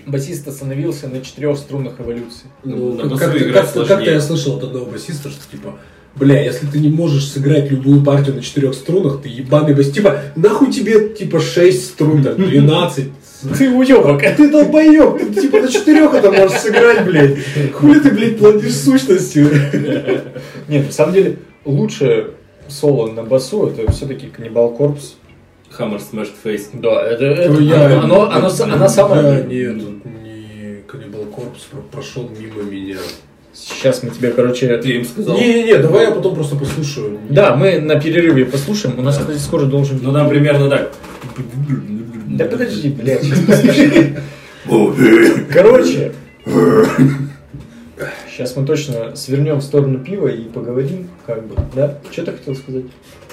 Speaker 3: Басист остановился на четырех струнах эволюции.
Speaker 1: Ну,
Speaker 2: На
Speaker 1: как-
Speaker 2: басу
Speaker 1: как-
Speaker 2: играть
Speaker 1: как- как-то
Speaker 2: сложнее.
Speaker 1: я слышал от одного басиста, что типа, бля, если ты не можешь сыграть любую партию на четырех струнах, ты ебаный басист. Типа, нахуй тебе типа 6 струн, там, 12.
Speaker 3: Ты уёбок.
Speaker 1: Ты долбоёб, ты типа на четырех это можешь сыграть, блядь. Хули ты, блядь, платишь сущностью?
Speaker 3: Нет, на самом деле, лучшее соло на басу это все-таки Каннибал Корпс.
Speaker 2: Хаммер Smashed Face.
Speaker 3: Да, это,
Speaker 1: Ну, я-
Speaker 3: оно, оно, оно,
Speaker 1: я-
Speaker 3: самое...
Speaker 1: я- Нет, тут не Cannibal Corpse, про- прошел мимо меня.
Speaker 6: Сейчас мы тебе, короче...
Speaker 2: Ты им сказал.
Speaker 1: Не-не-не, давай я потом просто послушаю.
Speaker 6: Да, мы на перерыве послушаем. У нас, кстати, скоро должен...
Speaker 2: Ну там примерно так.
Speaker 3: Да подожди, блядь, сейчас Короче. Сейчас мы точно свернем в сторону пива и поговорим, как бы, да? Что ты хотел сказать?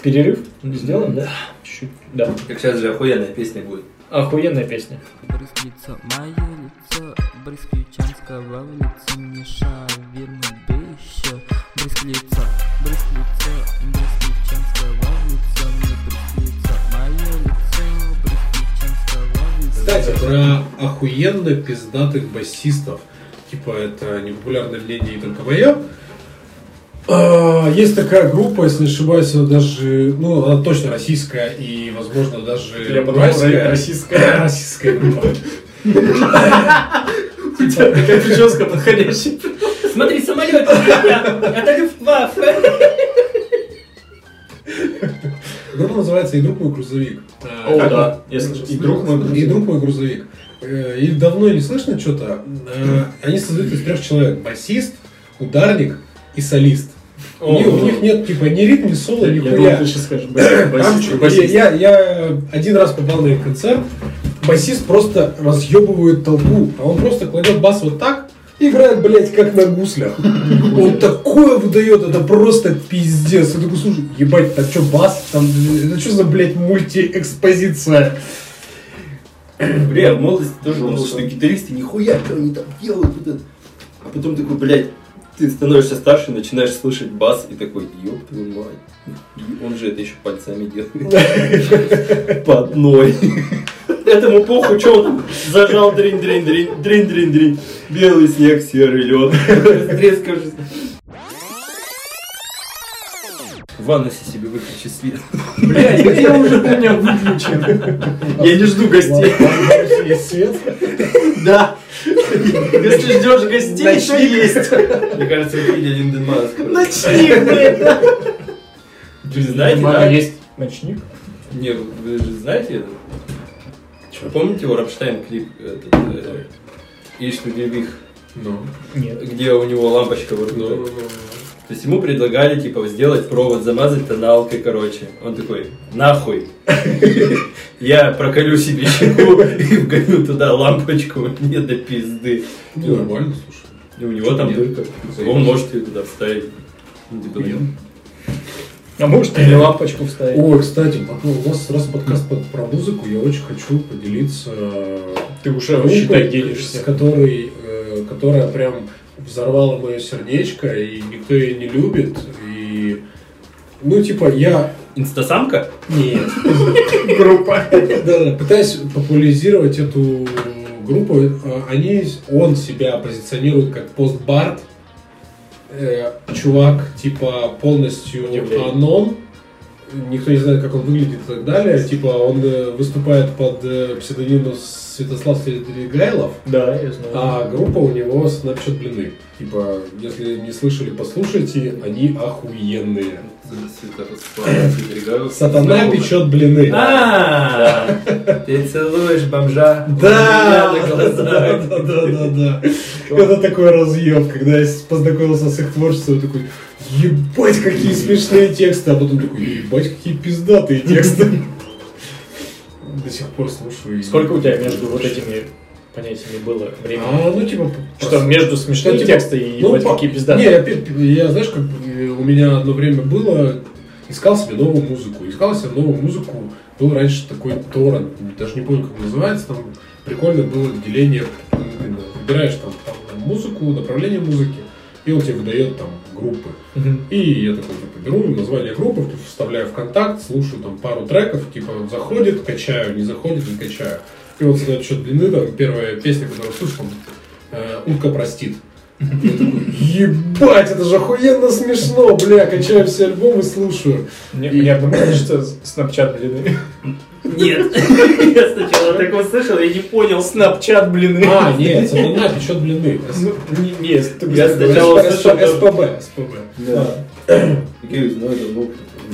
Speaker 3: Перерыв сделаем, да? Чуть-чуть, да.
Speaker 2: Как сейчас же охуенная песня будет.
Speaker 3: Охуенная песня.
Speaker 11: Брызг лицо, мое лицо, брызг ючанского в лицо, мне шаверму бы еще. Брызг лицо, брызг лицо, брызг ючанского в лицо, мне брызг лицо, мое лицо, брызг ючанского в лицо.
Speaker 1: Кстати, про охуенно пиздатых басистов. Типа, это непопулярное мнение и только мое. А, Есть такая группа, если не ошибаюсь, она даже, ну, она точно российская и, возможно, даже
Speaker 3: Я подумал,
Speaker 1: уральская.
Speaker 3: российская.
Speaker 1: Российская группа.
Speaker 3: Такая прическа подходящая.
Speaker 8: Смотри, самолет. Это Люфтваффе.
Speaker 1: Группа Ну, называется «И друг мой грузовик». А,
Speaker 3: О,
Speaker 1: как
Speaker 3: да,
Speaker 1: он?
Speaker 3: я слышал. «И друг мой грузовик».
Speaker 1: «И друг мой грузовик». Э, Их давно не слышно что-то. Э, Они создают из трех человек. Басист, ударник и солист. У них- у них нет типа ни ритм, ни соло, ни
Speaker 3: ну Я думал,
Speaker 1: хуя.
Speaker 3: ты сейчас скажешь,
Speaker 1: Там,
Speaker 3: басист,
Speaker 1: я,
Speaker 3: басист.
Speaker 1: я- я один раз попал на их концерт, басист просто разъебывает толпу, а он просто кладет бас вот так и играет, блядь, как на гуслях. Он такое выдает, это просто пиздец. Я такой, слушай, ебать, а что бас? Там, это что за, блядь, мультиэкспозиция?
Speaker 10: Бля, в молодости тоже
Speaker 2: Ну,
Speaker 10: думал, что гитаристы нихуя, что они там делают. вот это. А потом такой, блядь, ты становишься старше, начинаешь слышать бас и такой, ёб твою мать. И Он же это еще пальцами делает. По одной. Этому похуй, что он там зажал дрин дрин дрин дрин дрин дрин Белый снег, серый лед. Резко же. В ванносе себе выключи свет.
Speaker 3: Блядь, где уже ты меня выключил?
Speaker 10: Я не жду гостей.
Speaker 9: Есть свет.
Speaker 10: Да.
Speaker 3: Если ждешь гостей, то есть.
Speaker 10: Мне кажется, вы видели Инденмана.
Speaker 3: Ночник, блядь. да.
Speaker 2: Вы же знаете,
Speaker 3: Мама,
Speaker 2: да?
Speaker 3: есть ночник.
Speaker 2: Не, ну, вы же знаете это? Помните его Рамштайн клип этот, э, «Ишь, ты гребих»,
Speaker 1: Ну,
Speaker 3: Нет.
Speaker 2: где у него лампочка вот ну, То есть ему предлагали, типа, сделать провод, замазать тоналкой, короче. Он такой, нахуй. Я проколю себе щеку и вгоню туда лампочку, мне до пизды.
Speaker 1: ну, нормально, слушай.
Speaker 2: И у него там дырка. Он может ее туда вставить. Ну, типа,
Speaker 3: А может, или лампочку вставить?
Speaker 1: О, кстати, у нас раз подкаст под- про музыку, я очень хочу поделиться э,
Speaker 3: Ты уже
Speaker 1: Группы,
Speaker 3: считай
Speaker 1: С
Speaker 3: делишься.
Speaker 1: которой, э, которая прям взорвала мое сердечко, и никто ее не любит. И, ну, типа, я
Speaker 2: Инстасамка?
Speaker 1: нет. Группа. Пытаюсь популяризировать эту группу. Э, Они, он себя позиционирует как постбард. Э, Чувак, типа, полностью
Speaker 3: Удивление.
Speaker 1: анон. Никто не знает, как он выглядит и так далее. Типа, он э, выступает под э, псевдонимом Святослав Середгайлов.
Speaker 3: Да, я знаю.
Speaker 1: А группа у него Снапчат Блины. Типа, если не слышали, послушайте, они охуенные. Сатана печет блины.
Speaker 2: А, ты целуешь бомжа.
Speaker 1: Да,
Speaker 2: У
Speaker 1: да,
Speaker 2: меня на
Speaker 1: да,
Speaker 2: глазах.
Speaker 1: да, да, да. Это такой разъем, когда я с- познакомился с их творчеством, я такой, ебать, какие смешные тексты, а потом такой, ебать, какие пиздатые тексты. До сих пор слушаю. и-
Speaker 3: Сколько у тебя между вот этими понятиями было времени?
Speaker 1: А, ну, типа,
Speaker 3: Что между смешные
Speaker 1: Ну, типа,
Speaker 3: тексты и
Speaker 1: Ну,
Speaker 3: ебать
Speaker 1: по-
Speaker 3: какие пиздаты?
Speaker 1: Не, я, пе- пе- я, знаешь, как э, у меня одно время было, искал себе новую музыку. Искал себе новую музыку. Был раньше такой торрент, даже не помню, как он называется, там прикольно было деление, ну, ты выбираешь там, там музыку, направление музыки, и он тебе выдает там группы.
Speaker 3: Мгм.
Speaker 1: И я такой типа, беру название группы, вставляю в контакт, слушаю там пару треков, типа заходит, качаю, не заходит, не качаю. И вот за счет длины, там первая песня, которую слышу, там, э, «Утка простит». Я такой, Ебать, это же охуенно смешно, бля, качаю все альбомы, слушаю.
Speaker 3: Мне, мне одному кажется, снапчат блины.
Speaker 8: Нет. Я сначала так услышал, я не понял.
Speaker 3: Снапчат блины.
Speaker 1: А, нет, сатана печет блины.
Speaker 3: Ну, не, не, если ты
Speaker 2: Я
Speaker 3: быстро
Speaker 2: сначала
Speaker 1: С-
Speaker 2: слышал,
Speaker 1: С-
Speaker 2: да.
Speaker 1: СПБ, СПБ.
Speaker 10: Гей, знаю, давно.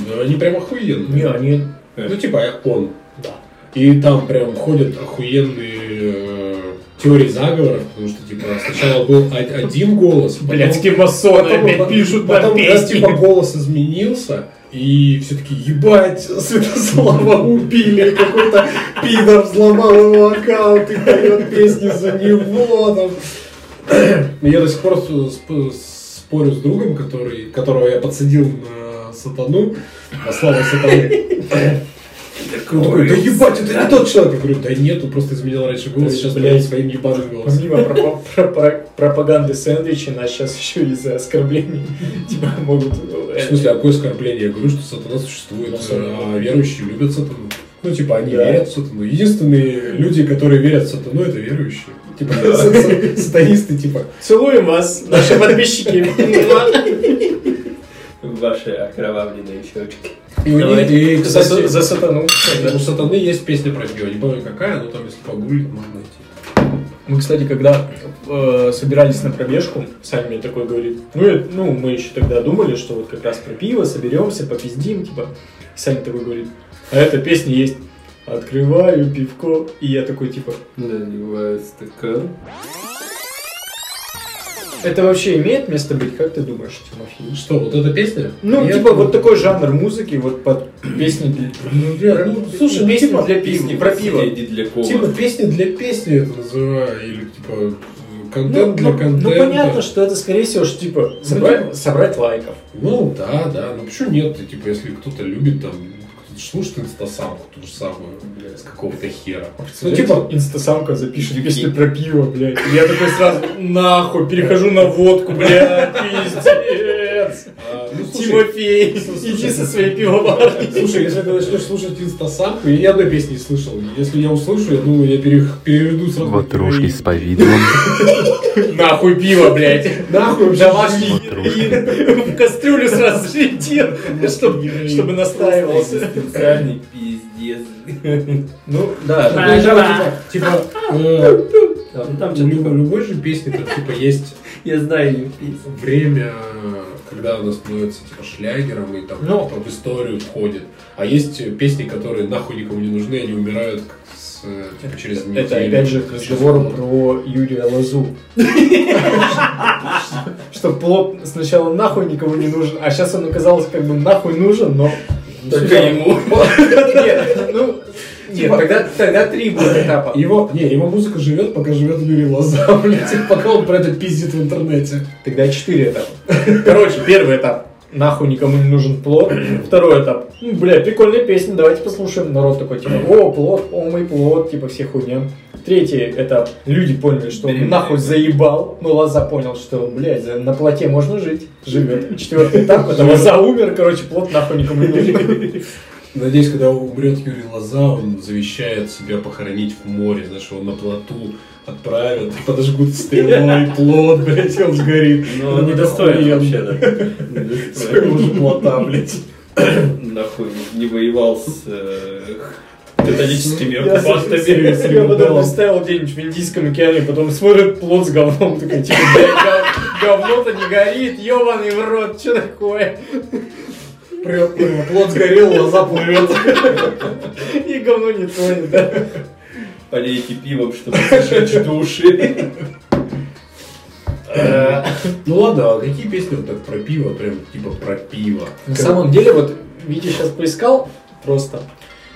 Speaker 1: Да они прям охуенные.
Speaker 3: Не, они...
Speaker 1: Ну, типа, э, он. Да. И там прям ходят охуенные э, теории заговоров, потому что типа сначала был о- один голос, потом-
Speaker 3: Блядские масоны
Speaker 1: потом-
Speaker 3: опять пишут на
Speaker 1: потом, да,
Speaker 3: песни.
Speaker 1: типа голос изменился, и все-таки ебать, Святослава убили, и какой-то пидор взломал его аккаунт и поет песни за него. Там. Но Я до сих пор с- с- спорю с другом, который, которого я подсадил на сатану, на славу сатаны. Он такой, да ебать, это не тот человек. Я говорю, да нет, он просто изменил раньше голос, сейчас, блядь, своим ебаным голосом.
Speaker 3: Помимо пропа- пропа- пропаганды сэндвичей, нас сейчас еще и за оскорбление типа могут...
Speaker 1: В смысле, а какое оскорбление? Я говорю, что сатана существует, а верующие любят сатану. Ну, типа, они
Speaker 3: Да.
Speaker 1: верят в сатану. Единственные люди, которые верят в сатану, это верующие. Типа, са- сатанисты, типа,
Speaker 3: Целуем вас, наши подписчики.
Speaker 2: Ваши окровавленные щечки.
Speaker 1: И у них- и,
Speaker 3: За
Speaker 1: кстати,
Speaker 3: са- за сатану.
Speaker 1: у сатаны есть песня про нее, не помню какая, но там, если погуглить, можно найти.
Speaker 3: Мы, кстати, когда э, собирались на пробежку, Саня мне такой говорит, ну, э, ну, мы еще тогда думали, что вот как раз про пиво соберемся, попиздим, типа. И Саня такой говорит, а эта песня есть «Открываю пивко», и я такой, типа,
Speaker 2: Наливаю стакан.
Speaker 3: это вообще имеет место быть, как ты думаешь, Тимофей?
Speaker 1: Что, вот эта песня?
Speaker 3: Ну,
Speaker 1: Я-
Speaker 3: типа, вот такой жанр музыки, вот под песни для...
Speaker 1: Ну, бля, ну, слушай, ну,
Speaker 3: песни
Speaker 1: типа,
Speaker 3: для песни, про пиво.
Speaker 2: Сидеть для кола.
Speaker 1: Типа песни для песни это называю, или типа контент
Speaker 3: Ну,
Speaker 1: для
Speaker 3: ну, ну,
Speaker 1: контента.
Speaker 3: понятно, что это, скорее всего, что, типа, собрать, собрать лайков.
Speaker 1: Ну да, да. Ну почему нет? Ты, типа, если кто-то любит там, кто-то же слушает инстасамку, ту же самую, с какого-то хера. Ну, типа,
Speaker 3: инстасамка запишет песню про пиво, блядь. И я такой сразу, нахуй, перехожу на водку, блядь, пиздец.
Speaker 1: а, ну, слушай,
Speaker 3: Тимофей, иди со своей пивоваркой.
Speaker 1: слушай, если ты начнешь слушать инстасамку, я ни одной песни не слышал. Если я услышу, я думаю, я пере- переведу сразу.
Speaker 12: Ватрушки с
Speaker 1: на
Speaker 12: повидлом,
Speaker 3: ну, Нахуй пиво, блядь.
Speaker 1: еврей. Нахуй вообще.
Speaker 3: Домашний
Speaker 12: Ватрушки.
Speaker 3: еин в кастрюлю сразу шлетел, чтобы, чтобы настаивался.
Speaker 1: э,
Speaker 2: Экзистенциальный пиздец.
Speaker 3: Ну, да.
Speaker 1: Ну, типа, Типа, э, у люб- у любой же песни там типа есть
Speaker 8: Я знаю ее песню.
Speaker 1: время, когда она становится типа шлягером и там
Speaker 3: Ну.
Speaker 1: в историю входит. А есть э, песни, которые нахуй никому не нужны, они умирают как с, э, типа, через неделю.
Speaker 3: Это опять же к
Speaker 1: Через
Speaker 3: разговору
Speaker 1: год.
Speaker 3: про Юрия Лозу. Что плод сначала нахуй никому не нужен, а сейчас он оказался как бы нахуй нужен, но...
Speaker 2: Только ему.
Speaker 3: Нет, ну... Нет, тогда, тогда три было этапа.
Speaker 1: Его, не, его музыка живет, пока живет Юрий Лоза, блядь, и пока он про это пиздит в интернете.
Speaker 3: Тогда четыре этапа. Короче, первый этап. Нахуй никому не нужен плод. Второй этап. Ну, бля, прикольная песня, давайте послушаем. Народ такой, типа, о, плод, о, мой плод, типа, все хуйня. Третий этап. Люди поняли, что он нахуй заебал. Ну, Лоза понял, что, блядь, на плоте можно жить. Живет. Четвертый этап, это Лоза умер, короче, плод нахуй никому не нужен.
Speaker 1: Надеюсь, когда умрет Юрий Лоза, он завещает себя похоронить в море, знаешь, его на плоту отправят, подожгут стрелой плод, блядь, и он сгорит.
Speaker 2: Ну, он недостоин вообще, да.
Speaker 1: Своего
Speaker 2: Недостоин.
Speaker 1: же плота, блядь.
Speaker 2: Нахуй не воевал с э, католическими
Speaker 3: Я,
Speaker 2: оккупантами.
Speaker 3: с- я потом представил где-нибудь в Индийском океане, потом смотрит плод с говном, такой, типа, блядь, гов- говно-то не горит, ебаный в рот, что такое?
Speaker 1: Прет, прет. Плод сгорел, Лоза плывет.
Speaker 3: И говно не тонет, да?
Speaker 2: Полейте пивом, чтобы сжечь души.
Speaker 3: Э,
Speaker 1: Ну ладно, а какие песни вот так про пиво, прям типа про пиво?
Speaker 3: На самом деле, вот Витя сейчас поискал просто.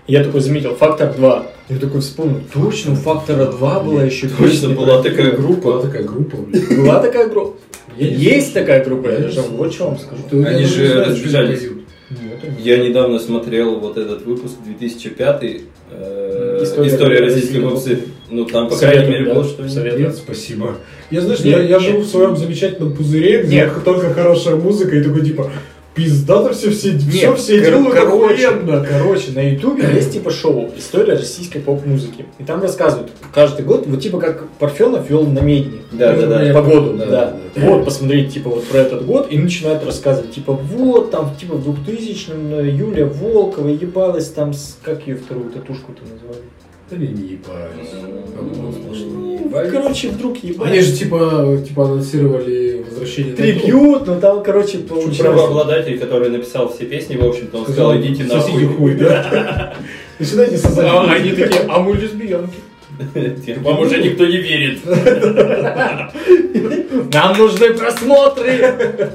Speaker 3: Я такой заметил, фактор 2. Я такой вспомнил, точно, у фактора 2 была еще
Speaker 2: Точно
Speaker 3: песня.
Speaker 2: была такая
Speaker 1: Была
Speaker 2: группа.
Speaker 1: такая группа, блядь.
Speaker 3: Была такая группа.
Speaker 1: Я не
Speaker 3: Есть
Speaker 1: знаю.
Speaker 3: такая группа, я
Speaker 1: Я не
Speaker 3: даже
Speaker 1: знаю.
Speaker 3: вот что вам скажу.
Speaker 1: Ты, я
Speaker 2: Они
Speaker 1: даже
Speaker 2: же
Speaker 1: не знаю, что они
Speaker 2: разбежались.
Speaker 1: поют.
Speaker 3: Нет, они-
Speaker 2: Я недавно смотрел вот этот выпуск 2005 э,
Speaker 3: История
Speaker 2: История
Speaker 3: российской
Speaker 2: российской попсы. Ну там, по
Speaker 3: Советую,
Speaker 2: крайней мере,
Speaker 3: да,
Speaker 2: было что-нибудь.
Speaker 3: советую.
Speaker 1: Нет, спасибо. Я, знаешь,
Speaker 3: Нет,
Speaker 1: я, я
Speaker 3: нет.
Speaker 1: живу в своем замечательном пузыре, где
Speaker 3: Нет.
Speaker 1: х- только хорошая музыка, и такой типа, пизда-то все, все, все, все
Speaker 3: кор-
Speaker 1: делают
Speaker 3: короче,
Speaker 1: охуенно.
Speaker 3: короче, на Ютубе есть типа шоу «История российской поп-музыки». И там рассказывают каждый год, вот типа как Парфенов вел намедни.
Speaker 2: Да, да, да.
Speaker 3: Погоду,
Speaker 1: Да,
Speaker 3: да.
Speaker 1: да, да.
Speaker 3: Вот, посмотреть, типа, вот про этот год, и начинают рассказывать, типа, вот, там, типа, в 2000 Юля Волкова ебалась там с... Как ее вторую татушку-то назвали?
Speaker 1: Да не, не Ну, ебаюсь. Обман сплошной.
Speaker 3: Короче, вдруг
Speaker 1: Они
Speaker 3: ебались.
Speaker 1: же типа, типа анонсировали возвращение. Трибью.
Speaker 3: Трибьют, но там, короче, получилось...
Speaker 2: Правообладатель, который написал все песни, в общем-то, он сказал, идите
Speaker 1: Сосите
Speaker 2: нахуй.
Speaker 1: хуй, да? Начинайте сосать.
Speaker 3: А, они такие, а мы «А лесбиянки.
Speaker 2: Вам уже никто не верит.
Speaker 3: Нам нужны просмотры!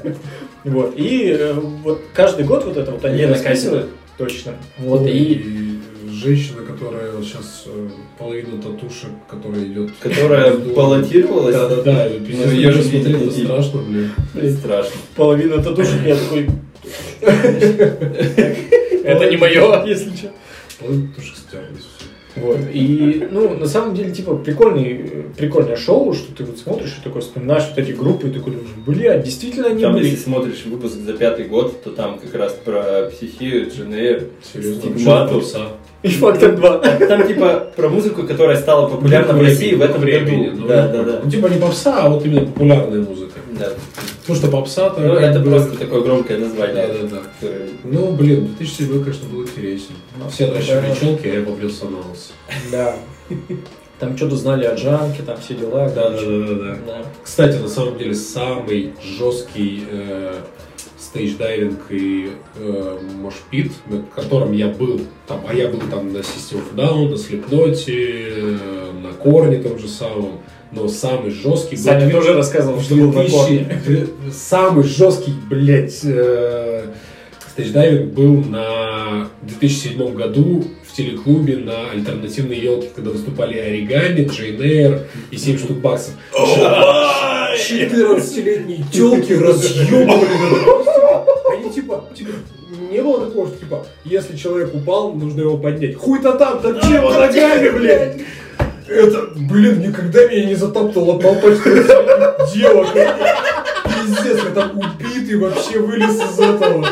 Speaker 3: Вот. И э, вот каждый год вот это вот они
Speaker 2: И
Speaker 3: расписывают. Точно. Вот.
Speaker 1: Ой,
Speaker 3: И
Speaker 1: женщина, которая вот сейчас э, половину татушек, которая идет...
Speaker 2: Которая баллотировалась?
Speaker 1: Да, да, да.
Speaker 2: Ну,
Speaker 1: я
Speaker 2: её
Speaker 1: же
Speaker 2: же
Speaker 1: смотрел, это
Speaker 2: видели.
Speaker 1: страшно, блин.
Speaker 2: Блин, страшно.
Speaker 3: половина татушек я такой... Это не мое, если что.
Speaker 1: Половина татушек стерлась. всё.
Speaker 3: Вот. И, ну, на самом деле, типа, прикольный, э, прикольное шоу, что ты вот смотришь и такой вспоминаешь вот эти группы, и такой думаешь, бля, действительно они
Speaker 2: Там,
Speaker 3: были.
Speaker 2: если смотришь выпуск за пятый год, то там как раз про психию, Дженея,
Speaker 1: Серьезно.
Speaker 2: стигмату.
Speaker 3: И фактор 2.
Speaker 2: Там типа про музыку, которая стала популярна в России в этом году.
Speaker 1: ну,
Speaker 2: Да, да, да.
Speaker 1: Ну, типа не попса, а вот именно популярная музыка.
Speaker 2: Да.
Speaker 1: Потому что попса-то...
Speaker 2: Ну,
Speaker 1: как
Speaker 2: это
Speaker 1: бы-
Speaker 2: просто такое громкое название.
Speaker 1: Да, да, да.
Speaker 2: которое-
Speaker 1: Ну, блин, 2007, конечно, был интересен.
Speaker 2: Ну,
Speaker 1: Все наши
Speaker 3: да.
Speaker 1: речонки, а я поплес анализ.
Speaker 3: Да. Там что-то знали о Джанке, там все дела.
Speaker 1: Да, да,
Speaker 3: короче.
Speaker 1: да, да, да.
Speaker 3: Да.
Speaker 1: Кстати, на самом деле самый жесткий э, стейдж-дайвинг и э, мошпит, на котором я был, там, а я был там на System of a Down, на Слепноте, на Корне том же самом, но самый жесткий был...
Speaker 3: Саня тоже рассказывал, что был на
Speaker 1: 2000.
Speaker 3: корне.
Speaker 1: Самый жесткий, блядь, э, стейдж-дайвинг был на 2007 году в телеклубе на альтернативной елке, когда выступали оригами, Джейн Эйр и 7 штук баксов. 14-летние телки разъебывали. просто. Они типа, типа, не было такого, что типа, если человек упал, нужно его поднять. Хуй-то там, там его ногами, блядь. Это, блин, никогда меня не затаптывала толпа 14-летних девок. Пиздец, я там убитый вообще вылез из этого.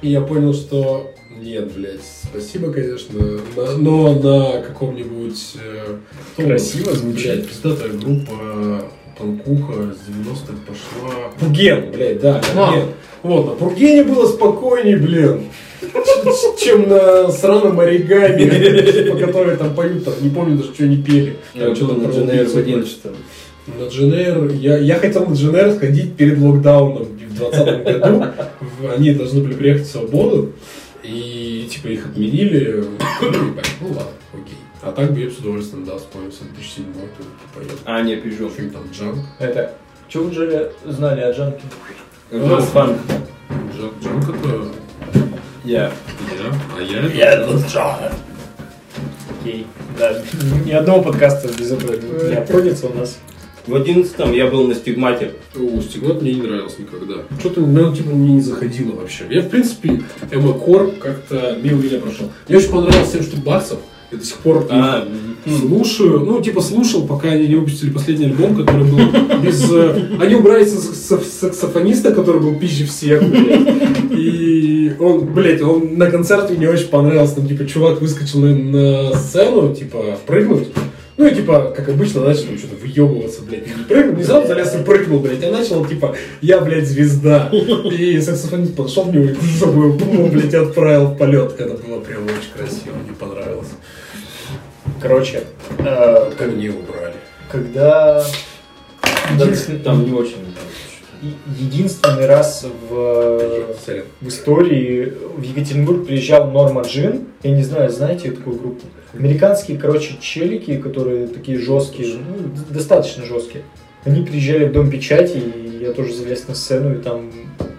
Speaker 1: И я понял, что нет, блядь, спасибо, конечно, на- но на каком-нибудь... э, кто у нас,
Speaker 3: Красиво звучит.
Speaker 1: Блядь, пиздатая группа э, Танкуха с 90-х пошла...
Speaker 3: Пуген,
Speaker 1: Блядь, да,
Speaker 3: А.
Speaker 1: Пурген. Вот, на Пургене было спокойней, блин, ч- чем на сраном оригами, по которой там поют, там, не помню даже, что они пели.
Speaker 2: Ну,
Speaker 1: Там что-то
Speaker 2: на
Speaker 1: про
Speaker 2: Дженея в
Speaker 1: убийцу.
Speaker 2: 11 там.
Speaker 1: На Дженейр, я, я хотел на Дженейр сходить перед локдауном в 2020 году. В- Они должны были приехать в свободу. И типа их отменили. Ебать, Ну ладно, окей. А так бы я бы с удовольствием, да, вспомнился 2007 год. и поехал.
Speaker 2: А, не,
Speaker 1: типа, В
Speaker 2: пижу.
Speaker 1: общем, там джанк.
Speaker 3: Это. Чего вы же знали о Джанке?
Speaker 2: Джон Фан.
Speaker 1: Джанк, джанк это
Speaker 2: Я.
Speaker 1: я. А я это...
Speaker 3: Окей. Да. Ни одного подкаста без этого не обходится у нас.
Speaker 2: В 11 я был на стигмате.
Speaker 1: О, стигмат мне не нравился никогда. Что-то, ну, типа, мне не заходило вообще. Я, в принципе, Эмма Корп как-то мимо меня прошел. Мне очень понравилось 7 штук баксов. Я до сих пор их
Speaker 2: А,
Speaker 1: Слушаю, ну, типа слушал, пока они не выпустили последний альбом, который был без... э, Они убрали сакс- сакс- саксофониста, который был пизже всех, блядь. И он, блядь, он на концерте мне очень понравился. Там, типа, чувак выскочил на, на сцену, типа, прыгнуть. Ну и типа, как обычно, начал там что-то выебываться, блядь. И Прыгнул, внезапно залез и прыгнул, блядь. Я начал, типа, я, блядь, звезда. И саксофонист подошел к нему и чтобы его, бум, блядь, отправил в полет. Это было прям очень красиво, мне понравилось.
Speaker 3: Короче, э,
Speaker 1: Как не убрали.
Speaker 3: когда
Speaker 2: да, там не очень.
Speaker 3: е- единственный раз в,
Speaker 1: Сорян.
Speaker 3: в истории в Екатеринбург приезжал Норма Джин, я не знаю, знаете такую группу? Американские, короче, челики, которые такие жесткие, ну, д- достаточно жесткие. Они приезжали в Дом печати, и я тоже залез на сцену, и там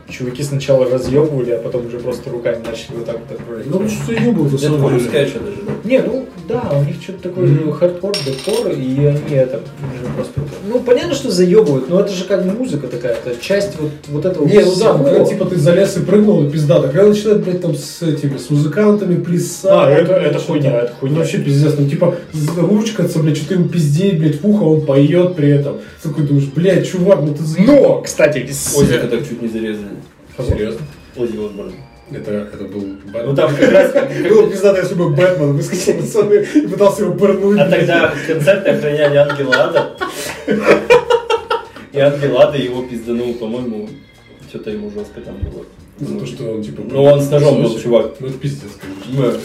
Speaker 3: чуваки сначала разъебывали, а потом уже просто руками начали вот так вот отправлять.
Speaker 1: Ну, что-то не было, на
Speaker 2: Я
Speaker 1: самом
Speaker 2: могу
Speaker 1: деле.
Speaker 2: сказать, что даже. да.
Speaker 3: Не, ну да, у них что-то такое ну, хардкор, декор, и они это уже просто. Ну понятно, что заебывают, но это же как бы музыка такая, это часть вот, вот этого
Speaker 1: Не, ну да,
Speaker 3: всего.
Speaker 1: ну, когда типа ты залез и прыгнул, и пизда. Так когда начинают, блядь, там с этими, с музыкантами плясать.
Speaker 3: А, это-
Speaker 1: блядь,
Speaker 3: это
Speaker 1: что-то.
Speaker 3: хуйня, это хуйня.
Speaker 1: Ну, вообще пиздец. Ну, типа, ручкаться, блядь, что-то им пиздеть, блядь, в ухо, он поет при этом. Ты такой думаешь, блядь, чувак, ну ты за...
Speaker 3: Но, кстати, с-
Speaker 2: Озика так чуть не зарезали.
Speaker 1: Серьезно?
Speaker 2: Ози Осборн.
Speaker 1: Это, это был Бэтмен.
Speaker 2: Ну там как раз...
Speaker 1: было пиздато, если бы Бэтмен выскочил на сцену и пытался его пырнуть.
Speaker 2: А тогда концерты охраняли Ангел Ада. И Ангел Ада его пизданул, по-моему, что-то ему жестко там было.
Speaker 1: За то, что он, типа...
Speaker 2: Ну, он с ножом был,
Speaker 1: Слушай,
Speaker 2: чувак.
Speaker 1: Ну, это пиздец, конечно.
Speaker 2: Да.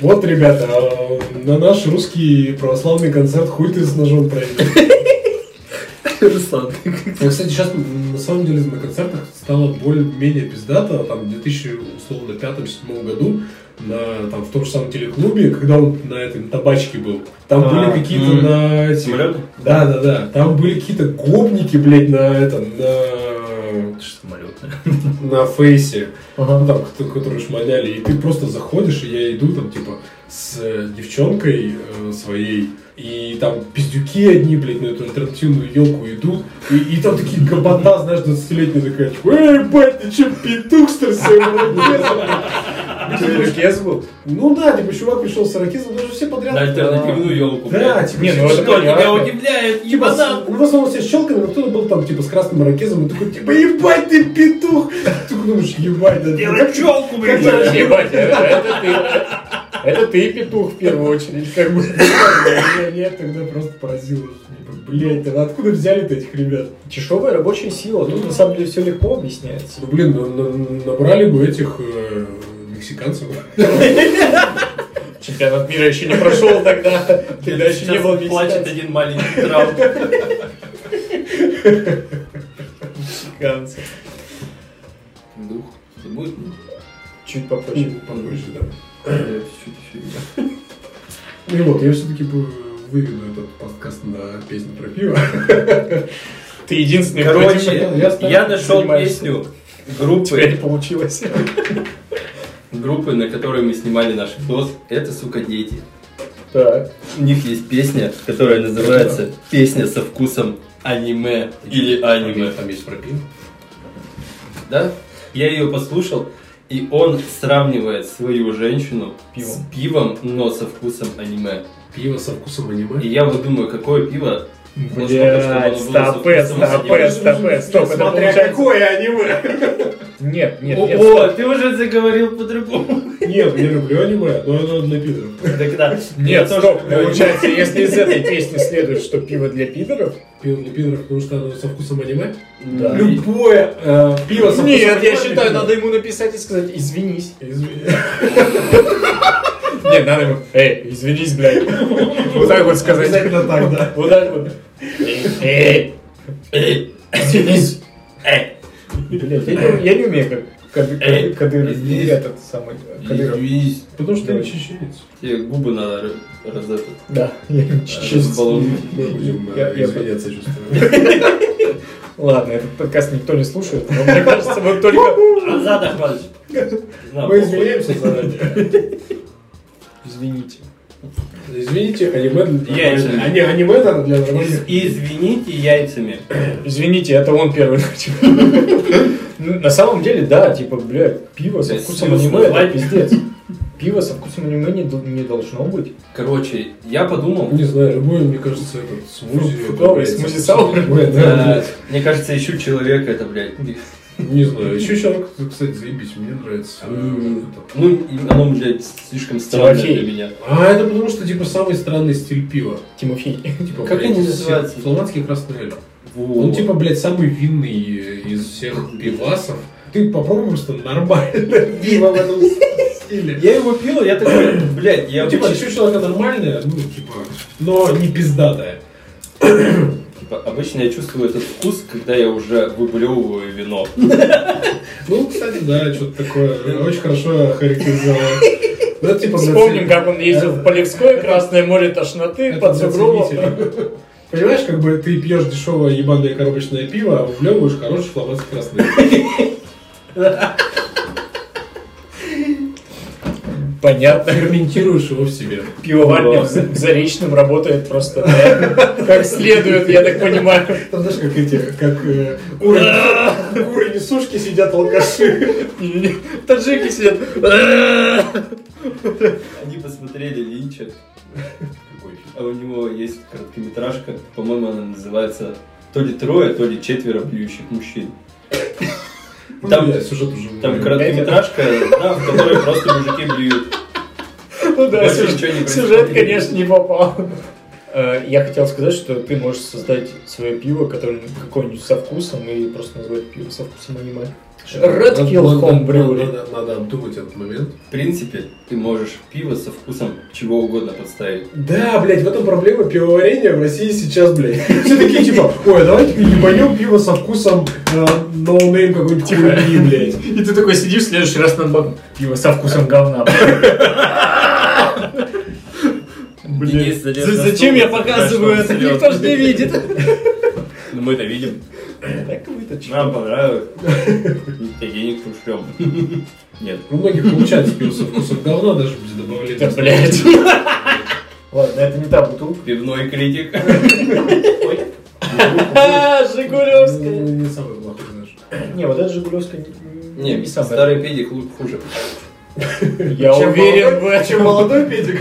Speaker 1: Вот, ребята, а, на наш русский православный концерт хуй ты с ножом пройдешь.
Speaker 10: Руслан,
Speaker 1: Я, Ну, кстати, сейчас на на самом деле на концертах стало более-менее пиздато, там, в 2005-2007 году, на, там, в том же самом телеклубе, когда он на этой на табачке был, там
Speaker 3: А,
Speaker 1: были какие-то
Speaker 13: м.
Speaker 1: на... эти-
Speaker 13: Самолеты?
Speaker 1: Да, да, да, там были какие-то гопники, блядь, на этом, на...
Speaker 14: Самолетная.
Speaker 1: на фейсе,
Speaker 3: Ага.
Speaker 1: ну, там, кто- которые шмаляли, и ты просто заходишь, и я иду там, типа, с э, девчонкой э, своей, и там пиздюки одни, блядь, на эту альтернативную елку идут, и, и там такие гопота, знаешь, 20-летняя такая, типа, эй, бать, ты че, петух, что ли, сегодня
Speaker 3: Ракезу?
Speaker 1: Ну да, типа, чувак пришел с ракизом, даже все подряд.
Speaker 13: На
Speaker 1: э,
Speaker 13: альтернативную елку.
Speaker 1: Да, типа,
Speaker 3: Не, ну
Speaker 1: все-
Speaker 3: это понятно.
Speaker 13: удивляет,
Speaker 1: Типа, с- ну, в основном все с щелками, но кто-то был там, типа, с красным ракезом, и такой, типа, ебать ты петух! Ты думаешь, ебать, да
Speaker 13: Делай пчелку, блин.
Speaker 3: Ебать, это- это ты. Это ты петух в первую очередь, как бы.
Speaker 1: Меня меня тогда просто поразило. Блять, откуда взяли-то этих ребят?
Speaker 3: Дешевая рабочая сила. Тут на самом деле все легко объясняется.
Speaker 1: Ну блин, ну, на- набрали бы этих э, мексиканцев.
Speaker 3: Чемпионат мира еще не прошел тогда. Тогда еще не было
Speaker 13: Плачет
Speaker 3: мексиканцев.
Speaker 13: один маленький трав.
Speaker 3: Мексиканцев.
Speaker 2: Дух. Это будет? ну,
Speaker 3: Чуть попозже.
Speaker 1: Похоже, да.
Speaker 2: я чуть-чуть еще-
Speaker 1: Ну вот, я все-таки выведу этот подкаст на песню про пиво.
Speaker 3: Ты единственный, кто этим
Speaker 13: Короче,
Speaker 1: я стараюсь,
Speaker 13: я нашел
Speaker 3: занимаюсь.
Speaker 13: песню
Speaker 3: Теперь
Speaker 13: группы,
Speaker 3: получилось.
Speaker 2: Группы, на которой мы снимали наш видос, это, сука, дети.
Speaker 3: Так.
Speaker 2: У них есть песня, которая называется «Песня со вкусом аниме» или «Аниме».
Speaker 1: Там есть про пиво.
Speaker 2: да? Я ее послушал, и он сравнивает свою женщину
Speaker 3: Пивом.
Speaker 2: с пивом, но со вкусом аниме.
Speaker 1: Пиво со вкусом
Speaker 2: И
Speaker 1: аниме.
Speaker 2: я вот думаю, какое пиво... насколько, чтобы оно
Speaker 3: Блять,
Speaker 2: было
Speaker 3: стопэ,
Speaker 2: со вкусом аниме.
Speaker 3: стопэ, стопэ, стоп, это получается...
Speaker 1: какое аниме!
Speaker 3: Нет, нет, нет,
Speaker 13: О, ты уже заговорил по-другому.
Speaker 1: Нет, я люблю аниме, но оно для пидоров.
Speaker 13: Тогда
Speaker 3: Нет,
Speaker 13: Я
Speaker 3: стоп,
Speaker 13: тоже-
Speaker 3: получается, если из этой песни следует, что пиво для пидоров,
Speaker 1: Пиво для пидоров, потому что оно со вкусом аниме.
Speaker 3: да.
Speaker 1: Любое э, пиво со вкусом
Speaker 3: Нет, я
Speaker 1: аниме для
Speaker 3: считаю, надо ему написать и сказать, извинись.
Speaker 1: пидоров. Извини.
Speaker 3: Нет, надо ему, эй, извинись, блядь. Вот так вот сказать.
Speaker 1: Обязательно так, да.
Speaker 3: Вот так вот. Эй, эй, извинись. Блядь, я не- я не умею как- как
Speaker 2: Эй,
Speaker 3: как Кадыров,
Speaker 2: извинись.
Speaker 3: этот самый э, Кадыров.
Speaker 2: Извинись.
Speaker 1: Потому что ты
Speaker 3: Давай.
Speaker 1: чеченец.
Speaker 2: Тебе губы надо р- раз этот,
Speaker 3: Да, я не чуть-чуть.
Speaker 2: разбаловать.
Speaker 1: Мы будем
Speaker 3: Я-
Speaker 1: э,
Speaker 3: я-
Speaker 1: извиняться, чувствую.
Speaker 3: Ладно, этот подкаст никто не слушает, но мне кажется, мы только...
Speaker 13: назад, Ахмадович.
Speaker 1: Мы извиняемся заранее.
Speaker 3: Извините.
Speaker 1: Извините, аниме для
Speaker 13: Яйца.
Speaker 1: А не, аниме надо для нормальных.
Speaker 13: Извините яйцами.
Speaker 3: Извините, это он первый начал. Ну, На самом деле, да, типа, блядь, пиво со
Speaker 2: Блядь,
Speaker 3: вкусом
Speaker 2: слез
Speaker 3: аниме, это
Speaker 2: назвать.
Speaker 3: пиздец. Пиво со вкусом аниме не, дол- не должно быть.
Speaker 2: Короче, я подумал,
Speaker 1: Не знаю, любой, мне кажется, этот смузи. это,
Speaker 3: Фруктовый
Speaker 1: блядь,
Speaker 3: смузи саур.
Speaker 1: аниме, да,
Speaker 2: э, мне кажется, ищу человека, это, блядь,
Speaker 1: блядь. Не знаю. Еще человек, кстати, заебись, мне нравится.
Speaker 2: М.
Speaker 1: Это.
Speaker 2: ну, и оно, блядь, слишком странное
Speaker 3: Тимофей.
Speaker 2: для меня.
Speaker 1: А это потому что типа самый странный стиль пива.
Speaker 3: Тимофей.
Speaker 1: Типа,
Speaker 2: Как
Speaker 1: блядь,
Speaker 2: они
Speaker 1: из всех-
Speaker 2: называются?
Speaker 1: Фламандский красный эль.
Speaker 2: Вот.
Speaker 1: Он типа, блядь, самый винный э, из всех пивасов. Ты попробуй просто нормально пиво в этом стиле.
Speaker 2: Я его пил, я такой, блядь, я
Speaker 1: Ну, типа,
Speaker 2: обычно,
Speaker 1: еще человека нормальное, ну, типа, но не пиздатое.
Speaker 2: типа, обычно я чувствую этот вкус, когда я уже выблевываю вино.
Speaker 1: Ну, кстати, да, что-то такое. Очень хорошо характеризовал. Ну, это типа для
Speaker 3: Вспомним,
Speaker 1: цен-
Speaker 3: как он ездил в Полевское, Красное море тошноты,
Speaker 1: это
Speaker 3: под
Speaker 1: для
Speaker 3: Сугровом.
Speaker 1: ценителей. Понимаешь, как бы ты пьешь дешевое ебаное коробочное пиво, а влевываешь хороший фламандский красный.
Speaker 3: Понятно.
Speaker 1: Ферментируешь его в себе.
Speaker 3: Пивоварня в За- в Заречном работает просто да, как следует, я так понимаю.
Speaker 1: Там знаешь, как эти, как э, куры, куры несушки сидят алкаши.
Speaker 3: Не-не-не, Таджики сидят.
Speaker 2: Они посмотрели Линча. А у него есть короткометражка, по-моему, она называется то ли трое, то ли четверо пьющих мужчин. Там-
Speaker 1: ну, Там сюжет уже.
Speaker 2: Там короткометражка, да, в которой просто мужики блюют.
Speaker 3: Ну да,
Speaker 2: Больше
Speaker 3: сюжет-
Speaker 2: ничего не происходит.
Speaker 3: сюжет, конечно, не попал. А, Э, Я хотел сказать, что ты можешь создать свое пиво, которое какое-нибудь со вкусом, и просто назвать пиво со вкусом аниме. Red
Speaker 1: Надо-
Speaker 3: Hill
Speaker 1: надо-
Speaker 3: Home Brewery.
Speaker 1: Надо надо обдумать этот момент.
Speaker 10: В принципе, ты можешь пиво со вкусом чего угодно подставить.
Speaker 9: Да, блядь, в этом проблема пивоварения в России сейчас, блядь. Все такие типа, ой, а давайте ебанем пиво со вкусом э, ноунейм какой-нибудь хуйни, блядь.
Speaker 3: И ты такой сидишь в следующий раз над баком. Пиво со вкусом говна. Блин,
Speaker 8: Денис залез на стол,
Speaker 3: зачем я
Speaker 8: страшно
Speaker 3: показываю это?
Speaker 8: усилён.
Speaker 3: Никто же не видит.
Speaker 2: Ну мы это видим.
Speaker 3: Так вы-то чё?
Speaker 2: Нам понравилось. И тебе денег ушлем. Нет.
Speaker 1: Ну, У многих получается пиво со вкусом говна, даже без добавления.
Speaker 3: Да, блядь. Ладно, это не та бутылка.
Speaker 2: Пивной критик.
Speaker 3: А,
Speaker 1: Ну,
Speaker 3: Жигулевская.
Speaker 1: Не самый плохой, знаешь.
Speaker 3: Не, вот эта Жигулевская не-
Speaker 10: Не,
Speaker 3: не самая.
Speaker 10: старый педик лу- хуже.
Speaker 3: Я уверен в этом.
Speaker 9: молодой педик.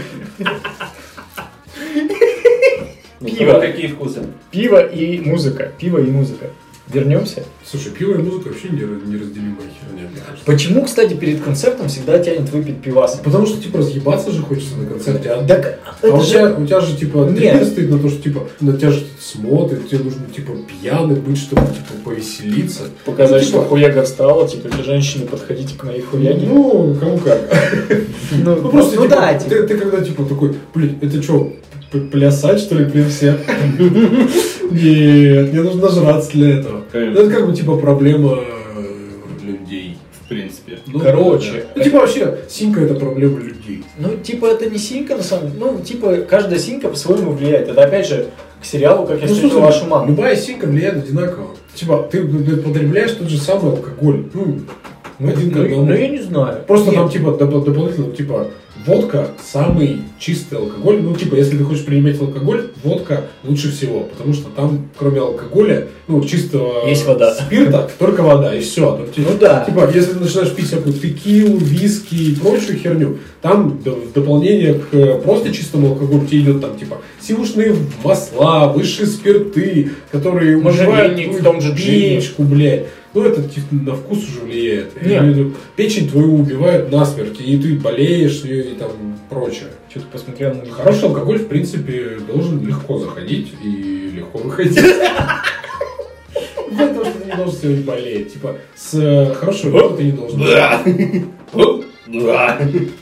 Speaker 10: Ну,
Speaker 3: Пиво.
Speaker 10: там Какие вкусы?
Speaker 3: Пиво и музыка. Пиво и музыка. Вернемся.
Speaker 1: Слушай, пиво и музыка вообще не- неразделимая херня, мне кажется.
Speaker 3: Почему, кстати, перед концертом всегда тянет выпить пивас?
Speaker 1: Потому что, типа, разъебаться же хочется на концерте. А,
Speaker 3: Так
Speaker 1: а у,
Speaker 3: это же...
Speaker 1: тебя, у тебя же, типа,
Speaker 3: Нет.
Speaker 1: триггер стоит на то, что, типа, на тебя же смотрят, тебе нужно, типа, пьяным быть, чтобы, типа, повеселиться.
Speaker 3: Показать,
Speaker 1: Ну, типа-
Speaker 3: что хуяга встала, типа, для женщины подходите к моей хуяге.
Speaker 1: Ну, кому как. Ну, просто, типа, ты, ты когда, типа, такой, блин, это что, плясать, что ли, блин, всех? Нет, мне нужно жраться для этого. Ну,
Speaker 2: Конечно,
Speaker 1: это как бы, типа, проблема э, людей.
Speaker 2: в принципе.
Speaker 1: Ну,
Speaker 3: Короче.
Speaker 1: да. Ну, типа, вообще, синька – это проблема людей.
Speaker 3: Ну, типа, это не синька, на самом деле. Ну, типа, каждая синька по-своему влияет. Это, опять же, к сериалу, как я
Speaker 1: Ну,
Speaker 3: встретил
Speaker 1: слушай,
Speaker 3: вашу маму.
Speaker 1: Любая синька влияет одинаково. Типа, ты блядь, потребляешь тот же самый алкоголь. Ну, один к
Speaker 3: Ну,
Speaker 1: одному.
Speaker 3: ну, я не знаю.
Speaker 1: Просто
Speaker 3: Нет.
Speaker 1: там, типа, доп- дополнительно, типа, водка – самый чистый алкоголь. Ну, типа, если ты хочешь принимать алкоголь, водка лучше всего. Потому что там, кроме алкоголя, ну, чистого
Speaker 3: Есть вода.
Speaker 1: спирта, только вода, и все.
Speaker 3: Ну да.
Speaker 1: Типа, если ты начинаешь пить всякую текилу, виски и прочую херню, там д- в дополнение к э, просто чистому алкоголю тебе идет там, типа, сивушные масла, высшие спирты, которые умножают
Speaker 3: Можжевельник
Speaker 1: твою
Speaker 3: в том же джине.
Speaker 1: печку, ну, блядь. Ну, это типа, на вкус уже влияет. Я имею
Speaker 3: Нет.
Speaker 1: в виду, Печень твою убивают насмерть, и ты болеешь, и, и там прочее.
Speaker 3: Что-то посмотрел на них.
Speaker 1: Хороший алкоголь, в принципе, должен легко заходить и легко выходить. Потому что ты не должен сегодня болеть. Типа, с э, хорошего вина ты не должен болеть.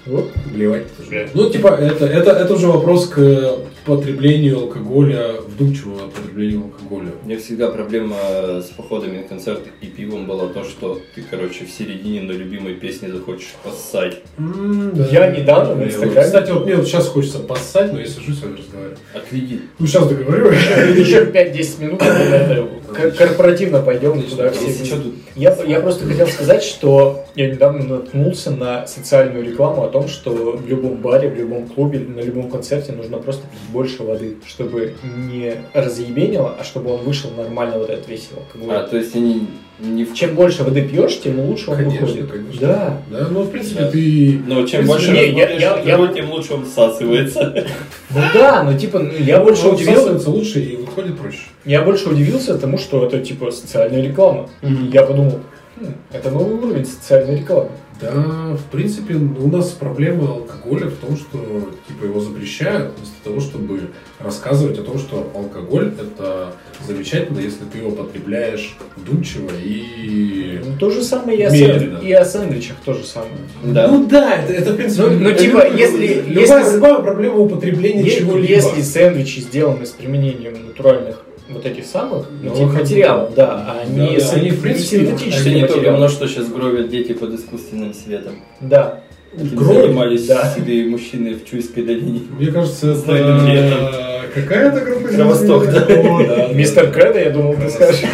Speaker 1: Вот, блевать тоже. Ну, типа, это, это, это уже вопрос к э, потреблению алкоголя, вдумчивого потреблению алкоголя.
Speaker 10: У меня всегда проблема с походами на концерты и пивом была то, что ты, короче, в середине на любимой песне захочешь поссать.
Speaker 3: Я недавно в
Speaker 1: Блевать.
Speaker 3: Инстаграме-
Speaker 1: Кстати, вот мне вот сейчас хочется поссать, но я сижу с вами разговариваю.
Speaker 10: Отведи.
Speaker 1: Ну, сейчас договорю.
Speaker 3: Еще 5-10 минут, и мы это кор- корпоративно пойдем туда все
Speaker 10: Если
Speaker 3: вместе.
Speaker 10: что, тут
Speaker 3: Я, я просто хотел сказать, что я недавно наткнулся на социальную рекламу о том, что в любом баре, в любом клубе, на любом концерте нужно просто пить больше воды, чтобы не разъебенило, а чтобы он вышел нормально вот этот весь алкоголь.
Speaker 10: А, то есть они не в
Speaker 3: Чем больше воды пьешь, тем лучше он
Speaker 1: Конечно,
Speaker 3: выходит.
Speaker 1: конечно.
Speaker 3: Да.
Speaker 1: Да, ну, в принципе,
Speaker 10: Да.
Speaker 1: ты...
Speaker 10: Но чем
Speaker 1: Если-
Speaker 10: больше
Speaker 3: Не, я-
Speaker 10: разбавляешь
Speaker 3: я- я-
Speaker 10: алкоголь, тем лучше он всасывается.
Speaker 3: Ну да, ну типа, ну, я больше
Speaker 1: он
Speaker 3: удивился.
Speaker 1: всасывается лучше и выходит проще.
Speaker 3: Я больше удивился тому, что это типа социальная реклама. Я подумал, «Хм, это новый уровень социальной рекламы.
Speaker 1: Да, в принципе, ну, у нас проблема алкоголя в том, что типа его запрещают, вместо того, чтобы рассказывать о том, что алкоголь это замечательно, если ты его потребляешь вдумчиво и.
Speaker 3: Ну, то же самое и о,
Speaker 1: Медленно.
Speaker 3: сэнд- и о сэндвичах то же самое.
Speaker 10: Да.
Speaker 1: Ну да, это, это в принципе.
Speaker 3: Ну, ну,
Speaker 1: это
Speaker 3: типа,
Speaker 1: любая-
Speaker 3: если-
Speaker 1: любая,
Speaker 3: если-
Speaker 1: любая проблема употребления
Speaker 3: Е-
Speaker 1: чего-либо.
Speaker 3: Если сэндвичи сделаны с применением натуральных вот этих самых
Speaker 1: Ну,
Speaker 3: этих
Speaker 1: как бы,
Speaker 3: материалов, да, а
Speaker 1: да,
Speaker 3: не
Speaker 1: да,
Speaker 3: син-
Speaker 1: они, в
Speaker 3: не
Speaker 1: принципе,
Speaker 10: Это
Speaker 3: синтетические
Speaker 10: не то
Speaker 3: материалы.
Speaker 10: равно, что сейчас гробят дети под искусственным светом.
Speaker 3: Да.
Speaker 10: Этим
Speaker 1: Гробят,
Speaker 10: занимались
Speaker 3: да.
Speaker 10: седые мужчины в Чуйской долине.
Speaker 1: Мне кажется,
Speaker 10: Знойным
Speaker 1: это какая-то группа. из
Speaker 10: Кровосток,
Speaker 1: Москвы? О, да.
Speaker 3: Мистер Кредо, я думал, ты
Speaker 1: Красавчик.
Speaker 3: скажешь.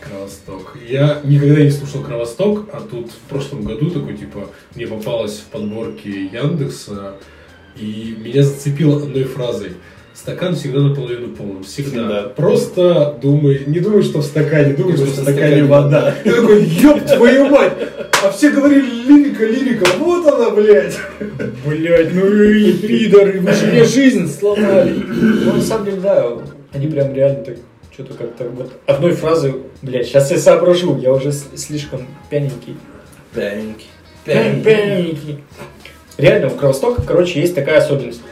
Speaker 1: Кровосток. Я никогда не слушал Кровосток, а тут в прошлом году такой, типа, мне попалось в подборке Яндекса, и меня зацепило одной фразой. Стакан всегда наполовину полным. Всегда.
Speaker 10: Всегда.
Speaker 1: Просто думай, не думай, что в стакане, думай, что
Speaker 10: Думай,
Speaker 1: в
Speaker 10: что в
Speaker 1: стакане
Speaker 10: стакане
Speaker 1: вода. Ты такой, ёб твою мать! А все говорили, лирика, лирика, вот она, блядь!
Speaker 3: Блять, ну и пидоры, вы же мне жизнь сломали. Ну, на самом деле, да, они прям реально так, что-то как-то вот одной фразы, блять, сейчас я соображу, я уже с- слишком пьяненький.
Speaker 10: Пяненький.
Speaker 3: Реально, у Кровостока, короче, есть такая особенность.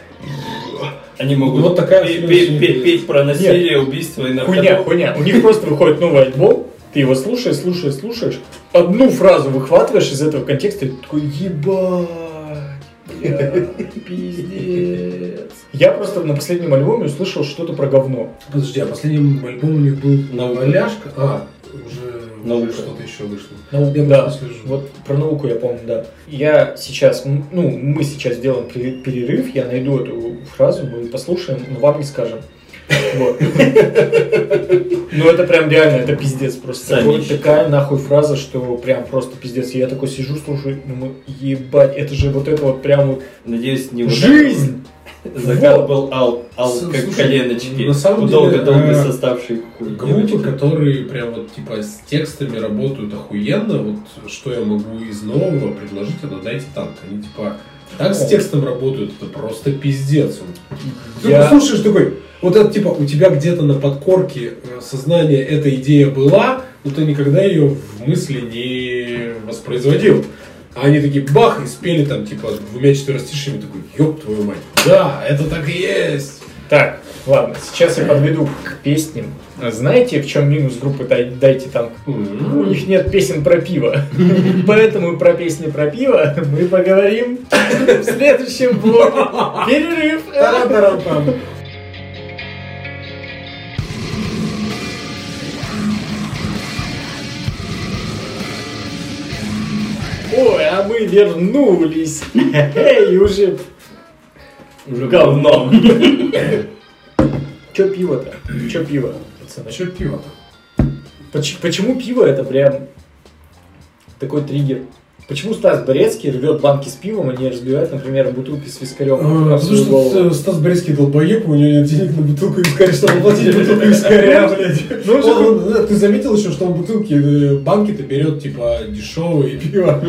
Speaker 2: Они могут
Speaker 9: Вот такая
Speaker 2: пе- пе-
Speaker 9: следующая
Speaker 2: пе- петь,
Speaker 9: идея.
Speaker 2: про насилие, убийство и наркоту.
Speaker 3: Хуйня, хуйня. У них просто выходит новый альбом, ты его слушаешь, слушаешь, слушаешь, одну фразу выхватываешь из этого контекста, и ты такой, ебать, блядь, пиздец. Я просто на последнем альбоме услышал что-то про говно.
Speaker 1: Подожди, а последний альбом у них был «Валяшка»? А, уже,
Speaker 2: Наука.
Speaker 1: уже что-то еще вышло.
Speaker 3: Наука,
Speaker 1: Я
Speaker 3: да.
Speaker 1: просто слежу.
Speaker 3: Вот про науку я помню, да. Я сейчас, м, ну, мы сейчас делаем пере- перерыв, я найду эту фразу, мы послушаем, но вам не скажем. Вот. Ну это прям реально, это пиздец просто.
Speaker 2: Сами
Speaker 3: Такой-
Speaker 2: ищите.
Speaker 3: такая нахуй фраза, что прям просто пиздец. Я такой сижу, слушаю, думаю, ебать, это же вот это вот прям вот
Speaker 2: Надеюсь, не вот
Speaker 3: жизнь.
Speaker 2: так вот. Закат
Speaker 3: Вот.
Speaker 2: был ал, ал
Speaker 1: С-
Speaker 2: как
Speaker 1: слушай,
Speaker 2: коленочки.
Speaker 1: на самом
Speaker 2: долго,
Speaker 1: деле,
Speaker 2: долго
Speaker 1: э,
Speaker 2: составший хуй.
Speaker 1: Группы,
Speaker 2: девочка.
Speaker 1: которые прям вот типа с текстами работают охуенно, вот что я могу из нового предложить, это дайте танк. Они типа так с текстом работают, это просто пиздец. Он- Ты
Speaker 3: Я-
Speaker 1: Ну, послушаешь такой, вот это типа у тебя где-то на подкорке э, сознания эта идея была, но ты никогда ее в мысли не воспроизводил. А они такие бах и спели там типа двумя четверостишими, такой, ёб твою мать, да, это так и есть.
Speaker 3: Так, ладно, сейчас я подведу к песням. Знаете, в чем минус группы «Дай- «Дайте танк»? Ну, У
Speaker 1: М.
Speaker 3: них нет песен про пиво. Поэтому про песни про пиво мы поговорим в следующем блоке. Перерыв.
Speaker 9: Тарам-тарам-там.
Speaker 3: Ой, а мы вернулись. Эй, уже... Уже говно. Чё пиво-то? Чё пиво, пацаны?
Speaker 1: А чё пиво-то?
Speaker 3: Поч- Почему пиво это прям такой триггер? Почему Стас Борецкий рвет банки с пивом и не разбивает, например, бутылки с вискарем?
Speaker 9: А, Потому
Speaker 3: об свою голову? Ну,
Speaker 9: что э, Стас Борецкий долбоеб, у него нет денег на бутылку вискаря, чтобы платить бутылку вискаря, блядь.
Speaker 3: Ну, же-
Speaker 9: Он- он, да, Ты заметил еще, что он бутылки, э, банки-то берет, типа, дешевые пиво.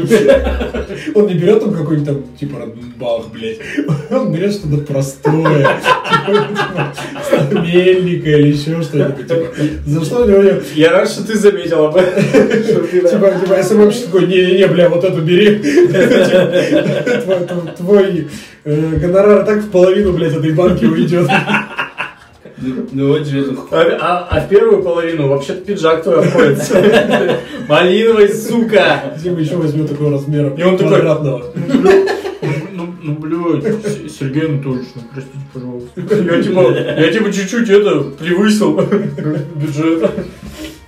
Speaker 9: Он не берет там какой-нибудь там, типа, Радбах, блядь. Он берет что-то простое. Типа, типа, Мельника или еще что-нибудь. типа. За что у него нет?
Speaker 3: Я рад, что ты заметил об этом. Что ты, да.
Speaker 9: Типа, типа, СММщик такой, не-не-не, бля, вот эту бери. Типа, твой- твой- Твой э, гонорар и так в половину, блядь, этой банки уйдет.
Speaker 10: Ну ну вот же это
Speaker 3: А, а- а в первую половину вообще-то пиджак твой обходится. Малиновый, сука!
Speaker 9: Дима еще возьмет такого размера.
Speaker 3: И он такой-
Speaker 9: квадратного.
Speaker 3: Ну, ну, блядь, С- Сергей Анатольевич, ну, простите, пожалуйста. Я типа, я типа чуть-чуть это превысил бюджет.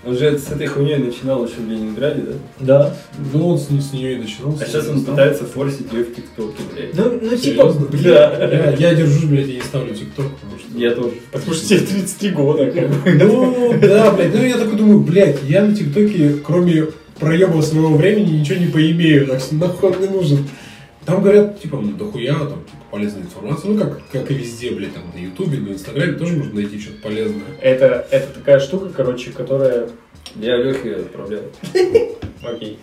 Speaker 10: Он же с этой хуйней начинал еще в Ленинграде, да?
Speaker 3: Да.
Speaker 1: Ну он с, с нее и начинал.
Speaker 10: А сейчас он пытается форсить ее в ТикТоке, блядь.
Speaker 3: Ну, ну
Speaker 1: типа,
Speaker 10: Да.
Speaker 1: Я, я держусь, блядь, и не ставлю ТикТок, потому что...
Speaker 10: Я тоже.
Speaker 3: Потому что тебе 33 года, как бы.
Speaker 1: Ну, да, блядь, ну я такой думаю, блядь, я на ТикТоке, кроме проеба своего времени, ничего не поимею, так что нахуй он мне нужен. Там говорят, типа, ну дохуя, там, типа, полезная информация, ну как, как и везде, блядь, там, на Ютубе, на Инстаграме тоже можно найти что-то полезное.
Speaker 3: Это, это такая штука, короче, которая
Speaker 10: Я Лехе отправлял.
Speaker 3: Окей.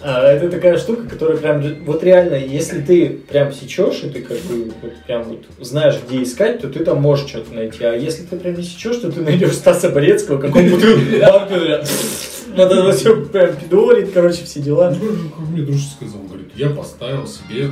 Speaker 3: А, это такая штука, которая прям, ре- вот реально, если ты прям сечешь, и ты как бы вот прям вот знаешь, где искать, то ты там можешь что-то найти. А если ты прям не сечешь, то ты найдешь Стаса Борецкого, как он бутылку банку, бля, надо все прям пидорить, короче, все дела.
Speaker 1: Ну, как мне дружи сказал, говорит, я поставил себе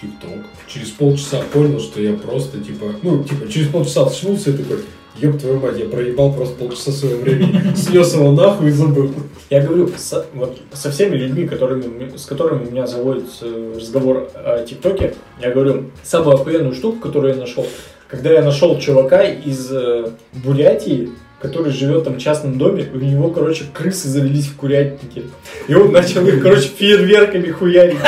Speaker 1: ТикТок. Через полчаса понял, что я просто, типа, ну, типа, через полчаса очнулся и такой, ёб твою мать, я проебал просто полчаса своего времени, снес его нахуй и забыл.
Speaker 3: Я говорю, со, вот, со всеми людьми, которыми, м- с которыми у меня заводится разговор о ТикТоке, я говорю, самую охуенную штуку, которую я нашел, когда я нашел чувака из э, Бурятии, который живет там в частном доме, у него, короче, крысы завелись в курятнике. И он начал их, короче, фейерверками хуярить.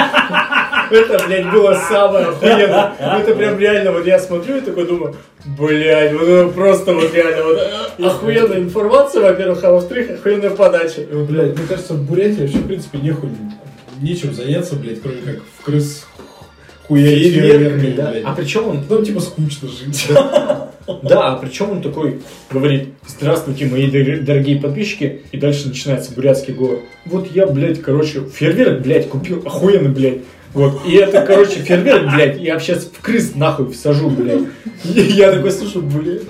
Speaker 3: Это, блядь, было самое охуенное. Это прям реально, вот я смотрю и такой думаю, блядь, вот это просто вот реально, вот э, охуенная информация, во-первых, а во-вторых, охуенная подача.
Speaker 1: Ну, блядь, мне кажется, в Бурятии вообще, в принципе, нехуй, нечем заняться, блядь, кроме как в крыс хуярить
Speaker 3: Фейерверками,
Speaker 1: фейерверками,
Speaker 3: да.
Speaker 1: блядь.
Speaker 3: А причем он,
Speaker 1: Там, типа, скучно жить.
Speaker 3: да, а причем он такой говорит, здравствуйте, мои дор- дорогие подписчики, и дальше начинается бурятский говор. Вот я, блядь, короче, фейерверк, блядь, купил, охуенно, блядь. Вот, и это, короче, фейерверк, блядь, я сейчас в крыс нахуй всажу, блядь. И я такой, слушай, блядь,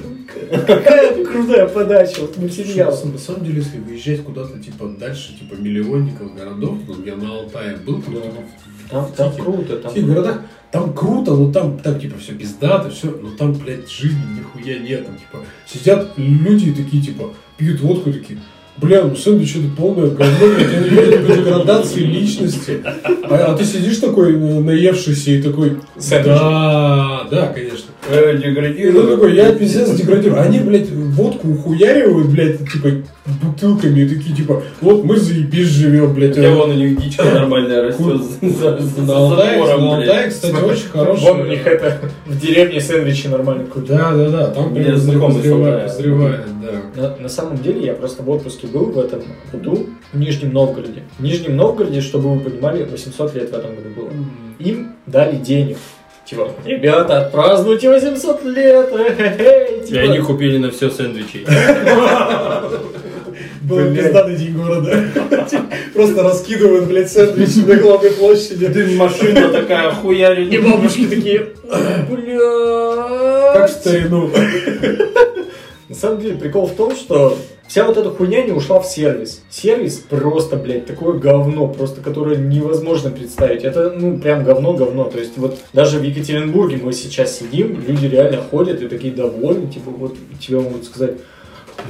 Speaker 3: какая крутая подача, вот
Speaker 1: Слушай,
Speaker 3: материал.
Speaker 1: на- На самом деле, если выезжать куда-то, типа, дальше, типа, миллионников городов, ну, я на Алтае был, там, типа, в
Speaker 6: Там, там круто, там
Speaker 1: В тех городах там круто, но там, там типа все пиздато, все, но там, блядь, жизни нихуя нет. Там, типа, сидят люди и такие, типа, пьют водку и такие, бля, ну сэндвич это полное говно, блядь, они видят какой-то градации личности. А, а ты сидишь такой, э, наевшийся и такой,
Speaker 3: Сэндвич.
Speaker 1: да, да, конечно.
Speaker 2: Э,
Speaker 1: И ну
Speaker 2: деградирую.
Speaker 1: такой, я пиздец деградирую. Они, блядь, водку ухуяривают, блядь, типа, бутылками и такие, типа, вот мы заебись живем, блядь.
Speaker 2: Хотя вон у них дичь нормальная растет за- за за
Speaker 1: На Алтае, на
Speaker 2: забором,
Speaker 1: Алтае,
Speaker 2: блядь.
Speaker 1: кстати, очень хороший.
Speaker 3: Вон у них это, в деревне сэндвичи нормально крутят.
Speaker 1: Да, да, да, там
Speaker 2: У меня
Speaker 1: прям
Speaker 2: знакомый
Speaker 1: созревает,
Speaker 2: собрал.
Speaker 1: созревает, да.
Speaker 3: На, на самом деле я просто в отпуске был в этом году в Нижнем Новгороде. В Нижнем Новгороде, чтобы вы понимали, 800 лет в этом году было. Им дали денег. Типа, ребята, отпразднуйте 800 лет! эхе-хе»,
Speaker 2: И
Speaker 3: типа,
Speaker 2: они купили на все сэндвичи.
Speaker 3: Был
Speaker 9: Блядь.
Speaker 3: пиздатый день города. Типа, Просто раскидывают, блядь, сэндвичи на главной площади.
Speaker 2: Дым машина такая
Speaker 3: И
Speaker 2: хуярит.
Speaker 3: бабушки такие,
Speaker 9: Как
Speaker 3: блядь.
Speaker 9: в
Speaker 1: ну,
Speaker 9: старину.
Speaker 3: На самом деле прикол в том, что вся вот эта хуйня не ушла в сервис. Сервис просто, блядь, такое говно, просто которое невозможно представить. Это, ну, прям говно-говно. То есть вот даже в Екатеринбурге мы сейчас сидим, люди реально ходят и такие довольны, типа вот тебе могут сказать,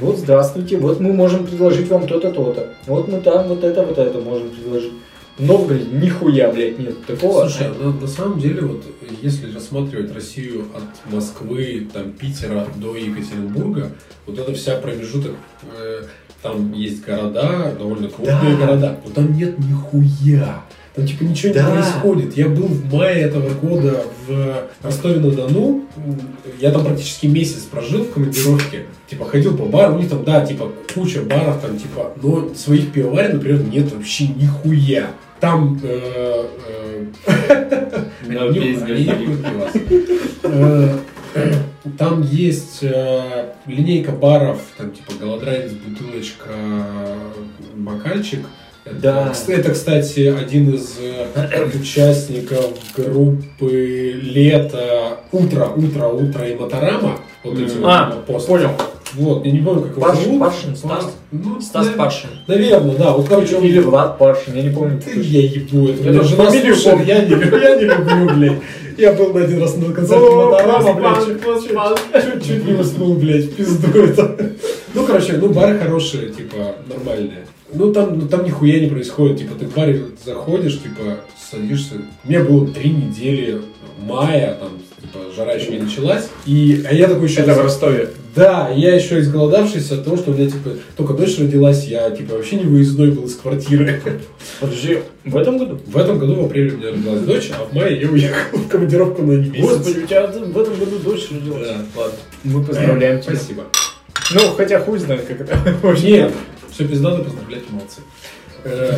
Speaker 3: вот здравствуйте, вот мы можем предложить вам то-то, то-то. Вот мы там вот это, вот это можем предложить. В Новгороде нихуя, блядь, нет такого.
Speaker 1: Слушай, а на, на самом деле, вот если рассматривать Россию от Москвы, там, Питера до Екатеринбурга, вот это вся промежуток, э, там есть города, довольно крупные
Speaker 3: Да.
Speaker 1: города, но там нет нихуя. Там типа ничего
Speaker 3: Да.
Speaker 1: не происходит. Я был в мае этого года в Ростове-на-Дону. М, Я там практически месяц прожил в командировке. Типа ходил по барам, у них там, да, типа куча баров там, типа, но своих пивоварен, например, нет вообще нихуя. Там э, э,
Speaker 2: На
Speaker 1: не
Speaker 2: весь
Speaker 1: знаю, я не
Speaker 2: гражданин.
Speaker 1: курю вас. Э, Там есть э, линейка баров, там типа голодранец, бутылочка, бокальчик. Это,
Speaker 3: Да.
Speaker 1: кс- Это, кстати, один из э, участников группы Лето, Утро, Утро, Утро и Моторама. Вот эти вот
Speaker 3: А,
Speaker 1: посты.
Speaker 3: понял.
Speaker 1: Вот, я не помню, как его
Speaker 3: Паш-
Speaker 1: зовут.
Speaker 3: Пашин, Стас?
Speaker 1: Ну,
Speaker 3: Стас
Speaker 1: да,
Speaker 3: Паршин.
Speaker 1: Наверное, да. Вот, короче, он
Speaker 3: Или Влад Паршин, я не помню.
Speaker 1: ты я ебу, это
Speaker 3: Я
Speaker 1: меня
Speaker 3: даже
Speaker 1: жена
Speaker 3: фамилию
Speaker 1: слушает,
Speaker 3: помню.
Speaker 1: я не, люблю, я не люблю, блядь. Я был на один раз на концерте
Speaker 3: О,
Speaker 1: Моторама,
Speaker 3: Класс,
Speaker 1: блядь,
Speaker 3: Паш,
Speaker 1: чуть-
Speaker 3: Класс,
Speaker 1: чуть-
Speaker 3: Паш.
Speaker 1: чуть- чуть не уснул, блядь, в пизду это. Ну, короче, ну, бары хорошие, типа, нормальные. Ну, там, ну, там нихуя не происходит, типа, ты в баре заходишь, типа, садишься. У меня было три недели мая, там, типа, жара еще не началась, и, а я такой еще...
Speaker 3: Это в Ростове.
Speaker 1: Да, я еще изголодавшийся от того, что у меня, типа, только дочь родилась, я, типа, вообще не выездной был из квартиры.
Speaker 3: Подожди, в этом году?
Speaker 1: В этом году в апреле у меня родилась дочь, а в мае я уехал в командировку на месяц.
Speaker 3: Господи, у тебя в этом году дочь родилась.
Speaker 1: Да.
Speaker 3: Ладно. Мы поздравляем тебя.
Speaker 1: Спасибо.
Speaker 3: Ну, хотя хуй знает, как это вообще.
Speaker 1: Нет, все пиздато, поздравлять, молодцы. Э,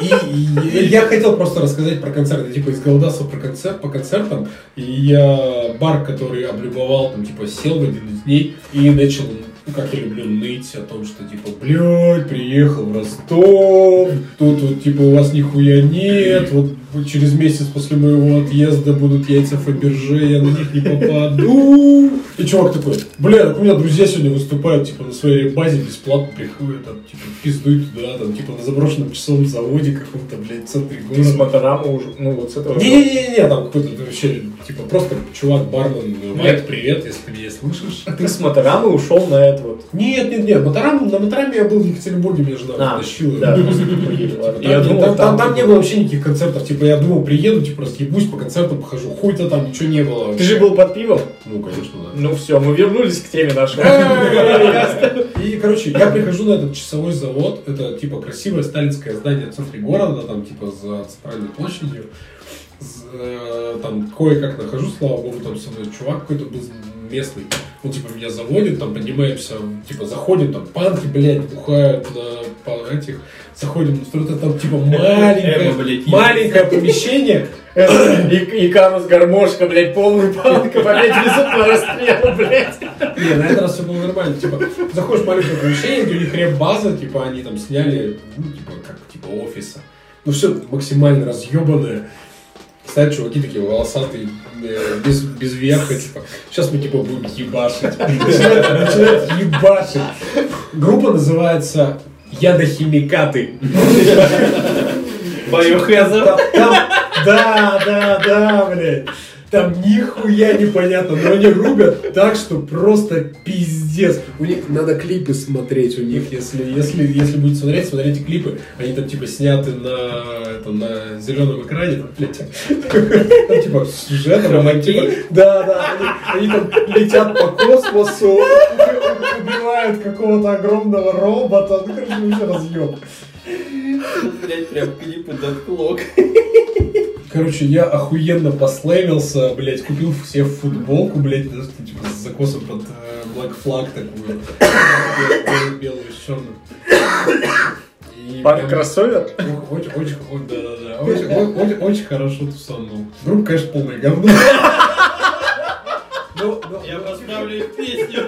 Speaker 1: И, и я хотел просто рассказать про концерт. Я типа изголодался про концерт, по концертам. И я бар, который облюбовал, там типа сел в один из дней и начал, ну, как я люблю, ныть о том, что типа, блядь, приехал в Ростов, тут вот типа у вас нихуя нет, вот через месяц после моего отъезда будут яйца Фаберже, я на них не попаду. И чувак такой, бля, так у меня друзья сегодня выступают, типа, на своей базе бесплатно приходят, там, типа, пиздуй туда, там, типа, на заброшенном часовом заводе каком-то, блядь, в центре
Speaker 3: Ты с
Speaker 1: города.
Speaker 3: Моторама уже, ну вот с этого.
Speaker 1: Не-не-не, там какой-то вообще, типа, просто чувак, бармен, Вайт, привет, если ты меня слышишь.
Speaker 3: Ты с Моторамы ушел на это вот.
Speaker 1: Нет, нет, нет, Моторам, на Мотораме я был в Екатеринбурге, меня жена
Speaker 3: А,
Speaker 1: тащила.
Speaker 3: да, охуеть, ладно. Я
Speaker 1: Там-
Speaker 3: думал,
Speaker 1: там,
Speaker 3: там-
Speaker 1: там- там не было вообще никаких концертов. Типа я думал, приеду, типа разъебусь, по концертам похожу. Хуй-то там ничего не было.
Speaker 3: Ты
Speaker 1: вообще.
Speaker 3: же был под пивом?
Speaker 1: Ну, конечно,
Speaker 3: Ну все, мы вернулись к теме нашего.
Speaker 1: да. И, короче, я прихожу на этот часовой завод. Это, типа, красивое сталинское здание в центре города, там, типа, за центральной площадью. З- э, Там кое-как нахожу, слава богу, там со мной чувак какой-то был местный. Он, типа, меня заводит, там, поднимаемся, типа, заходим, там, панки, блядь, бухают на по- этих. Заходим, ну, что-то там, типа, маленькое,
Speaker 2: Эмо, блядь,
Speaker 1: маленькое помещение,
Speaker 3: Э, И Икану с гармошка, блядь, полный панк, опять везут на расстрел, блядь.
Speaker 1: Не, на этот раз все было нормально. Типа, заходишь в маленькое помещение, где у них реп-база, типа, они там сняли, ну, типа, как, типа, офиса. Ну, все максимально разъебанное. Стоят чуваки такие волосатые, э, без, без верха, типа, сейчас мы, типа, будем ебашить. Начинают начинают ебашить. Группа называется «Ядохимикаты».
Speaker 2: Biohazard.
Speaker 1: Там- там- Да, да, да, блядь. Там нихуя непонятно, но они рубят так, что просто пиздец. У них надо клипы смотреть у них, если, если, если будете смотреть, смотрите клипы. Они там типа сняты на, это, на зеленом экране, там, блядь. Там типа с сюжетом. они, типа, Да, да, они, они там летят по космосу, уб- убивают какого-то огромного робота. Ну, короче, вообще разъем.
Speaker 2: Блять, прям клипы Датлок.
Speaker 1: Короче, я охуенно послевился, блядь, купил себе футболку, блядь, даже типа с закосом под э, Black Flag такую. Бел- Белую с черным. И
Speaker 3: Пара
Speaker 1: прям
Speaker 3: кроссовер?
Speaker 1: о- Очень, очень, очень, да-да-да, очень, о- очень, очень хорошо тусанул. Группа, конечно, полное говно. Ну, ну,
Speaker 2: Я поставлю их песню.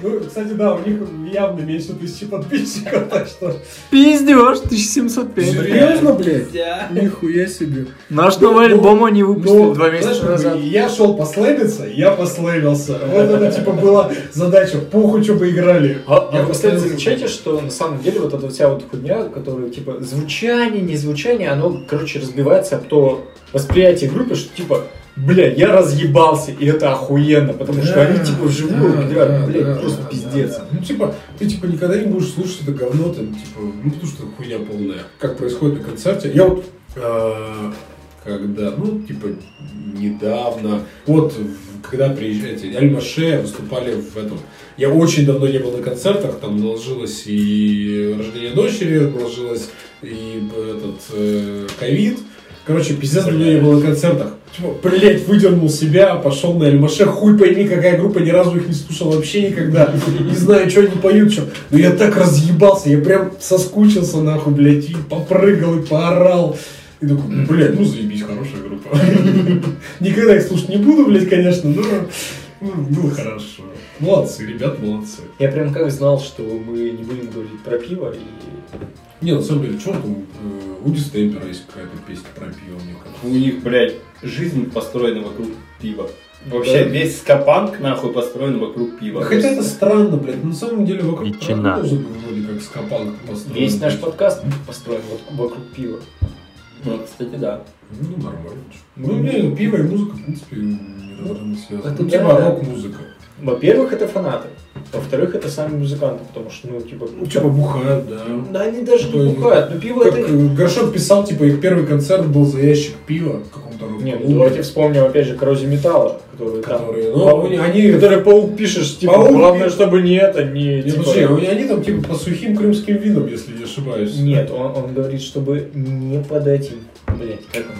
Speaker 1: ну, кстати, да, у них явно меньше тысячи подписчиков, так что...
Speaker 11: Пиздешь, 1705.
Speaker 1: Серьезно, блядь?
Speaker 2: Нельзя.
Speaker 1: Нихуя себе.
Speaker 11: Наш новый
Speaker 1: Ну,
Speaker 11: альбом они
Speaker 1: Ну,
Speaker 11: выпустили два месяца
Speaker 1: знаешь, как
Speaker 11: назад.
Speaker 1: бы, Я шел послабиться, я послабился. Вот это типа была задача. Похуй, что бы играли.
Speaker 3: А, а
Speaker 1: Я
Speaker 3: вы, кстати,
Speaker 1: послабился.
Speaker 3: замечаете, что на самом деле вот эта вся вот хуйня, которая, типа, звучание, не звучание, оно, короче, разбивается об то восприятие группы, что, типа, бля, я разъебался, и это охуенно, потому что
Speaker 1: Да,
Speaker 3: они, типа, вживую,
Speaker 1: да,
Speaker 3: бля,
Speaker 1: да,
Speaker 3: блядь,
Speaker 1: да,
Speaker 3: просто
Speaker 1: да,
Speaker 3: пиздец.
Speaker 1: да, да. Ну, типа, ты типа никогда не будешь слушать это говно, там, типа, ну потому что хуйня полная. Как происходит на концерте. Я вот э, когда, ну, типа, недавно, вот в- когда приезжаете, Альмаше выступали в этом. Я очень давно не был на концертах, там наложилось и рождение дочери, наложилось и этот э, ковид. Короче, пиздец, давно не был на концертах. Типа, блять, выдернул себя, пошел на Эльмаше, хуй пойми, какая группа, ни разу их не слушал вообще никогда. Не знаю, что они поют, что. Но я так разъебался, я прям соскучился нахуй, блядь, и попрыгал, и поорал. И такой, блядь, ну заебись, хорошая группа. Никогда их слушать не буду, блядь, конечно, но ну, было хорошо. Молодцы, ребят, молодцы.
Speaker 3: Я прям как знал, что мы не будем говорить про
Speaker 1: Ну,
Speaker 3: пиво, и...
Speaker 1: Не, на самом деле, что там, э, у Дистемпера есть какая-то песня про пиво, мне кажется.
Speaker 2: У них, блядь, жизнь построена вокруг пива. Вообще весь скапанк нахуй построен вокруг пива.
Speaker 1: Ну, Хотя это странно, блядь, на самом деле вокруг
Speaker 15: Ветчина.
Speaker 1: тоже вроде как Ну, скопанка построена.
Speaker 3: Весь наш подкаст построен вот вокруг пива.
Speaker 2: Ну, кстати, да.
Speaker 1: Ну, нормально. Ну, мне пиво и музыка, в принципе, неразрывно связаны.
Speaker 3: Это
Speaker 1: Ну,
Speaker 3: да.
Speaker 1: типа рок-музыка.
Speaker 3: Во-первых, это фанаты. Во-вторых, это сами музыканты, потому что, ну, типа...
Speaker 1: Ну, типа бухают, да.
Speaker 3: Да они даже
Speaker 1: Что
Speaker 3: не
Speaker 1: они-
Speaker 3: бухают, но пиво
Speaker 1: Как
Speaker 3: Ну, это...
Speaker 1: э, Горшок писал, типа, их первый концерт был за ящик пива в каком-то рок
Speaker 3: Не, ну давайте вспомним опять же коррозию металла, которые там.
Speaker 1: Которые, ну, они- они-
Speaker 3: которые а паук пишешь, типа,
Speaker 1: Паук
Speaker 3: главное,
Speaker 1: пишет.
Speaker 3: чтобы не это,
Speaker 1: Не,
Speaker 3: не
Speaker 1: ну,
Speaker 3: типа-
Speaker 1: подожди, они они там, типа, по сухим крымским винам, если не ошибаюсь.
Speaker 3: Нет, он, он говорит, чтобы не подать им, блять, как он,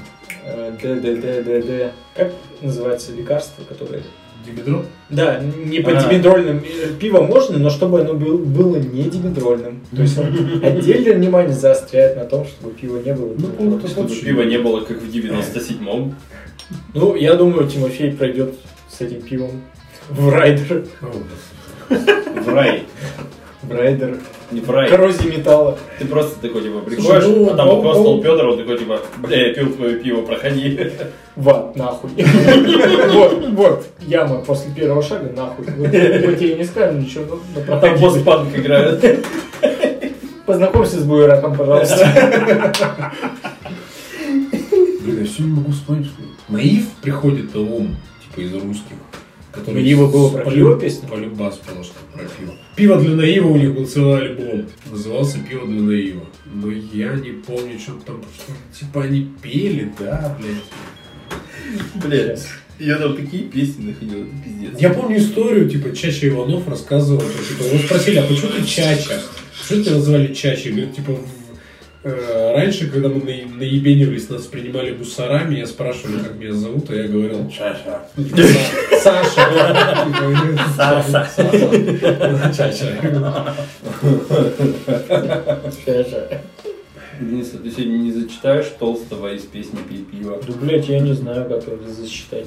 Speaker 3: Э, Д, Д, Д, Д, Д. Как называется лекарство, которое...
Speaker 1: Димедрон?
Speaker 3: Да, не по
Speaker 2: А.
Speaker 3: димедрольным э, пиво можно, но чтобы оно был- было не димедрольным. То есть он отдельное внимание заостряет на том, чтобы пиво не было.
Speaker 1: Ну,
Speaker 3: димедрольным.
Speaker 1: по-моему, это
Speaker 2: Чтобы
Speaker 1: лучше.
Speaker 2: пива не было, как в 97-м.
Speaker 3: Ну, я думаю, Тимофей пройдет с этим пивом в райдер.
Speaker 2: В рай.
Speaker 3: В райдер.
Speaker 2: Не в рай.
Speaker 3: Коррозии металла.
Speaker 2: Ты просто такой, типа, приходишь,
Speaker 1: Слушай, ну,
Speaker 2: а там
Speaker 1: ну,
Speaker 2: апостол
Speaker 1: ну.
Speaker 2: Петр, он такой, типа, бля, я пил твое пиво, проходи.
Speaker 3: Ват, нахуй. Вот, вот. Яма после первого шага, нахуй. Вот, Мы тебе не скажем ничего, но
Speaker 2: А там
Speaker 3: проходи.
Speaker 2: постпанк играет.
Speaker 3: Познакомься с буераком, пожалуйста.
Speaker 1: Блин, я все не могу вспомнить. что- Наив приходит на ум, типа из русских. Который
Speaker 3: У Наива было
Speaker 1: с-
Speaker 3: про
Speaker 1: по
Speaker 3: пиво
Speaker 1: люб-
Speaker 3: песня?
Speaker 1: По любасу было что про пиво. Пиво для Наива у них был целый альбом. Назывался «Пиво для Наива». Но я не помню, что там... что- Типа они пели, да, блядь.
Speaker 2: Блядь. Я там такие песни находил, это пиздец.
Speaker 1: Я помню историю, типа, Чача Иванов рассказывал. что, типа, его спросили, а почему ты Чача? Почему тебя называли Чачей? Говорит, типа, в- э, раньше, когда мы на- наебенивались, нас принимали мусорами, я спрашивали, как меня зовут, а я говорил, «Ну, типа, Саша. Типа, Саша. Чаша.
Speaker 2: Денис, а ты сегодня не зачитаешь Толстого из песни «Пей пиво»?
Speaker 3: Да, блядь, я не знаю, как это засчитать.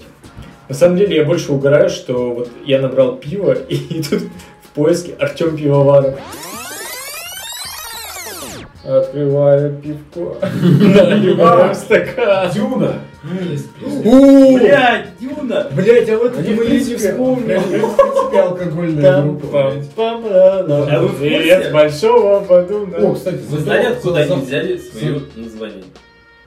Speaker 3: На самом деле, я больше угораю, что вот я набрал пиво, и тут в поиске Артем Пивоваров. Открываю пивко, наливаю в стакан.
Speaker 1: Дюна. Ну,
Speaker 8: Блядь, Дюна!
Speaker 9: Блять, а вот
Speaker 1: типа,
Speaker 3: Они, в принципе,
Speaker 9: Блядь, они, в принципе, алкогольная группа. блядь.
Speaker 8: А вы в курсе?
Speaker 3: Привет большого
Speaker 9: О,
Speaker 3: подумал.
Speaker 9: кстати,
Speaker 2: Вы знали,
Speaker 9: забыл,
Speaker 2: откуда
Speaker 9: за-
Speaker 2: они взяли свое название?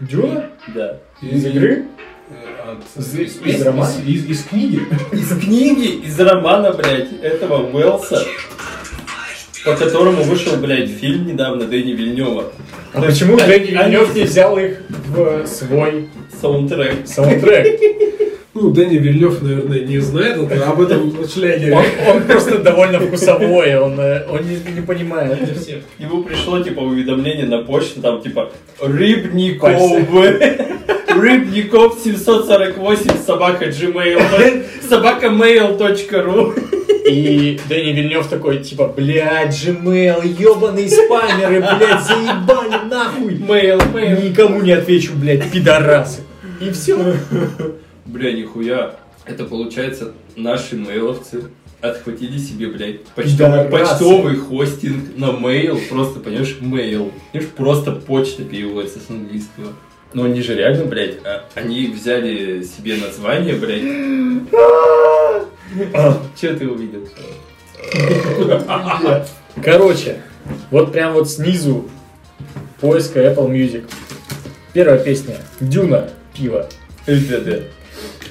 Speaker 9: Дюна?
Speaker 2: Да.
Speaker 3: Из игры?
Speaker 1: Э, от-
Speaker 3: Из-
Speaker 1: из-
Speaker 3: из романа?
Speaker 1: из- из- из книги.
Speaker 2: Из книги, из романа, блядь, этого Уэллса, по которому вышел, блядь, фильм недавно Дэнни Вильнева.
Speaker 3: А почему Дэнни
Speaker 2: они-
Speaker 3: Вильнев не взял их в свой
Speaker 2: Саундтрек.
Speaker 3: саундтрек?
Speaker 1: Ну, Дэнни Вильнев, наверное, не знает, он об этом шлягере.
Speaker 3: Он, он просто довольно вкусовой, он, э, он не, не понимает.
Speaker 2: Ему пришло, типа, уведомление на почту, там, типа, Рыбников, Рыбников 748, собака Gmail, собака mail.ru.
Speaker 3: И Дэнни Вильнев такой, типа, блядь, Gmail, ебаные спамеры, блядь, заебали нахуй.
Speaker 2: Mail, mail.
Speaker 3: Никому не отвечу, блядь, пидорасы. И все.
Speaker 2: Бля, нихуя. Это получается, наши мейловцы отхватили себе, блядь, почтовый,
Speaker 3: Пидорасы.
Speaker 2: почтовый хостинг на мейл. Просто, понимаешь, мейл. Понимаешь, просто почта переводится с английского. Но они же реально, блядь, а, они взяли себе название, блядь. Че ты увидел?
Speaker 3: Короче, вот прям вот снизу поиска Apple Music. Первая песня «Дюна. Пиво».
Speaker 2: ЛДД.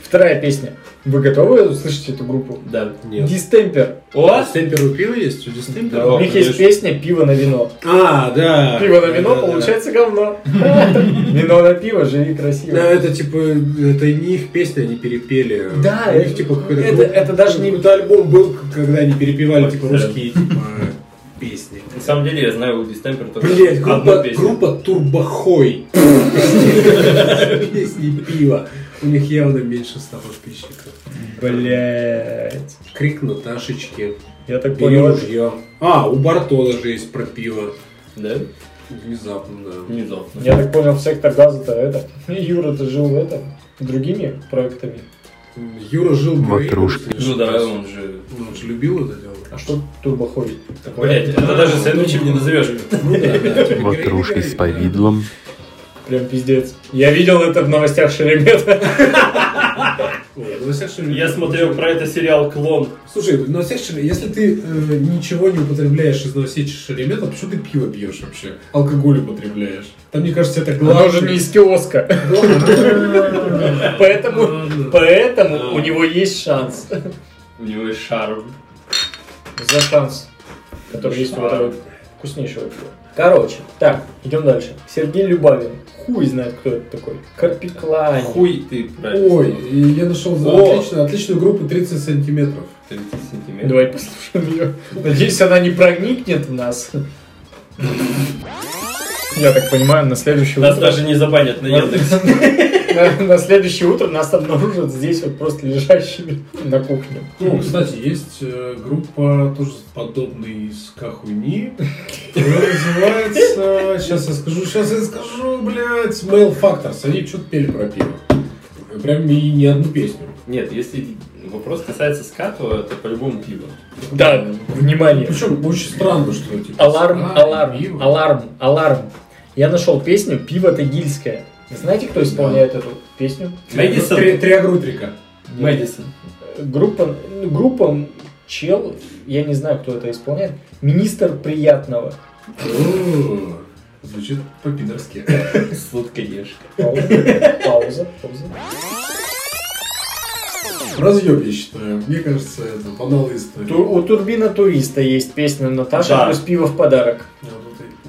Speaker 3: Вторая песня. Вы готовы услышать эту группу?
Speaker 2: Да.
Speaker 3: Дистемпер.
Speaker 2: О!
Speaker 1: Стемперу пиво есть? У Дистемпера?
Speaker 2: Да,
Speaker 3: У них
Speaker 2: конечно.
Speaker 3: есть песня «Пиво на вино».
Speaker 1: А, да.
Speaker 3: Пиво на вино
Speaker 1: Да, да, да.
Speaker 3: получается говно. Вино на пиво, живи красиво.
Speaker 1: Да, это типа, это не их песня, они перепели.
Speaker 3: Да,
Speaker 1: У них,
Speaker 3: это-
Speaker 1: типа какой-то
Speaker 3: это- это даже не-
Speaker 1: какой-то альбом был, когда они перепевали типа русские типа, песни.
Speaker 2: На самом деле я знаю у Дистемпер только
Speaker 1: Блять,
Speaker 2: одну
Speaker 1: группа,
Speaker 2: песню.
Speaker 1: группа Турбохой. Песни пива. У них явно меньше 100 подписчиков.
Speaker 3: Блять.
Speaker 1: Крик Наташечки.
Speaker 3: Я так
Speaker 1: Бери
Speaker 3: понял.
Speaker 1: ружье. А, у Барто даже есть про пиво.
Speaker 2: Да?
Speaker 1: Внезапно, да.
Speaker 2: Внезапно.
Speaker 3: Я так понял, сектор газа-то это. Юра-то жил в этом. Другими проектами.
Speaker 1: Юра жил
Speaker 7: Ватрушки.
Speaker 2: Ну да, он же...
Speaker 1: Ну, Он же любил это дело.
Speaker 3: А что турбохой?
Speaker 2: Блять, это даже сэндвичем не назовешь.
Speaker 1: Ну да, да, типа,
Speaker 7: Ватрушки с повидлом.
Speaker 3: Прям пиздец. Я видел это в новостях Шеремета.
Speaker 1: Ой, ну, во всяком случае,
Speaker 2: Я смотрел про это сериал «Клон».
Speaker 1: Слушай, ну, во всяком случае, если ты э, ничего не употребляешь из новосечи шеремета, почему ты пиво пьешь вообще? Алкоголь употребляешь. Там, мне кажется, это
Speaker 3: Он
Speaker 1: главное.
Speaker 3: уже не из киоска. Поэтому, поэтому у него есть шанс.
Speaker 2: У него есть шарм.
Speaker 3: За шанс, который есть у этого вкуснейшего пива. Короче, так, идем дальше. Сергей Любавин. Хуй знает, кто это такой. Карпиклани.
Speaker 2: Хуй ты правильно.
Speaker 1: Ой, и я нашел за-
Speaker 2: О!
Speaker 1: отличную, отличную группу 30 сантиметров.
Speaker 2: 30 сантиметров.
Speaker 3: Давай послушаем ее. Надеюсь, она не проникнет в нас. Я так понимаю, на следующее
Speaker 2: Нас
Speaker 3: утро...
Speaker 2: даже не забанят на Яндексе.
Speaker 3: На, на следующее утро нас обнаружат здесь вот просто лежащими на кухне.
Speaker 1: Ну, кстати, есть э, группа тоже подобный из Кахуни. Она называется... Сейчас я скажу, сейчас я скажу, блядь, Mail Factors. Они что-то пели про пиво. Прям и не одну песню.
Speaker 2: Нет, если вопрос касается ска, то это по-любому пиво.
Speaker 3: Да, внимание.
Speaker 1: Причем очень странно, что типа...
Speaker 3: Аларм,
Speaker 1: а,
Speaker 3: аларм,
Speaker 1: пиво.
Speaker 3: аларм, аларм. Я нашел песню «Пиво тагильское». Знаете, кто исполняет эту песню?
Speaker 2: Мэдисон.
Speaker 1: Три- Триагрутрика.
Speaker 2: Мэдисон.
Speaker 3: Группа, ну, группа чел, я не знаю, кто это исполняет, «Министр приятного».
Speaker 1: О, Звучит по-пидорски.
Speaker 2: Сладкоежка.
Speaker 3: Пауза, пауза, пауза.
Speaker 1: Разъеб, я считаю. Мне кажется, это баналы истории.
Speaker 3: Ту- у Турбина Туриста есть песня Наташа
Speaker 2: Да.
Speaker 3: плюс пиво в подарок.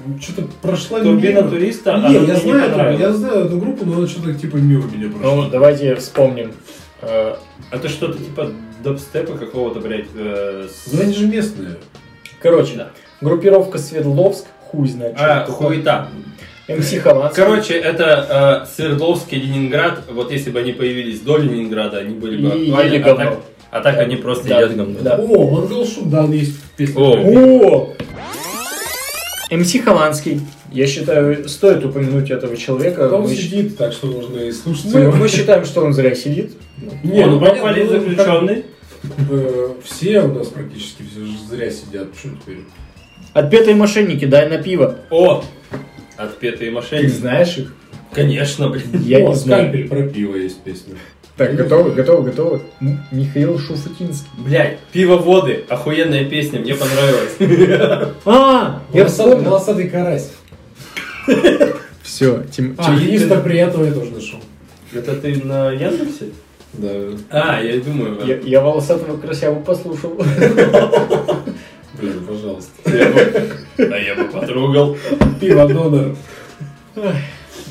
Speaker 1: Ну, Что-то прошла
Speaker 2: Турбина
Speaker 1: мимо.
Speaker 2: туриста, она
Speaker 1: Не,
Speaker 2: мне
Speaker 1: я
Speaker 2: не
Speaker 1: знаю, эту- я
Speaker 2: понравилась.
Speaker 1: знаю эту группу, но она что-то типа мимо меня прошла.
Speaker 3: Ну, давайте вспомним. Э,
Speaker 2: Это что-то типа дабстепа какого-то, блядь, э, с-
Speaker 1: Ну они же местные.
Speaker 3: Короче,
Speaker 2: Да.
Speaker 3: группировка Свердловск, хуй знает. что
Speaker 2: А,
Speaker 3: это
Speaker 2: хуета.
Speaker 3: такое. МС Хованский.
Speaker 2: Короче, это э, Свердловский Ленинград. Вот если бы они появились до Ленинграда, они были бы
Speaker 3: И
Speaker 2: актуальны,
Speaker 3: ели
Speaker 2: а
Speaker 3: говно.
Speaker 2: так, а так они просто
Speaker 3: Да,
Speaker 2: едят говно.
Speaker 3: да.
Speaker 1: О, Монгол Шумдан есть песня.
Speaker 2: О.
Speaker 3: О! МС Хованский. Я считаю, стоит упомянуть этого человека.
Speaker 1: Он
Speaker 3: Мы,
Speaker 1: сидит, так что можно и слушать
Speaker 3: мы-
Speaker 1: его.
Speaker 3: Ну, мы считаем, что он зря сидит.
Speaker 1: Не,
Speaker 2: Он
Speaker 1: ну понятно,
Speaker 2: попали
Speaker 1: ну,
Speaker 2: заключенный.
Speaker 1: как бы, Все у нас практически все же зря сидят. Почему теперь?
Speaker 3: Отпетые мошенники, дай на пиво.
Speaker 2: О! Отпетые мошенники.
Speaker 3: знаешь их?
Speaker 10: Конечно, блин.
Speaker 3: Я
Speaker 1: О,
Speaker 3: не знаю.
Speaker 1: «Скальпель» про пиво есть песня.
Speaker 3: Так, готовы, готовы, готовы. М- Михаил Шуфутинский.
Speaker 2: Блять, пивоводы, охуенная песня, мне понравилась.
Speaker 3: А, я
Speaker 9: Волосатый,
Speaker 3: вспомнил.
Speaker 9: волосатый карась.
Speaker 3: Все, Тим...
Speaker 9: А,
Speaker 3: Тим-
Speaker 9: Ириста приятного я тоже нашел.
Speaker 2: Это ты на Яндексе?
Speaker 9: Да.
Speaker 2: А, я думаю,
Speaker 3: Я, я волосатого красяву послушал.
Speaker 9: Блин, пожалуйста.
Speaker 2: я бы- а я бы потрогал.
Speaker 9: Пиво донор.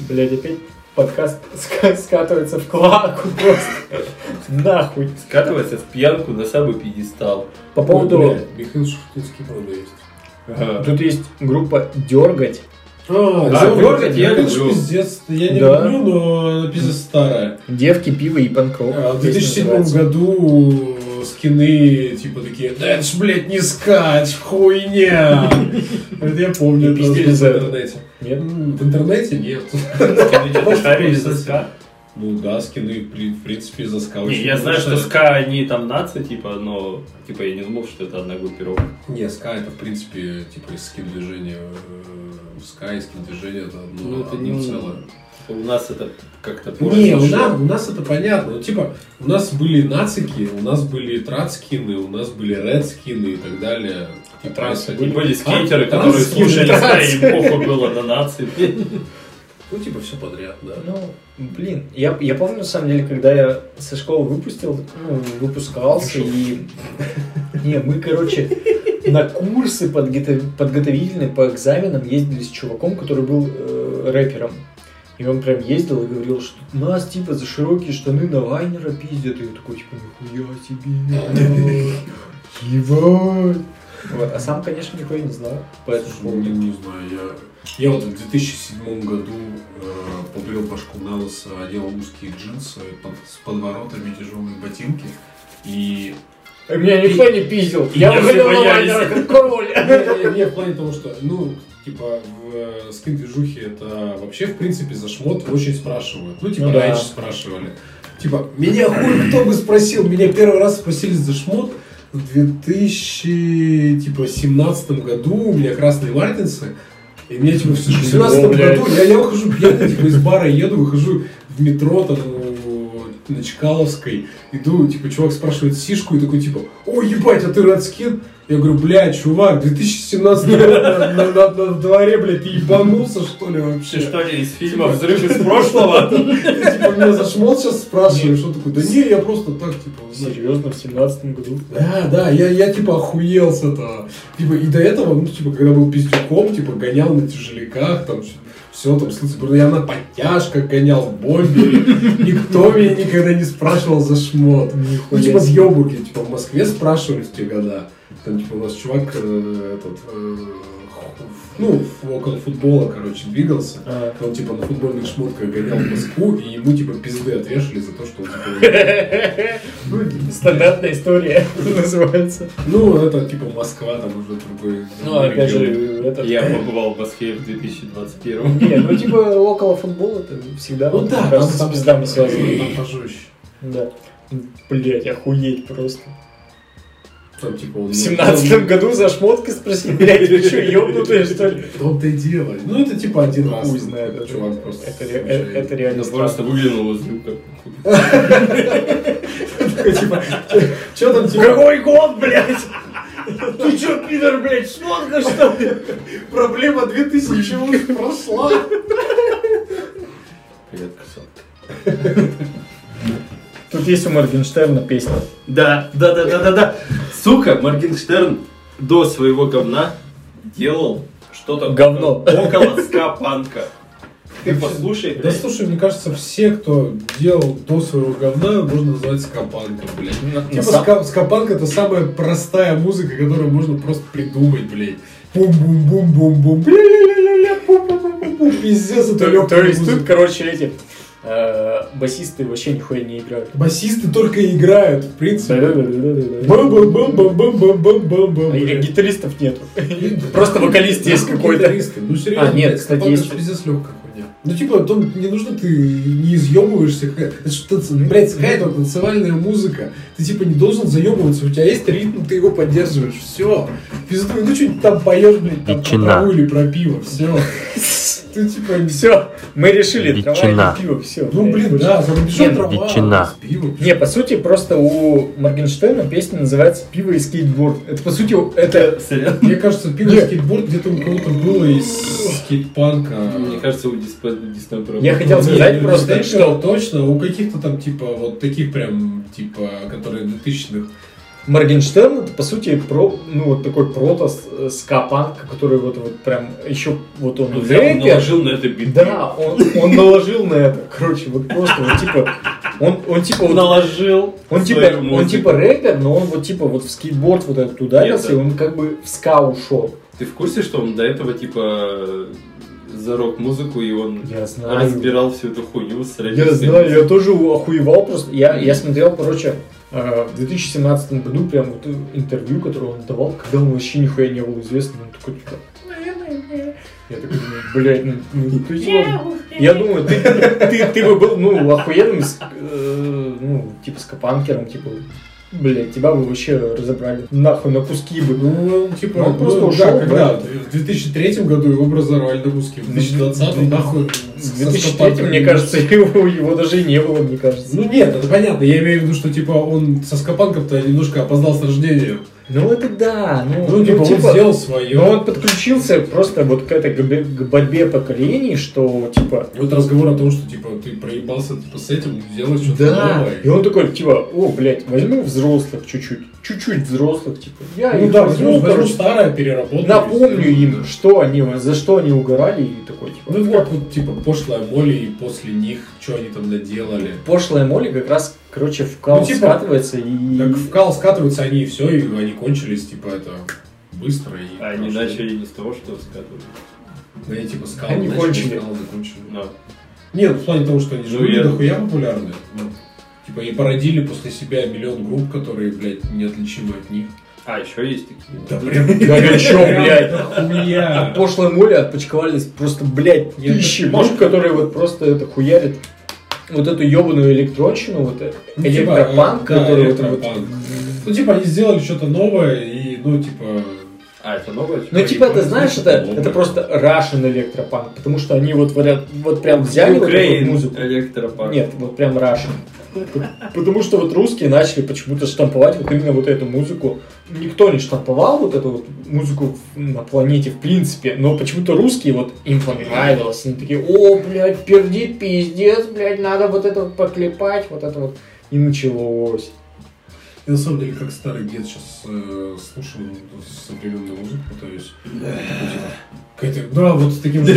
Speaker 3: Блять, опять подкаст ска- скатывается в клаку просто. Нахуй.
Speaker 2: Скатывается в пьянку на самый пьедестал.
Speaker 3: По
Speaker 9: Ой,
Speaker 3: поводу...
Speaker 9: бля, Михаил Шуфутинский правда есть.
Speaker 2: Ага.
Speaker 3: Тут есть группа «Дергать».
Speaker 9: А,
Speaker 2: Да, дергать я
Speaker 9: это ж
Speaker 2: люблю.
Speaker 9: пиздец. Я не
Speaker 3: Да.
Speaker 9: люблю, но она пиздец старая.
Speaker 3: Девки, пиво и панкрок.
Speaker 9: А, В
Speaker 3: Песня
Speaker 9: 2007
Speaker 3: называется.
Speaker 9: году скины типа такие, да это ж, блядь, не скач, хуйня. Это я помню.
Speaker 3: И
Speaker 9: это
Speaker 3: пиздили
Speaker 9: в
Speaker 3: за это.
Speaker 9: интернете.
Speaker 3: Нет?
Speaker 9: М, В интернете нет.
Speaker 2: Скажите, это шаришь за ска?
Speaker 9: Ну да, скины, при- в принципе, за ска
Speaker 2: Не,
Speaker 9: очень
Speaker 2: я знаю, что
Speaker 9: хорошая.
Speaker 2: ска они там нация, типа, но типа я не думал, что это одна группировка.
Speaker 1: Не, ска это в принципе типа из скин движения. э, Ска и скин движения это одно,
Speaker 2: Ну, это
Speaker 1: одно
Speaker 2: не
Speaker 1: целое.
Speaker 2: Типа, У нас это как-то
Speaker 1: Не, у
Speaker 2: порознь.
Speaker 1: нас, у нас это понятно. Ну, типа, у нас были нацики, у нас были тратскины, у нас были редскины и так далее. И трансы.
Speaker 2: И были скейтеры,
Speaker 1: А?
Speaker 2: которые
Speaker 1: Трансы?
Speaker 2: слушали ска, и им похуй было на нации.
Speaker 1: Ну, типа, все подряд, да.
Speaker 3: Ну, блин, я, я помню, на самом деле, когда я со школы выпустил, ну, выпускался, и... Не, мы, короче, на курсы подготов- подготовительные по экзаменам ездили с чуваком, который был э, рэпером. И он прям ездил и говорил, что нас, типа, за широкие штаны на лайнера пиздят. И я такой, типа, нихуя себе. Ебать. Вот, А сам, конечно, нихуя не знал.
Speaker 1: Слушай, ну,
Speaker 3: Поэтому...
Speaker 1: не, не знаю, я, я вот в 2007 году э, побрил башку на лысо, одел узкие джинсы под- с подворотами, тяжелые ботинки. И
Speaker 3: Э, Меня никто не пиздил.
Speaker 2: И не боялись.
Speaker 3: как король.
Speaker 1: не, не, в плане того, что, ну, типа, в э, скин-движухе это вообще, в принципе, за шмот очень спрашивают. Ну, типа,
Speaker 3: Ну да.
Speaker 1: раньше спрашивали. Типа, меня хуй кто бы спросил, меня первый раз спросили за шмот в 2017 году, у меня красные мартинсы, и мне, типа, в 2017
Speaker 3: О, блядь.
Speaker 1: году, я, я выхожу пьяный, типа, из бара еду, выхожу в метро, там, у- на Чкаловской, иду, типа, чувак спрашивает сишку, и такой, типа, о, ебать, а ты Радскин? Я говорю, бля, чувак, 2017 год на, на- на- на дворе, бля, ты ебанулся, что ли, вообще?
Speaker 2: Ты что ли из фильма «Взрыв из прошлого»?
Speaker 1: Ты, типа, меня зашмол сейчас спрашиваешь, что такое? Да не, я просто так, типа, знаешь.
Speaker 3: Серьезно, в семнадцатом году?
Speaker 1: Да, да, я, я типа охуел с этого. Типа, и до этого, ну, типа, когда был пиздюком, типа, гонял на тяжеляках, там, все, там, слышал, просто я на подтяжках гонял в бомбе. Никто меня никогда не спрашивал за шмот. Ну, типа, с ёбурки, типа, в Москве спрашивали в те года. Там, типа, у нас чувак э, этот, э, ну, около футбола, короче, двигался.
Speaker 3: А,
Speaker 1: Он типа на футбольных шмотках гонял в Москву, и ему типа пизды отвешали за то, что он типа, ну,
Speaker 3: Стандартная история называется.
Speaker 1: Ну, это типа Москва, там уже другой.
Speaker 3: Ну, опять же, это...
Speaker 2: Я побывал в Москве в 2021
Speaker 3: Не, ну типа около футбола это всегда
Speaker 1: Ну
Speaker 3: вот,
Speaker 1: да,
Speaker 3: как
Speaker 1: там,
Speaker 3: раз с
Speaker 1: там
Speaker 3: пиздами связано.
Speaker 1: Там пожестче.
Speaker 3: Да. Блять, охуеть просто.
Speaker 1: Там типа он.
Speaker 3: В семнадцатом году за шмотки спросили, блять, вы что, ёбнутые что ли?
Speaker 1: В том-то и дело. Ну, это типа один раз.
Speaker 3: Хуй знает, это-
Speaker 1: Чувак просто.
Speaker 3: Это, ре- э- это реально
Speaker 2: Я просто
Speaker 3: просто...
Speaker 2: выглянул из люка.
Speaker 1: Типа, что там типа?
Speaker 3: Какой год, блядь? Ты чё, пидор, блядь, шмотка, что ли?
Speaker 1: Проблема 2000 уже прошла.
Speaker 2: Привет, красавка.
Speaker 3: Тут есть у Моргенштерна песня.
Speaker 2: Да, да, да, да, да, да. Сука, Моргенштерн до своего говна делал что-то
Speaker 3: Говно.
Speaker 2: около ска-панка. Ты послушай,
Speaker 1: Да
Speaker 2: блядь.
Speaker 1: слушай, мне кажется, все, кто делал до своего говна, можно назвать скопанком, блядь. Типа ска- скапанк это самая простая музыка, которую можно просто придумать, блядь. Бум-бум-бум-бум-бум. Бля-ля-ля-ля-ля. Пу-пу-пу-пу-пу. Пиздец, это
Speaker 3: То, то
Speaker 1: легкая
Speaker 3: есть тут,
Speaker 1: музыка.
Speaker 3: короче, эти э, басисты вообще нихуя не играют.
Speaker 1: Басисты только и играют, в принципе.
Speaker 3: Да-да-да-да-да.
Speaker 1: Бам-бам-бам-бам-бам-бам-бам-бам.
Speaker 3: А и гитаристов нету. Просто вокалист есть какой-то.
Speaker 1: Гитаристы. Ну серьезно,
Speaker 3: А, нет,
Speaker 1: блядь,
Speaker 3: кстати,
Speaker 1: скапанк
Speaker 3: есть.
Speaker 1: это ж пиздец легкая хуйня. Ну типа, там не нужно ты не изъебываешься, какая- это ж танц- ну, блядь, какая-то танцевальная музыка. Ты типа не должен заебываться, у тебя есть ритм, ты его поддерживаешь, ну, все. Пиздуй, ну что-нибудь там поешь, блядь, там про траву или про пиво, все. Ты типа...
Speaker 3: Все, мы решили, трава
Speaker 16: Ветчина.
Speaker 3: и пиво, все.
Speaker 1: Ну, блин, да, за рубежом
Speaker 3: Нет,
Speaker 1: трава,
Speaker 16: ветчина.
Speaker 1: с пивом.
Speaker 3: Не, по сути, просто у Моргенштерна песня называется «Пиво и скейтборд». Это, по сути, это...
Speaker 1: Мне кажется, пиво и
Speaker 3: Нет.
Speaker 1: скейтборд где-то у кого-то было из скейтпанка.
Speaker 2: Мне кажется, у Дисней Дисней прав.
Speaker 3: Я хотел сказать
Speaker 1: Не,
Speaker 3: просто,
Speaker 1: Disney
Speaker 3: что
Speaker 1: Channel точно, у каких-то там типа вот таких прям, типа, которые 2000-х.
Speaker 3: Моргенштерн это по сути про, ну вот такой прото скапанк, который вот вот прям еще вот он
Speaker 2: Он
Speaker 3: в
Speaker 2: Ну, взял и
Speaker 3: рэпе.
Speaker 2: наложил на это бит.
Speaker 3: Да, он, он наложил на это, короче, вот просто вот типа он он типа вот-
Speaker 6: Наложил.
Speaker 3: он типа
Speaker 2: свою
Speaker 3: он
Speaker 2: музыку.
Speaker 3: типа рэпер, но он вот типа вот в скейтборд вот этот ударился, и
Speaker 2: Это-
Speaker 3: он как бы в ска ушел.
Speaker 2: Ты в курсе, что он до этого, типа, за рок-музыку, и он
Speaker 3: Я знаю.
Speaker 2: разбирал всю эту хуйню с
Speaker 3: Я знаю, я тоже охуевал просто. Я, я смотрел, короче, э, в 2017 году прям вот интервью, которое он давал, когда он вообще нихуя не был известным. Он такой, типа, я такой думаю, блядь, ну, ну ты чего? Я думаю, ты, ты, ты бы был, ну, охуенным, с- э, ну, типа, скопанкером, типа, блядь, тебя бы вообще разобрали нахуй на куски бы.
Speaker 1: Ну, он, типа,
Speaker 3: Ну, он просто
Speaker 1: ну,
Speaker 3: ушел,
Speaker 1: да, когда
Speaker 3: да.
Speaker 1: в 2003 году его образовали на музыке, в 2020 нахуй. с-
Speaker 3: В
Speaker 1: со
Speaker 3: 2003,
Speaker 1: скопанком.
Speaker 3: мне кажется, его, его даже и не было, мне кажется.
Speaker 1: Ну нет, это понятно, я имею в виду, что типа он со скопанком-то немножко опоздал с рождением.
Speaker 3: Ну, это да, ну,
Speaker 1: Ну, типа, он сделал свое.
Speaker 3: Но он подключился просто вот к этой к бе- к борьбе поколений, что типа.
Speaker 1: Вот разговор о том, что типа ты проебался типа, с этим, делаешь что-то
Speaker 3: Да.
Speaker 1: новое.
Speaker 3: И он такой, типа, о, блядь, возьму взрослых чуть-чуть, чуть-чуть взрослых, типа. Я
Speaker 1: Ну
Speaker 3: их
Speaker 1: да,
Speaker 3: возьму,
Speaker 1: возьму, возьму
Speaker 3: короче,
Speaker 1: старое, переработаю.
Speaker 3: напомню
Speaker 1: сделаю,
Speaker 3: им,
Speaker 1: да.
Speaker 3: что они, за что они угорали, и такой, типа.
Speaker 1: Ну это как вот типа пошлая моли и после них, что они там наделали.
Speaker 3: Пошлая Молли как раз, короче, в кал
Speaker 1: Ну, типа,
Speaker 3: скатывается и...
Speaker 1: Как в кал скатываются они и все, и они кончились, типа это быстро и.
Speaker 2: А они
Speaker 1: потому что-
Speaker 2: начали не с того, что скатывали.
Speaker 1: Да и типа скал
Speaker 3: Они
Speaker 1: начали,
Speaker 3: кончили.
Speaker 1: скал закончили.
Speaker 2: Но
Speaker 1: Нет, в плане того, что они же
Speaker 2: Ну,
Speaker 1: были
Speaker 2: я-
Speaker 1: дохуя популярны. Ну, Типа и породили после себя миллион групп, которые, блядь, неотличимы от них.
Speaker 2: А, еще есть такие.
Speaker 1: Да прям
Speaker 3: Горячо, блядь.
Speaker 1: хуя.
Speaker 3: От пошлой моли отпочковались просто, блядь,
Speaker 1: Нет,
Speaker 3: тысячи
Speaker 1: так
Speaker 3: мужик,
Speaker 1: может-
Speaker 3: которые вот просто это хуярят. Вот эту ебаную электронщину, вот э,
Speaker 1: Ну, типа,
Speaker 3: электропанк,
Speaker 1: да,
Speaker 3: который вот- вот...
Speaker 1: электропанк. Ну, типа, они сделали что-то новое, и, ну, типа...
Speaker 2: А, это новое?
Speaker 3: Ну, типа, ты
Speaker 1: Прикольно,
Speaker 3: знаешь,
Speaker 1: слушай,
Speaker 3: это,
Speaker 1: новое.
Speaker 3: это просто Russian электропанк, потому что они вот, варят- вот прям взяли вот эту вот
Speaker 2: Ну, Украин,
Speaker 3: музыку.
Speaker 2: электропарк.
Speaker 3: Нет, вот прям Russian. Потому что вот русские начали почему-то штамповать вот именно вот эту музыку. Никто не штамповал вот эту вот музыку в- на планете в принципе, но почему-то русские вот им понравилось. Они такие, о, блядь, перди, пиздец, блядь, надо вот это вот поклепать, вот это вот. И началось.
Speaker 1: Я, на самом деле, как старый дед сейчас слушаю ну, современную музыку, пытаюсь. Такой, типа, Какая-то, да, вот с таким... Блядь,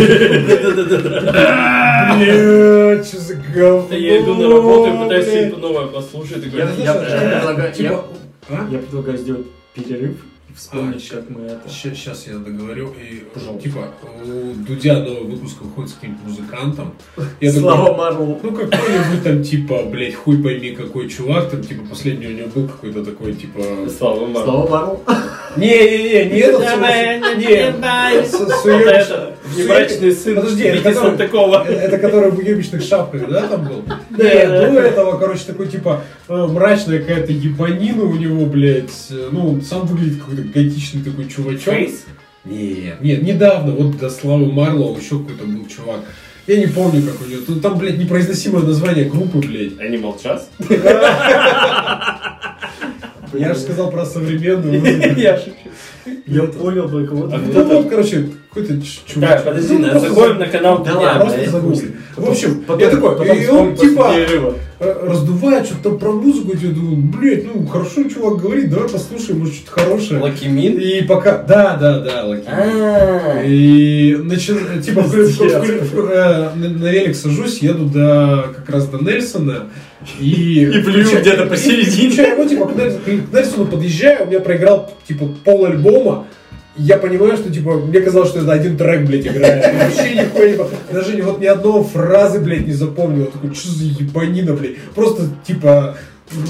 Speaker 1: что за говно?
Speaker 2: Я иду на работу и пытаюсь что-то новое послушать. и говорю,
Speaker 3: Я- предлагаю-
Speaker 1: Типа, а?
Speaker 3: Я предлагаю сделать перерыв и вспомнить,
Speaker 1: А,
Speaker 3: как мы это...
Speaker 1: Сейчас я договорю, и
Speaker 3: Пожалуйста.
Speaker 1: типа у Дудя новый выпуск выходит с каким-то музыкантом. Я такой,
Speaker 3: Слава Марлоу.
Speaker 1: Ну, какой-нибудь там, типа, блядь, хуй пойми, какой чувак, там, типа, последний у него был какой-то такой, типа...
Speaker 2: Слава Мару.
Speaker 3: Слава Марлоу.
Speaker 1: Не-не-не, не этот,
Speaker 2: Брачный сын.
Speaker 1: Подожди, это
Speaker 2: Вики
Speaker 1: который-
Speaker 2: Салтыкова.
Speaker 1: Э, Это который в ебичных шапках, да, там был? Нет,
Speaker 6: Да.
Speaker 1: до этого, короче, такой, типа, э, мрачная какая-то ебанина у него, блядь. э, Ну, он сам выглядит какой-то готичный такой чувачок. Нет, нет, недавно, вот до Славы Марлоу еще какой-то был чувак. Я не помню, как у него. Ну, Там, блядь, непроизносимое название группы, блядь.
Speaker 2: Animal Jazz?
Speaker 1: Я же сказал про современную музыку.
Speaker 3: Я шучу. Я понял только вот.
Speaker 1: А кто вот, короче, какой-то ч- чувак.
Speaker 2: Так, подожди,
Speaker 1: Ну, просто
Speaker 2: заходим на канал
Speaker 1: за-
Speaker 2: Дудя.
Speaker 1: просто загугли. В общем, я такой, и он типа э, раздувает что-то там про музыку, я думаю, блядь, ну хорошо чувак говорит, давай послушаем, может что-то хорошее.
Speaker 17: Лакимин?
Speaker 1: И пока, да, да, да,
Speaker 3: А,
Speaker 1: Лаки. И начи- типа, в- в- в- в- э, на на велик сажусь, еду до как раз до Нельсона и
Speaker 3: И плюю
Speaker 1: включаю-
Speaker 3: где-то
Speaker 1: и- и
Speaker 3: посередине.
Speaker 1: включаю его, типа, к Нельс- к Нельсону подъезжаю, у меня проиграл типа пол альбома. Я понимаю, что типа мне казалось, что это один трек, блядь, играет. Я Вообще нихуя не по- Даже ни- вот ни одного фразы, блядь, не запомнил. Я Такой, что за ебанина, блядь. Просто типа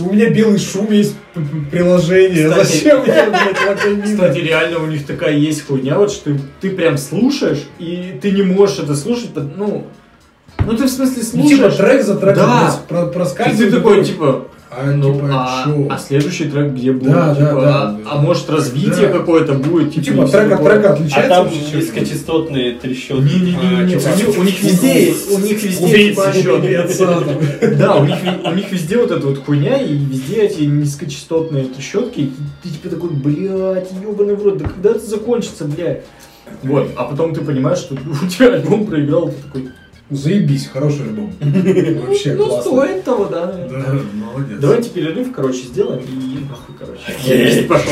Speaker 1: у меня белый шум есть п- п- приложение.
Speaker 3: Кстати-
Speaker 1: Зачем мне, блядь, лакомина?
Speaker 3: Кстати, реально у них такая есть хуйня, вот что ты, ты прям слушаешь, и ты не можешь это слушать, пот- ну, Ну ты в смысле
Speaker 6: Ну, типа
Speaker 3: слушаешь?
Speaker 6: трек за треком
Speaker 3: Да.
Speaker 6: прос- про-
Speaker 3: И
Speaker 6: проскальзывает.
Speaker 3: ты такой, типа,
Speaker 6: а,
Speaker 3: ну,
Speaker 6: типа,
Speaker 3: а,
Speaker 6: чё?
Speaker 3: а следующий трек где будет?
Speaker 6: Да, да,
Speaker 3: типа,
Speaker 6: да,
Speaker 3: а,
Speaker 6: да.
Speaker 3: а может развитие
Speaker 6: Да.
Speaker 3: какое-то будет?
Speaker 6: Ну,
Speaker 3: Типа,
Speaker 6: типа
Speaker 3: и всё
Speaker 6: трек от
Speaker 3: такое.
Speaker 6: трека отличается
Speaker 2: А там
Speaker 6: вообще чем-то?
Speaker 2: низкочастотные трещотки.
Speaker 6: Не-не-не-не,
Speaker 2: А, чувак,
Speaker 6: у них- у них везде есть-
Speaker 3: у них везде
Speaker 6: Убийца
Speaker 3: типа,
Speaker 6: ещё,
Speaker 3: они-
Speaker 6: убийца, там.
Speaker 3: Да, у них, ви- у них везде вот эта вот хуйня, и везде эти низкочастотные эти щетки. И ты типа такой, блядь, ебаный в рот, да когда это закончится, блядь? Вот, а потом ты понимаешь, что у тебя альбом проиграл, ты такой,
Speaker 6: Заебись, хороший альбом. Вообще
Speaker 3: ну
Speaker 6: классно.
Speaker 3: стоит того, да.
Speaker 6: Да, молодец.
Speaker 3: Давайте перерыв, короче, сделаем и нахуй, короче. Пошел.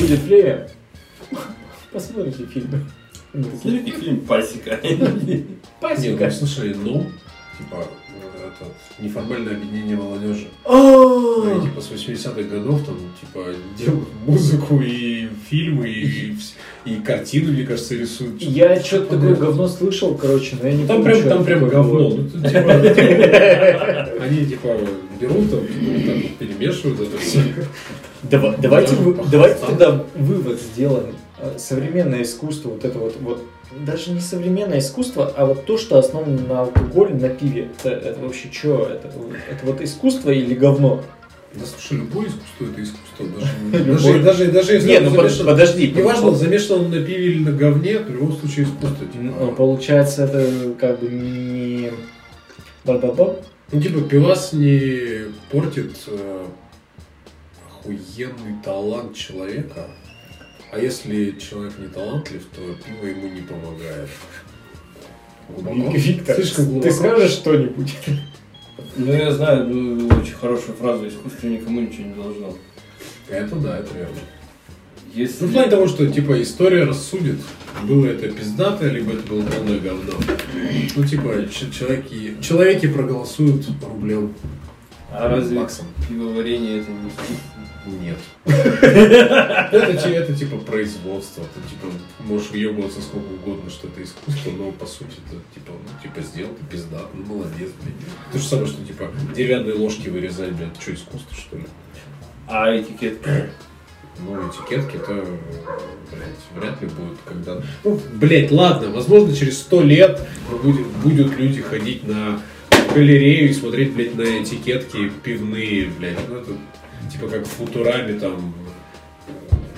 Speaker 3: Будет время. Посмотрите фильмы.
Speaker 2: Смотрите фильм «Пасека».
Speaker 1: Не,
Speaker 3: Пасека.
Speaker 1: ну, слушай, ну, типа, э, это неформальное объединение молодежи. Ну, и,
Speaker 3: О,
Speaker 1: типа, с 80-х годов там, типа, делают музыку и фильмы, и, вс- и картины, мне кажется, рисуют. Чё-то
Speaker 3: Я что-то такое говно слышал, короче, но я не
Speaker 1: Там
Speaker 3: помню,
Speaker 1: прям,
Speaker 3: что
Speaker 1: там
Speaker 3: это
Speaker 1: прям
Speaker 3: такое
Speaker 1: говно.
Speaker 3: было.
Speaker 1: Ну, тут, типа, они типа берут там, ну, вот так вот перемешивают это все.
Speaker 3: Дава- давайте, вы-
Speaker 1: Да,
Speaker 3: давайте
Speaker 1: похвастаться.
Speaker 3: тогда вывод сделаем. Э, Современное искусство, вот это вот, вот, даже не современное искусство, а вот то, что основано на алкоголе, на пиве. Это, это вообще что? Это, это вот искусство или говно?
Speaker 1: Да слушай, любое искусство это искусство. Даже, даже,
Speaker 3: Любое.
Speaker 1: даже, даже если
Speaker 3: Не,
Speaker 1: оно
Speaker 3: ну под-
Speaker 1: замешано-
Speaker 3: подожди.
Speaker 1: Неважно, замешано он на пиве или на говне, в любом случае искусство. Типа,
Speaker 3: Ну, получается, это как бы не... Ба-ба-ба.
Speaker 1: Ну, типа, пивас не портит э, охуенный талант человека. А если человек не талантлив, то пиво ему не помогает. Глубоко?
Speaker 3: Виктор,
Speaker 1: Слишком глубоко.
Speaker 3: Ну, ты скажешь что-нибудь?
Speaker 2: Ну, я знаю, ну, очень хорошую фразу «Искусство никому ничего не должно».
Speaker 1: Это да, это верно.
Speaker 2: Если...
Speaker 1: Ну, в плане того, что, типа, история рассудит, было это пиздато, либо это было полное говно. Ну, типа, ч- человеки, человеки проголосуют рублем.
Speaker 2: А разве
Speaker 1: Максом.
Speaker 2: пивоварение это не искусство?
Speaker 1: Нет. это, ти- это типа производство. Ты типа можешь въебываться сколько угодно, что это искусство, но по сути это типа, ну, типа сделал, ты пизда, ну молодец, блядь. То же самое, что типа деревянные ложки вырезать, блядь, что искусство, что ли?
Speaker 2: А этикетка?
Speaker 1: Ну, этикетки это, э, блядь, вряд ли будут когда... Ну, блядь, ладно, возможно, через сто лет будет, будут люди ходить на галерею и смотреть, блядь, на этикетки пивные, блядь. Ну, это типа как в Футураме, там,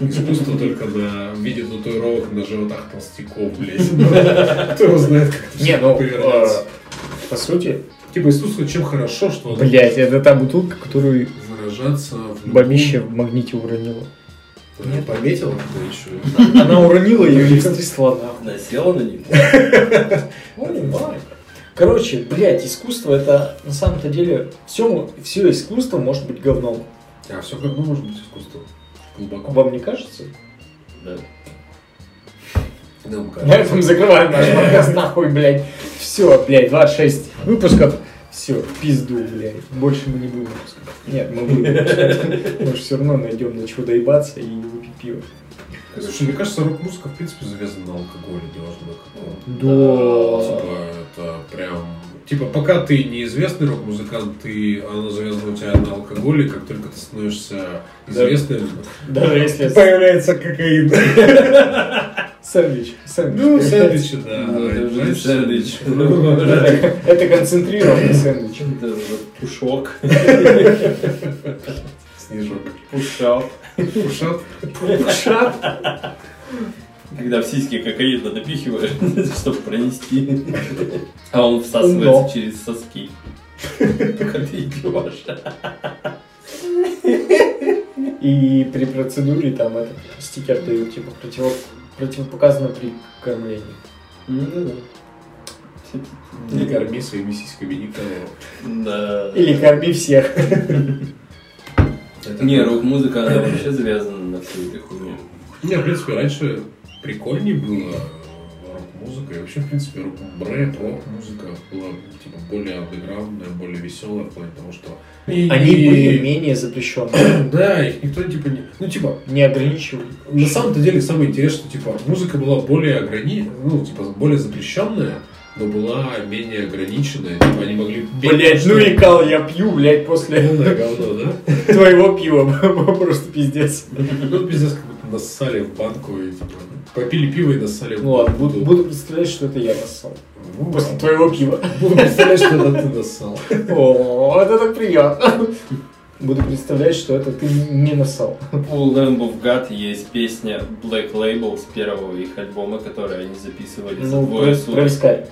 Speaker 1: э, искусство только на в виде татуировок на животах толстяков, блядь. Кто знает, как это
Speaker 3: Не,
Speaker 1: всё
Speaker 3: ну,
Speaker 1: повернется.
Speaker 3: э, по сути,
Speaker 1: Типа искусство чем хорошо, что оно
Speaker 3: блять, это та бутылка, которую
Speaker 1: может выражаться в любом-
Speaker 3: бабища в магните уронила.
Speaker 1: Ты Пометил кто еще?
Speaker 3: Она уронила ее и стрясла нахуй.
Speaker 2: Насела на него?
Speaker 3: Короче, блядь, искусство это на самом-то деле все, все искусство может быть говном.
Speaker 1: А все равно может быть искусство. Глубоко.
Speaker 3: Вам не кажется?
Speaker 2: Да.
Speaker 1: Нам
Speaker 3: На
Speaker 1: кажется.
Speaker 3: этом закрываем наш подкаст, нахуй, блядь. Все, блядь, 26 выпусков. Все, пизду, блядь. Больше мы не будем выпускать. Нет, мы будем выпускать. Мы же все равно найдем на чего доебаться и выпить пиво.
Speaker 1: Слушай, мне кажется, рок-музыка, в принципе, завязана на алкоголе, неважно на каком. Типа,
Speaker 3: Да.
Speaker 1: это прям... Типа, пока ты неизвестный рок-музыкант, ты, оно завязано у тебя на алкоголе, как только ты становишься известным...
Speaker 3: Даже если
Speaker 6: Появляется кокаин.
Speaker 3: сэндвич. Сэндвич.
Speaker 1: Ну, сэндвичи, да.
Speaker 2: Ну, это же не сэндвич.
Speaker 3: Это концентрированный сэндвич.
Speaker 2: Это вот пушок,
Speaker 1: Снежок.
Speaker 2: пушап.
Speaker 1: Пушат.
Speaker 2: Когда в сиськи кокаин напихиваешь, чтобы пронести. А он всасывается
Speaker 3: Но.
Speaker 2: через соски. Пока ты их пиваешь.
Speaker 3: И при процедуре там этот стикер дают, типа, противо... противопоказано при кормлении.
Speaker 1: Не корми своими сиськами никого.
Speaker 2: Да.
Speaker 3: Или корми всех.
Speaker 1: Это
Speaker 2: Не,
Speaker 1: круто.
Speaker 2: рок-музыка, она вообще завязана на всю эту хуйню.
Speaker 1: Не, в принципе, раньше прикольнее было э, рок-музыка. И вообще, в принципе, рок брэд, рок-музыка была типа более андеграундная, более веселая, в плане того, что... И-
Speaker 3: Они
Speaker 1: и-
Speaker 3: были менее запрещенные,
Speaker 1: Да, их никто типа не... Ну, типа,
Speaker 3: не ограничивали.
Speaker 1: на самом-то деле самое интересное, что типа музыка была более ограни... ну, типа, более запрещенная, но была менее ограниченная. Типа они могли петь
Speaker 3: Блять,
Speaker 1: что
Speaker 3: ну и кал я пью, блядь, после
Speaker 1: угодно, говно, да?
Speaker 3: твоего пива. Просто пиздец.
Speaker 1: Ну, пиздец, как будто нассали в банку и типа, попили пиво и нассали в
Speaker 3: Ну ладно,
Speaker 1: банку.
Speaker 3: буду, буду представлять, что это я нассал.
Speaker 1: Ну,
Speaker 3: После твоего пива.
Speaker 1: Буду представлять, что это ты нассал.
Speaker 3: О, вот это приятно. Буду представлять, что это ты не нассал.
Speaker 2: У Lamb of God есть песня Black Label с первого их альбома, который они записывали за
Speaker 3: Ну,
Speaker 2: двое
Speaker 3: про,
Speaker 2: суток.
Speaker 3: про вискарь.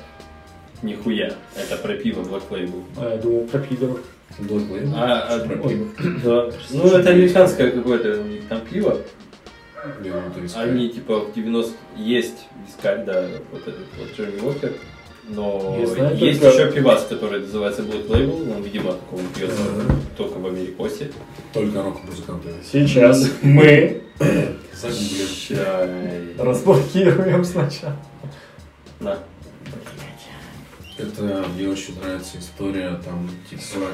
Speaker 2: Нихуя. Это про пиво Black Label.
Speaker 3: А, я думал, про пидоров.
Speaker 1: Black
Speaker 3: Ну,
Speaker 1: Label.
Speaker 2: А, а,
Speaker 1: Про пиво.
Speaker 2: да. Ну, это американское какое-то у них там пиво.
Speaker 1: Не, ну, это вискарь.
Speaker 2: Они типа в 90 есть вискарь, да, вот этот вот Джерри Уокер. Но
Speaker 3: Я знаю
Speaker 2: есть
Speaker 3: только-
Speaker 2: еще пивас, который называется Black Label, он, видимо, такого пьется только в Америкосе.
Speaker 1: Только рок-музыканты.
Speaker 3: Сейчас мы
Speaker 1: Загуглим.
Speaker 2: Чай.
Speaker 3: разблокируем сначала.
Speaker 2: На.
Speaker 1: Это мне очень нравится история, там, типа,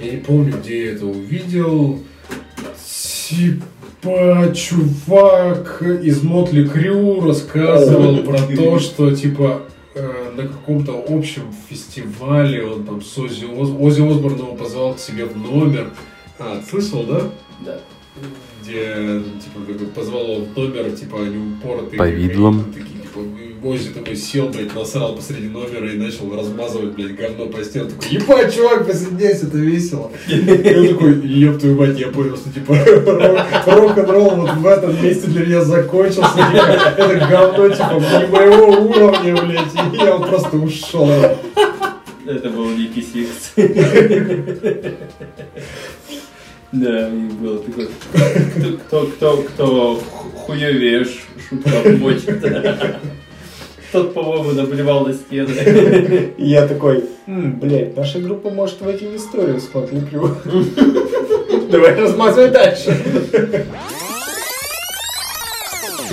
Speaker 1: я не помню, где я это увидел, типа, чувак из Мотли Крю рассказывал про то, что, типа, э, на каком-то общем фестивале он там с Оззи, Оз... Оззи Осборна его позвал к себе в номер. А, слышал, да?
Speaker 2: Да.
Speaker 1: где типа как бы, позвал его в номер, типа они упоротые.
Speaker 7: По видлам.
Speaker 1: Такие, типа, Оззи такой сел, блядь, насрал посреди номера и начал размазывать, блядь, говно по стенам. Такой, ебать, чувак, присоединяйся, это весело. И он такой, еб твою мать, я понял, что типа рок- рок-н-ролл вот в этом месте для меня закончился. Типа, это говно, типа, не моего уровня, блядь. И я вот просто ушел.
Speaker 2: Это был Дикий Сикс. Да, и было такое. Кто, кто, кто, кто хуевее ш- шутка обмочит. Тот, по-моему, наплевал на стены.
Speaker 3: И я такой, «М, блядь, наша группа может войти в историю с Мотли Крю». Давай размазывай дальше.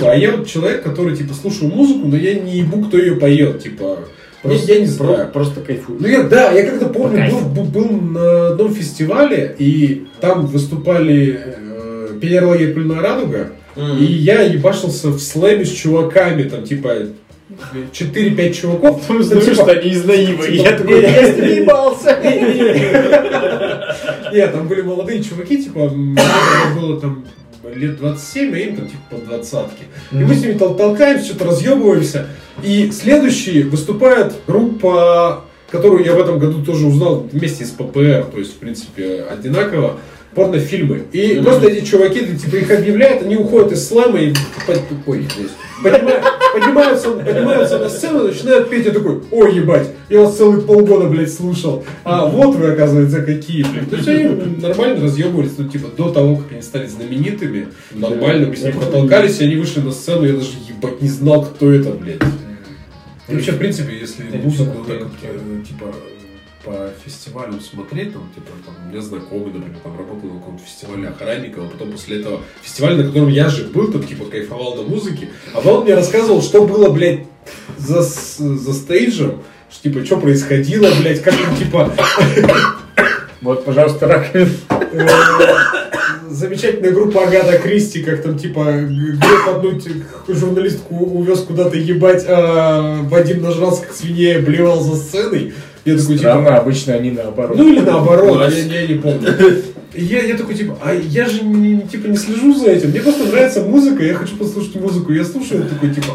Speaker 1: А я вот человек, который, типа, слушаю музыку, но я не ебу, кто ее поет, типа. Я, я не знаю.
Speaker 3: Просто кайфую.
Speaker 1: Ну я, да, я как-то помню, был, был- был на одном фестивале, и там выступали э, пионерлагерь «Пыльная радуга», и я ебашился в слэме с чуваками, там, типа, 4-5 чуваков. Ну,
Speaker 3: Потому
Speaker 1: типа,
Speaker 3: что они из наивы. И я такой, типа, я с ними ебался.
Speaker 1: Нет, там были молодые чуваки, типа, м, наверное, было там лет 27, а им там типа по двадцатке. И мы с ними тол- толкаемся, что-то разъебываемся. И следующие выступает группа, которую я в этом году тоже узнал вместе с ППР, то есть, в принципе, одинаково порнофильмы. И просто эти чуваки, ты, типа, их объявляют, они уходят из слэма и под- ой, то есть, поднима- поднимаются, поднимаются на сцену и начинают петь. Я такой, о, ебать, я вас целых полгода, блядь, слушал. А вот вы, оказывается, какие, блядь. То есть они нормально разъебывались, ну, типа, до того, как они стали знаменитыми, нормально, мы с ними потолкались, и они вышли на сцену, я даже, ебать, не знал, кто это, блядь. И вообще, в принципе, если музыку вот так вот, э, типа, по фестивалям смотреть, там, типа, там, у меня знакомый, например, там, работал на каком-то фестивале охранником, а потом после этого фестиваля, на котором я же был, там, типа, кайфовал на музыке, а он мне рассказывал, что было, блядь, за, с- за стейджем, что, типа, что происходило, блядь, как, там, типа,
Speaker 3: Вот, пожалуйста, раковина.
Speaker 1: Э, замечательная группа Агата Кристи, как там, типа, г- Греф одну т- журналистку увез куда-то ебать, а Вадим нажрался, как свинья, и блевал за сценой. Я такой, типа,
Speaker 3: Странно, обычно они наоборот.
Speaker 1: ну или наоборот, я, я не помню. И Я, я такой, типа, а я же не, типа, не слежу за этим, мне просто нравится музыка, я хочу послушать музыку, я слушаю, такой, типа,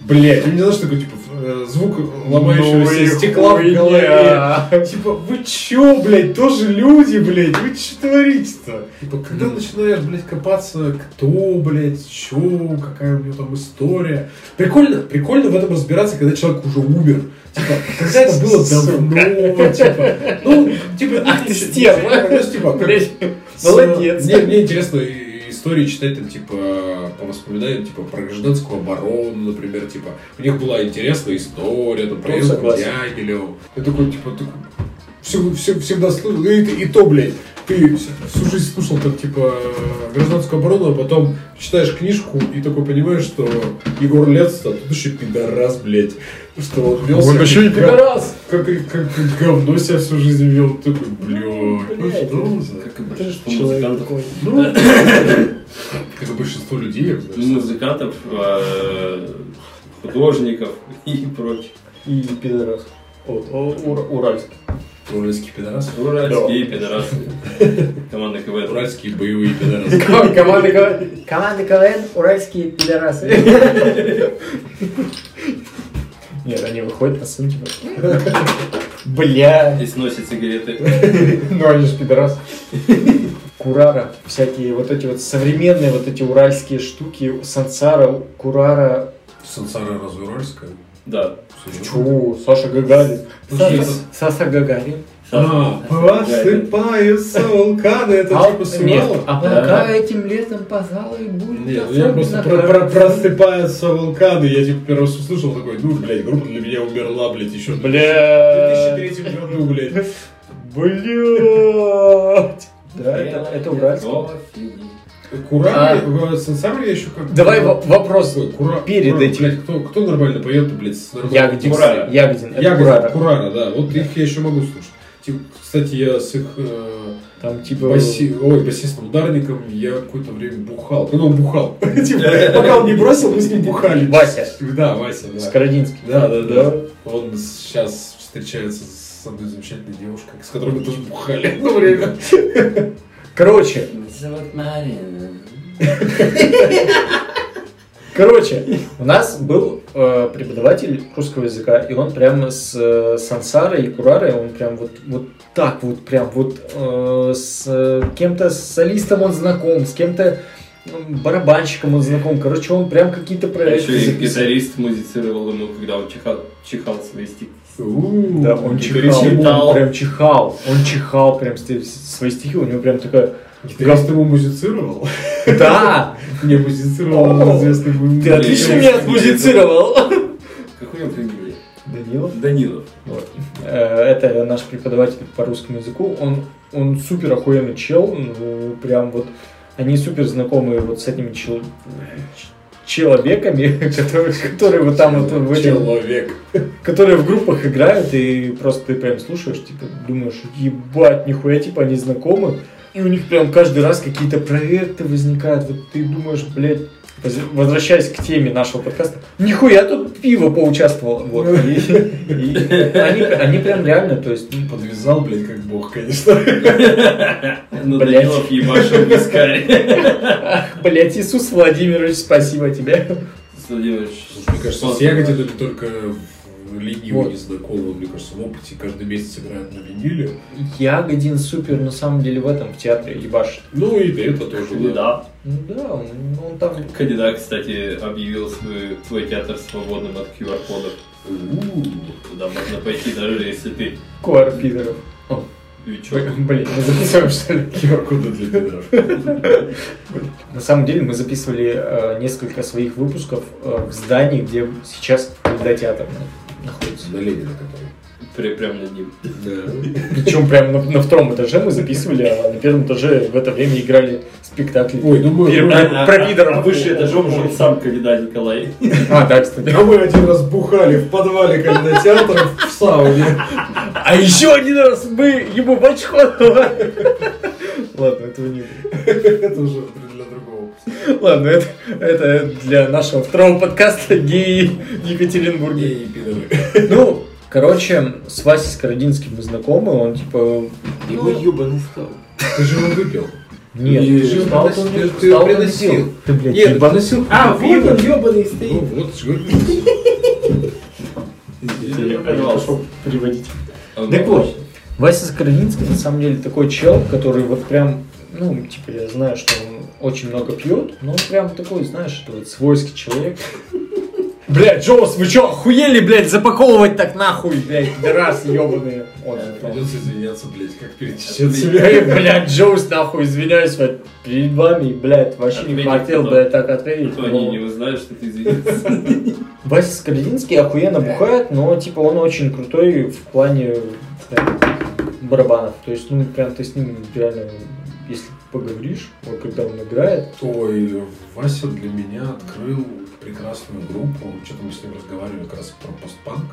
Speaker 1: блядь, у меня, знаешь, такой, типа, э, звук
Speaker 3: Ну
Speaker 1: ломающегося стекла в голове. Типа, вы чё, блядь, тоже люди, блядь, вы чё творите-то? Типа, когда начинаешь, блядь, копаться, кто, блядь, чё, какая у него там история. Прикольно, прикольно в этом разбираться, когда человек уже умер. Типа, когда это было давно, типа, ну, типа, ну,
Speaker 3: ты
Speaker 1: ничего,
Speaker 3: стерва.
Speaker 1: ничего, ну, типа, как
Speaker 3: Блядь,
Speaker 1: с-
Speaker 3: молодец.
Speaker 1: Мне, мне интересно и- истории читать, там, типа, по воспоминаниям, типа, про гражданскую оборону, например, типа, у них была интересная история, там, про
Speaker 3: Ну,
Speaker 1: Ивку
Speaker 3: согласен.
Speaker 1: Дягилеву. Я такой, типа, такой, все, все, всегда слышал, и, ты- и то, блядь, ты всю жизнь слушал, там, типа, гражданскую оборону, а потом читаешь книжку и такой понимаешь, что Егор Лец, а тут еще пидорас, блядь, что он вел себя
Speaker 3: еще и
Speaker 1: как-
Speaker 3: пидорас.
Speaker 1: как, как, как говно себя всю жизнь вел, такой, блядь, ну
Speaker 3: Блядь,
Speaker 1: что за...
Speaker 2: Как и
Speaker 3: Ты
Speaker 2: большинство
Speaker 3: человек
Speaker 2: музыкантов.
Speaker 3: такой.
Speaker 1: Ну, как и большинство
Speaker 2: Ну,
Speaker 1: людей, я бы даже сказал.
Speaker 2: Музыкантов, э, художников и прочих.
Speaker 8: и пидорас. Вот, о- ур- Уральск.
Speaker 1: Уральские пидорасы.
Speaker 2: Уральские пидорасы. Команда КВН.
Speaker 1: Уральские боевые пидорасы.
Speaker 3: Команда говорит,
Speaker 8: Команда КВН, уральские пидорасы.
Speaker 3: Нет, они выходят на сцену, типа... Бля,
Speaker 2: И сносит сигареты.
Speaker 3: ну они же пидорас. Курара, всякие вот эти вот современные вот эти уральские штуки, сансара, курара,
Speaker 1: Сансара ну, разве уральская?
Speaker 2: Да.
Speaker 3: чу, Саша Гагарин.
Speaker 8: Саса Гагарин.
Speaker 1: А, просыпаются вулканы, это типа
Speaker 8: Нет,
Speaker 1: сумело?
Speaker 8: а пока этим летом, пожалуй, будет
Speaker 1: Нет, я просто про- про- просыпаются вулканы, я типа первый раз услышал такой, ну, блядь, группа для меня умерла, блядь, еще в
Speaker 3: Бля,
Speaker 1: 2003 году, блядь.
Speaker 3: блядь. Да, это, это уральский.
Speaker 1: Курами, э, Сансара я еще как
Speaker 3: А. Давай во- вопрос.
Speaker 1: Ой, Кура-
Speaker 3: перед
Speaker 1: Кура-
Speaker 3: этим.
Speaker 1: блядь, кто, кто нормально поет, блядь, с нормальным
Speaker 3: Ягодин.
Speaker 2: Курара.
Speaker 3: Ягодин. это
Speaker 1: Ягода,
Speaker 3: Курара.
Speaker 1: Курара. да. Вот их я еще могу слушать. Типа, кстати, я с их э,
Speaker 3: Там типа...
Speaker 1: баси- ой, басистом ударником я какое-то время бухал. Ну, он бухал. Типа,
Speaker 3: Пока он не бросил,
Speaker 1: Мы с ним бухали.
Speaker 3: Вася.
Speaker 1: Да, Вася, да.
Speaker 3: Скородинский.
Speaker 1: Да, да, да. Он сейчас встречается с одной замечательной девушкой, с которой мы тоже бухали одно время.
Speaker 3: Короче,
Speaker 10: Зовут Марина.
Speaker 3: короче, у нас был э, преподаватель русского языка, и он прям с э, Сансарой и Курарой, он прям вот, вот так вот, прям вот э, с э, кем-то с солистом он знаком, с кем-то м, барабанщиком он знаком, короче, он прям какие-то
Speaker 2: Еще
Speaker 3: проекты
Speaker 2: А и
Speaker 3: записывал.
Speaker 2: гитарист музицировал ему, когда он чихал, чихал свои стихи.
Speaker 3: Да, он чихал,
Speaker 2: Читал.
Speaker 3: он прям чихал, он чихал прям сте- свои стихи, у него прям такая,
Speaker 1: Гитарист ему музицировал.
Speaker 3: да,
Speaker 1: Не музицировал
Speaker 3: О,
Speaker 1: известный
Speaker 3: ты отлично меня отмузицировал.
Speaker 2: Какой он фамилия?
Speaker 3: Данилов.
Speaker 2: Данилов.
Speaker 3: Э, Это наш преподаватель по русскому языку. Он, он супер охуенный чел. ну, Прям вот они супер знакомые вот с этими чел- ч- человеками, которые, которые вот там вот в этих-
Speaker 1: Человек.
Speaker 3: которые в группах играют, и просто ты прям слушаешь, типа, думаешь, ебать, нихуя, типа, они знакомы, и у них прям каждый раз какие-то проекты возникают, вот ты думаешь, блядь, воз- возвращаясь к теме нашего подкаста, нихуя тут пиво поучаствовало, вот, и, и они, они прям реально, то есть, ну,
Speaker 1: Подвязал, блядь, как бог, конечно.
Speaker 2: Ну,
Speaker 3: Блядь.
Speaker 2: Данилов ебашил вискарь.
Speaker 3: блядь, Иисус Владимирович, спасибо тебе.
Speaker 2: Владимирович.
Speaker 1: Слушай, мне кажется, с ягодиной только в ленивый незнакомый, мне кажется, в опыте каждый месяц играют на виниле.
Speaker 3: Ягодин супер, на самом деле, в этом, в театре, ебашит.
Speaker 1: Ну и это тоже, да.
Speaker 2: Да.
Speaker 3: Ну да, он, он там
Speaker 2: Кандида, кстати, объявил свой, свой театр свободным от QR-кодов. Туда можно пойти, даже если ты
Speaker 3: Куарпидоров.
Speaker 2: новичок.
Speaker 3: Блин, мы записываем, что ли?
Speaker 1: QR-коды для пидоров.
Speaker 3: На самом деле мы записывали э, несколько своих выпусков э, в здании, где сейчас театр находится.
Speaker 1: На Ленина, который.
Speaker 2: Пря- Прям над ним.
Speaker 1: Да.
Speaker 3: Причем прямо на, на втором этаже мы записывали, а на первом этаже в это время играли спектакли.
Speaker 1: Ой, ну мы...
Speaker 3: Пир-
Speaker 1: мы-
Speaker 3: а, про пидоров.
Speaker 2: А выше этажом жил сам Кандида Николай.
Speaker 3: А, да, кстати.
Speaker 1: А мы один раз бухали в подвале, когда театр в сауне.
Speaker 3: А еще один раз мы ему в очко давали. Ладно, этого не было.
Speaker 1: Это уже для другого.
Speaker 3: Ладно, это, это для нашего второго подкаста геи Екатеринбурге.
Speaker 1: Геи и пидоры.
Speaker 3: Ну, короче, с Васей Скородинским мы знакомы, он типа...
Speaker 10: Его ебаный стал.
Speaker 1: Ты же его выпил.
Speaker 3: Нет,
Speaker 1: Не,
Speaker 3: ты же
Speaker 1: ты
Speaker 3: стал, ты, он
Speaker 1: приносил,
Speaker 3: не-
Speaker 1: ты
Speaker 3: стал он
Speaker 1: приносил.
Speaker 3: не делал. Ты, блядь,
Speaker 1: Нет,
Speaker 3: ебаный.
Speaker 10: А, вот он ебаный
Speaker 1: Ну
Speaker 10: стоит.
Speaker 1: вот, же говорю.
Speaker 2: Я пожалуйста.
Speaker 3: переводить.
Speaker 2: Он
Speaker 3: Так вот, Вася Скородинский на самом деле такой чел, который вот прям, ну, типа, я знаю, что он очень много пьет, но он прям такой, знаешь, это вот свойский человек. Блядь, Джоус, вы чё, охуели, блядь, запаковывать так нахуй, блядь, раз ебаные. Он же там.
Speaker 1: Придется извиняться, блядь, как перед
Speaker 3: Эй, блядь, Джоус, нахуй, извиняюсь, вот, перед вами, блядь, вообще не
Speaker 2: Ответить
Speaker 3: хотел,
Speaker 2: потом.
Speaker 3: блядь, так ответить.
Speaker 2: Никто они
Speaker 3: но-
Speaker 2: не узнают, что ты извинился.
Speaker 3: Вася Скородинский охуенно бухает, но типа он очень крутой в плане э, барабанов. То есть, ну, прям ты с ним реально, если поговоришь, вот когда он играет,
Speaker 1: Ой, Вася для меня открыл прекрасную группу. Что-то мы с ним разговаривали как раз про постпанк.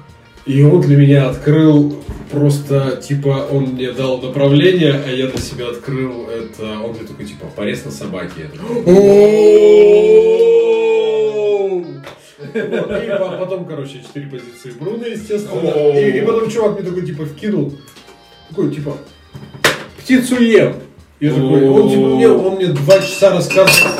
Speaker 1: И он для меня открыл просто, типа, он мне дал направление, а я для себя открыл это. Он мне такой, типа, порез на собаке. Я такой, «О-о-о!» Вот, и по- потом, короче, четыре позиции Бруно, естественно. И, и потом чувак мне такой, типа, вкинул. Такой, типа, птицу ем. Я такой, он типа мне, он мне два часа рассказывал.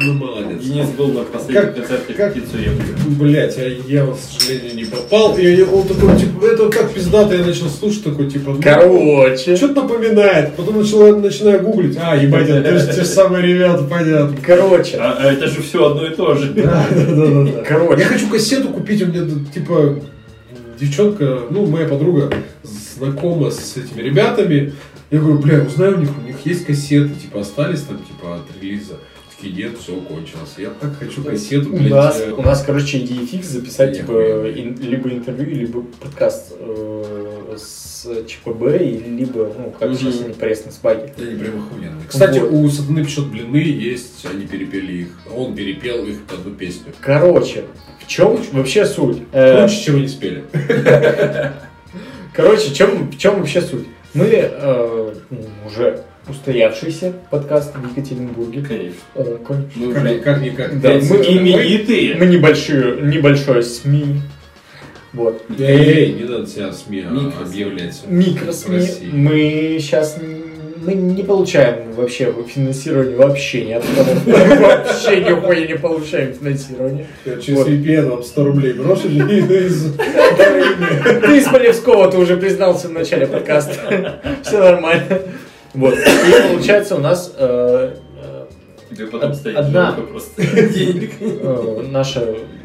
Speaker 1: Ну, молодец.
Speaker 2: Денис был на последнем
Speaker 1: Как-
Speaker 2: концерте
Speaker 1: как-
Speaker 2: птицу ем.
Speaker 1: Блять, а я, вот, к сожалению, не попал. И я- он такой, типа, это как пиздато, я начал слушать, такой, типа, ну,
Speaker 3: Короче.
Speaker 1: что-то напоминает. Потом начала, начинаю гуглить. А, ебать, это же те же самые ребята, понятно.
Speaker 3: Короче.
Speaker 2: А, а это же все одно и то же.
Speaker 1: Да, да, да, да.
Speaker 3: Короче.
Speaker 1: Я хочу кассету купить, у меня тут, типа девчонка, ну, моя подруга знакома с этими ребятами. Я говорю, бля, узнаю у них, у них есть кассеты, типа остались там, типа от релиза. Такие, нет, все, кончилось. Я так хочу кассету,
Speaker 3: У
Speaker 1: блядь.
Speaker 3: нас,
Speaker 1: э,
Speaker 3: у нас, короче, идея фикс записать
Speaker 1: Я
Speaker 3: типа,
Speaker 1: хуй.
Speaker 3: ин- либо интервью, либо подкаст э, с ЧПБ, или либо, ну, как сейчас они пресны с баги.
Speaker 1: Да не прям охуенно. Кстати,
Speaker 3: Вот.
Speaker 1: у Сатаны пишет блины есть, они перепели их. Он перепел их одну песню.
Speaker 3: Короче, в чем вообще суть? Э,
Speaker 1: Лучше, чем они спели.
Speaker 3: Короче, в чем, в чем вообще суть? Мы э, ну, уже устоявшийся подкаст в Екатеринбурге.
Speaker 2: Конечно.
Speaker 3: Э, кон-
Speaker 2: Мы
Speaker 1: Как- Э,
Speaker 2: уже
Speaker 1: Как-никак.
Speaker 3: Да, мы
Speaker 2: именитые.
Speaker 3: Мы небольшое, небольшое СМИ. Вот.
Speaker 1: Эй, не надо себя СМИ
Speaker 2: Микрос.
Speaker 1: объявлять. В
Speaker 3: Микросми.
Speaker 1: России.
Speaker 3: Мы сейчас мы не получаем вообще финансирование вообще ни от кого. Мы Вообще нихуя не получаем финансирование.
Speaker 1: Через
Speaker 3: Вот.
Speaker 1: VPN вам 100 рублей брошили и из-
Speaker 3: Ты из Полевского, ты уже признался в начале подкаста. Все нормально. Вот. И получается у нас э,
Speaker 2: Тебе потом
Speaker 3: Од-
Speaker 2: стоит
Speaker 3: одна.
Speaker 2: жалко просто денег.
Speaker 3: э, наша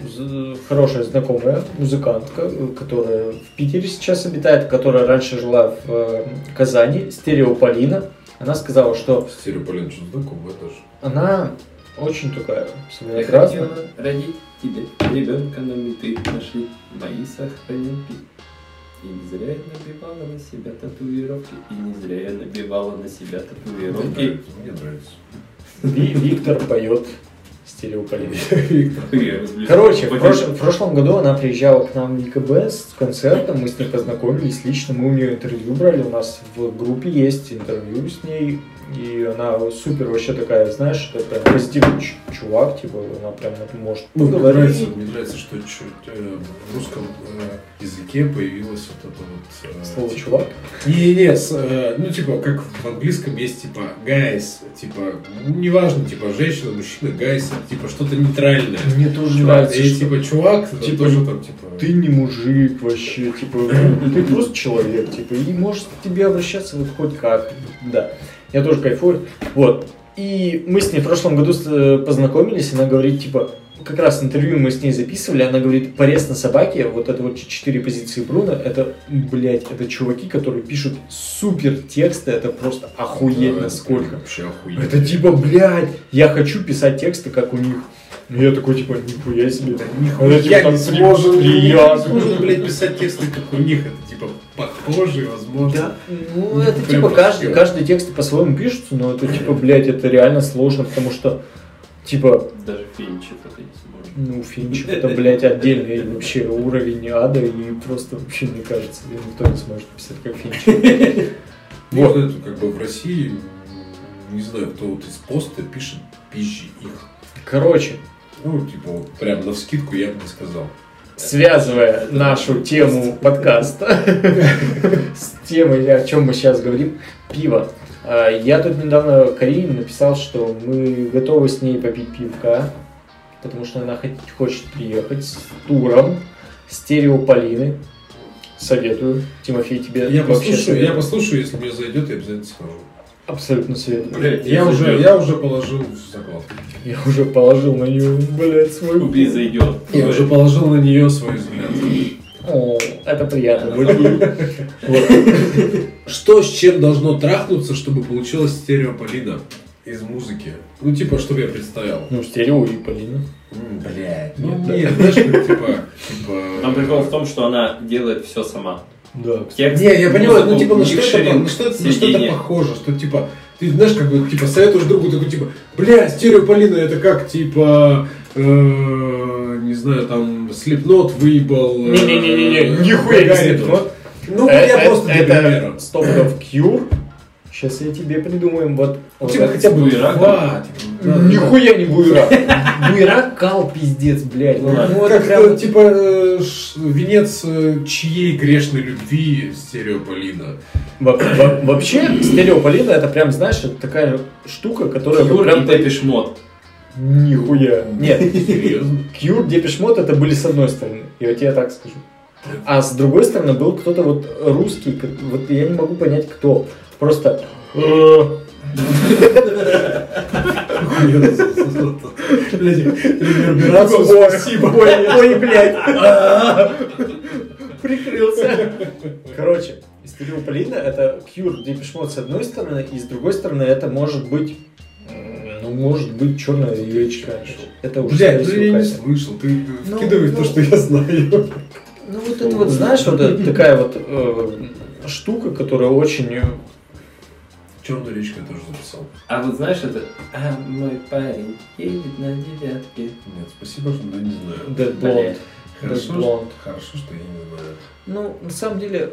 Speaker 3: з- хорошая знакомая музыкантка, э, которая в Питере сейчас обитает, которая раньше жила в э, Казани, Стерео Полина. Она сказала, что
Speaker 1: Стереополин, что знакомое тоже.
Speaker 3: она очень такая
Speaker 2: Я
Speaker 3: своеобразная.
Speaker 2: хотела родить тебе ребенка, но не ты нашли мои сохранилки. И не зря я набивала на себя татуировки. И не зря я набивала на себя татуировки.
Speaker 1: Мне нравится.
Speaker 3: Ви- Виктор поет Стерео Полина.
Speaker 2: Ну, Я разбежался.
Speaker 3: Короче, в,
Speaker 2: Потом-
Speaker 3: прош- в прошлом году она приезжала к нам в ЕКБ с концертом, мы с ней познакомились лично, мы у нее интервью брали, у нас в группе есть интервью с ней, и она супер вообще такая, знаешь, это прям позитивный ч- чувак, типа, она прям вот может
Speaker 1: Ну, мне
Speaker 3: поговорить.
Speaker 1: нравится, мне нравится, что чуть, э, в русском э, языке появилось вот это вот... э,
Speaker 3: Слово
Speaker 1: типа-
Speaker 3: чувак.
Speaker 1: Не-не, с, э, ну, типа, как в английском есть, типа, guys, типа, неважно, типа, женщина, мужчина, guys, это, типа, что-то нейтральное.
Speaker 3: Мне тоже
Speaker 1: Чувак,
Speaker 3: нравится,
Speaker 1: и,
Speaker 3: что
Speaker 1: типа, чувак, это
Speaker 3: типа,
Speaker 1: тоже там, типа...
Speaker 3: ты не мужик вообще, типа, ты просто человек, типа, и может к тебе обращаться вот хоть как. Да, я тоже кайфую. Вот. И мы с ней в прошлом году с- э, познакомились, она говорит, типа, как раз интервью мы с ней записывали, она говорит, порез на собаке, вот это вот четыре позиции Бруно, это, блядь, это чуваки, которые пишут супер тексты, это просто охуеть
Speaker 1: Да, это
Speaker 3: насколько.
Speaker 1: Вообще охуенно.
Speaker 3: Это типа, блядь, я хочу писать тексты, как у них. Я такой, типа, нихуя себе. Это, типа,
Speaker 1: Я
Speaker 3: так
Speaker 1: не
Speaker 3: при-
Speaker 1: сможен, я не
Speaker 3: приятно.
Speaker 1: сможен, блядь, писать тексты, как у них. Это, типа, похожие, возможно.
Speaker 3: Да, ну это
Speaker 1: Прям
Speaker 3: типа каждый,
Speaker 1: вообще.
Speaker 3: каждый текст по-своему пишется, но это типа, блядь, это реально сложно, потому что, типа,
Speaker 2: Даже Финч это не сможет.
Speaker 3: ну, Финчик, это, блядь, отдельный вообще уровень ада, и просто вообще, мне кажется, никто не сможет писать как Финчик.
Speaker 1: Ну,
Speaker 3: Вот.
Speaker 1: это как бы в России, м, не знаю, кто вот из поста пишет пизжи их.
Speaker 3: Короче,
Speaker 1: Ну, типа, вот прям на вскидку я бы не сказал.
Speaker 3: связывая нашу тему подкаста с темой, о чем мы сейчас говорим, пиво. А, Я тут недавно Карине написал, что мы готовы с ней попить пивка, потому что она хот- хочет приехать с туром стерео Полины. Советую, Тимофей, тебе
Speaker 1: Я
Speaker 3: вообще
Speaker 1: послушаю, я
Speaker 3: советую.
Speaker 1: послушаю, если мне зайдет, я обязательно схожу.
Speaker 3: Абсолютно советую.
Speaker 2: Блядь,
Speaker 1: Я
Speaker 2: не
Speaker 1: уже,
Speaker 2: зайдет.
Speaker 1: я уже положил в закладку.
Speaker 3: Я уже положил на нее, блядь, свою...
Speaker 2: Убей зайдет.
Speaker 1: Я уже положил на нее свой взгляд.
Speaker 3: О, это приятно.
Speaker 1: Что с чем должно трахнуться, чтобы получилась стереополина из музыки? Ну, типа, чтобы я представил.
Speaker 3: Ну, стерео и Полина.
Speaker 1: Блять. Ну, нет, знаешь, как, типа, типа...
Speaker 2: Там прикол в том, что она делает все сама.
Speaker 3: Да.
Speaker 2: Текст,
Speaker 1: Не, я понимаю, ну
Speaker 2: музыку,
Speaker 1: типа на что это,
Speaker 2: микшеринг,
Speaker 1: на что это, на что это
Speaker 2: сиденье.
Speaker 1: похоже, что типа ты знаешь, как бы типа советуешь другу такой типа, бля, стереополина это как типа э, не знаю, там слепнот выебал. э,
Speaker 3: Не-не-не-не, нихуя не
Speaker 1: Гагарину».
Speaker 3: слепнот.
Speaker 1: Ну,
Speaker 3: Э,
Speaker 1: я
Speaker 3: э,
Speaker 1: просто для примера.
Speaker 3: Это Stop Cure. Сейчас я тебе придумаем вот...
Speaker 1: Ну,
Speaker 3: вот
Speaker 1: Типа
Speaker 3: это.
Speaker 1: хотя бы
Speaker 2: Ну, и раком.
Speaker 1: два, типа,
Speaker 3: Нихуя не буйра. Буйра кал, пиздец, блядь. Ну,
Speaker 1: Ну,
Speaker 3: это
Speaker 1: как
Speaker 3: прям
Speaker 1: э,
Speaker 3: вот-
Speaker 1: типа э, ш- венец э, чьей грешной любви стереополина.
Speaker 3: Во- во- Вообще, стереополина это прям, знаешь, это такая штука, которая вот
Speaker 2: Юр
Speaker 3: прям...
Speaker 2: и Депешмот.
Speaker 3: Нихуя. Нет,
Speaker 1: Серьезно?
Speaker 3: Кьюр, Депешмот это были с одной стороны. Я тебе так скажу. А с другой стороны был кто-то вот русский, как- вот я не могу понять кто. Просто... э,
Speaker 18: Реверберация.
Speaker 3: Ой, ой, ой, блядь. Прикрылся. Короче, стереополина это Кьюр, Депешмот с одной стороны, и с другой стороны это может быть... м, Ну, может быть, черная яичко. Это уже...
Speaker 1: Блядь,
Speaker 3: скорее
Speaker 1: ну
Speaker 3: всего,
Speaker 1: я не
Speaker 3: Катя.
Speaker 1: слышал, ты э,
Speaker 3: Ну,
Speaker 1: вкидывай то,
Speaker 3: ну.
Speaker 1: что я знаю.
Speaker 3: Ну вот это вот, знаешь, вот это такая вот э, штука, которая очень... э,
Speaker 1: Черную речку я тоже записал.
Speaker 2: А вот знаешь это? А мой парень едет на девятке.
Speaker 1: Нет, спасибо, что я не знаю.
Speaker 3: Dead Blonde.
Speaker 1: Хорошо,
Speaker 3: Dead Blonde.
Speaker 1: что- хорошо, что я не знаю.
Speaker 3: Ну, на самом деле,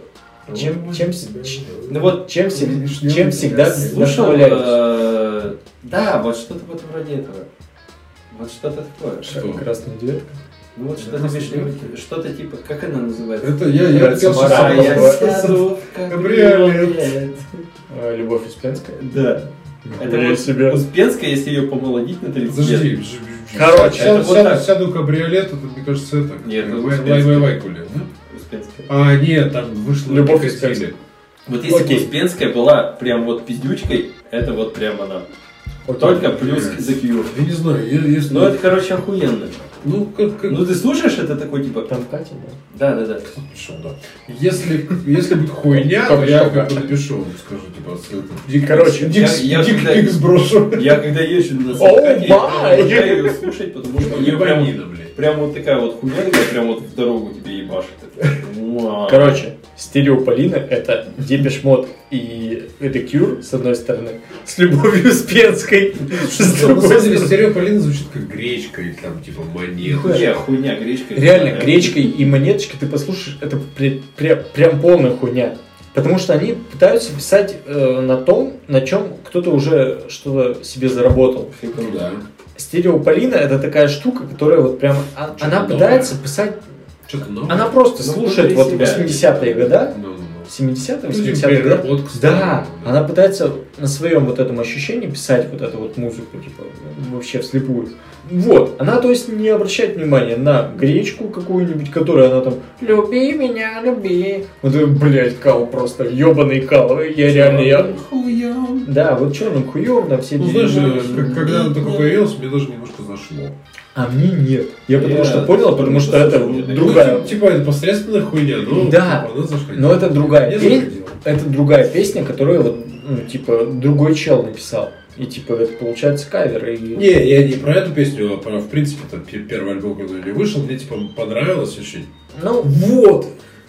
Speaker 3: чем, чем, с- ч-
Speaker 2: Ну вот,
Speaker 3: чем, всег-
Speaker 1: Лишнего
Speaker 3: чем
Speaker 1: не
Speaker 3: всегда
Speaker 2: слушал.
Speaker 3: вдохновляюсь?
Speaker 2: э, Да, вот что-то вот вроде этого. Вот что-то такое.
Speaker 1: Что?
Speaker 3: Красная девятка.
Speaker 2: Ну вот что-то вишневое, что-то типа, как она называется?
Speaker 1: Это я, я
Speaker 3: Нравится
Speaker 1: хотел сейчас
Speaker 3: мораль.
Speaker 2: А я
Speaker 1: назвать.
Speaker 2: сяду в кабриолет.
Speaker 1: Кабриолет.
Speaker 3: Э, Любовь Успенская.
Speaker 2: Да. Это
Speaker 3: Нихуя
Speaker 2: вот
Speaker 3: себе.
Speaker 2: Успенская, если ее помолодить на 30 лет.
Speaker 1: Подожди.
Speaker 3: Короче,
Speaker 1: сяду,
Speaker 2: это вот
Speaker 1: сяду-
Speaker 2: так.
Speaker 1: сяду в кабриолет, это, мне кажется, это.
Speaker 2: Нет, это
Speaker 1: вай
Speaker 2: Успенский.
Speaker 1: вай вай Куля, да?
Speaker 2: Успенская.
Speaker 1: ну. А, нет, там вышла
Speaker 3: Любовь
Speaker 1: Екатерина.
Speaker 3: Успенская.
Speaker 2: Вот если бы
Speaker 3: Окей.
Speaker 2: Успенская была прям вот пиздючкой, это вот прям она. Только плюс за Кью.
Speaker 1: Я не знаю, я, если...
Speaker 2: Ну это, короче, охуенно.
Speaker 1: Ну, как... как...
Speaker 2: Ну ты слушаешь это такой типа...
Speaker 3: Там Катя, да?
Speaker 2: Да, да, да.
Speaker 1: Напишу, да. Если, если будет хуйня, то я как бы напишу, скажу, типа, с это- дик-
Speaker 3: Короче,
Speaker 1: дикс,
Speaker 2: я- я
Speaker 1: дик-
Speaker 2: когда-
Speaker 1: дикс брошу.
Speaker 2: Я когда езжу на
Speaker 3: Oh
Speaker 2: самокате, я
Speaker 3: my!
Speaker 2: обожаю ее слушать, потому что мне прям,
Speaker 1: Ебанина, блядь.
Speaker 2: прям вот такая вот хуйня, прям вот в дорогу тебе ебашит. Муа.
Speaker 3: Короче, стереополина это Депешмот и это Кьюр, с одной стороны, с Любовью Успенской, с
Speaker 1: Ну, На
Speaker 3: другой
Speaker 1: самом деле,
Speaker 3: стороны.
Speaker 1: стереополина звучит как гречка или там, типа, монета.
Speaker 2: Хуйня, Э, хуйня, гречка.
Speaker 3: Реально, гречкой и монеточкой ты послушаешь, это пре- пре- прям полная хуйня. Потому что они пытаются писать э, на том, на чем кто-то уже что-то себе заработал.
Speaker 1: Ну да.
Speaker 3: Стереополина это такая штука, которая вот прям... а-
Speaker 1: Чё-то
Speaker 3: она
Speaker 1: новое.
Speaker 3: пытается писать...
Speaker 1: Что-то новое.
Speaker 3: Она просто
Speaker 2: Ну,
Speaker 3: слушает
Speaker 2: внутри
Speaker 3: вот
Speaker 2: себя.
Speaker 3: 80-е года.
Speaker 1: Ну, ну, ну.
Speaker 3: 70-е,
Speaker 1: Ну, типа,
Speaker 3: 80-е года.
Speaker 1: переработка
Speaker 3: Да,
Speaker 1: старого, да.
Speaker 3: она пытается на своем вот этом ощущении писать вот эту вот музыку, типа, вообще вслепую. Вот, она, то есть, не обращает внимания на гречку какую-нибудь, которую она там «люби меня, люби». Вот, это, блядь, кал просто, ебаный кал, я реально, я...
Speaker 2: Хуя.
Speaker 3: Да, вот черным хуем, да, все...
Speaker 1: Ну,
Speaker 3: дерьмо.
Speaker 1: знаешь, э, как- когда она
Speaker 3: Ну,
Speaker 1: только появилась, мне даже немножко зашло.
Speaker 3: А мне нет. Я потому
Speaker 2: Я-
Speaker 3: что понял, потому что это
Speaker 1: Ну,
Speaker 3: другая...
Speaker 1: ти- типа, это посредственная хуйня, но
Speaker 3: Да.
Speaker 1: типа, она заходила.
Speaker 3: Но это другая
Speaker 1: Я
Speaker 3: песня.
Speaker 1: заходил.
Speaker 3: Это другая песня, которую вот, ну, типа, другой чел написал. И, типа, это получается кавер, и...
Speaker 1: Не, я не про эту песню, а про, в принципе, там, пе- первый альбом, который у нее вышел, мне, типа, понравилось очень.
Speaker 3: Ну,
Speaker 1: Вот!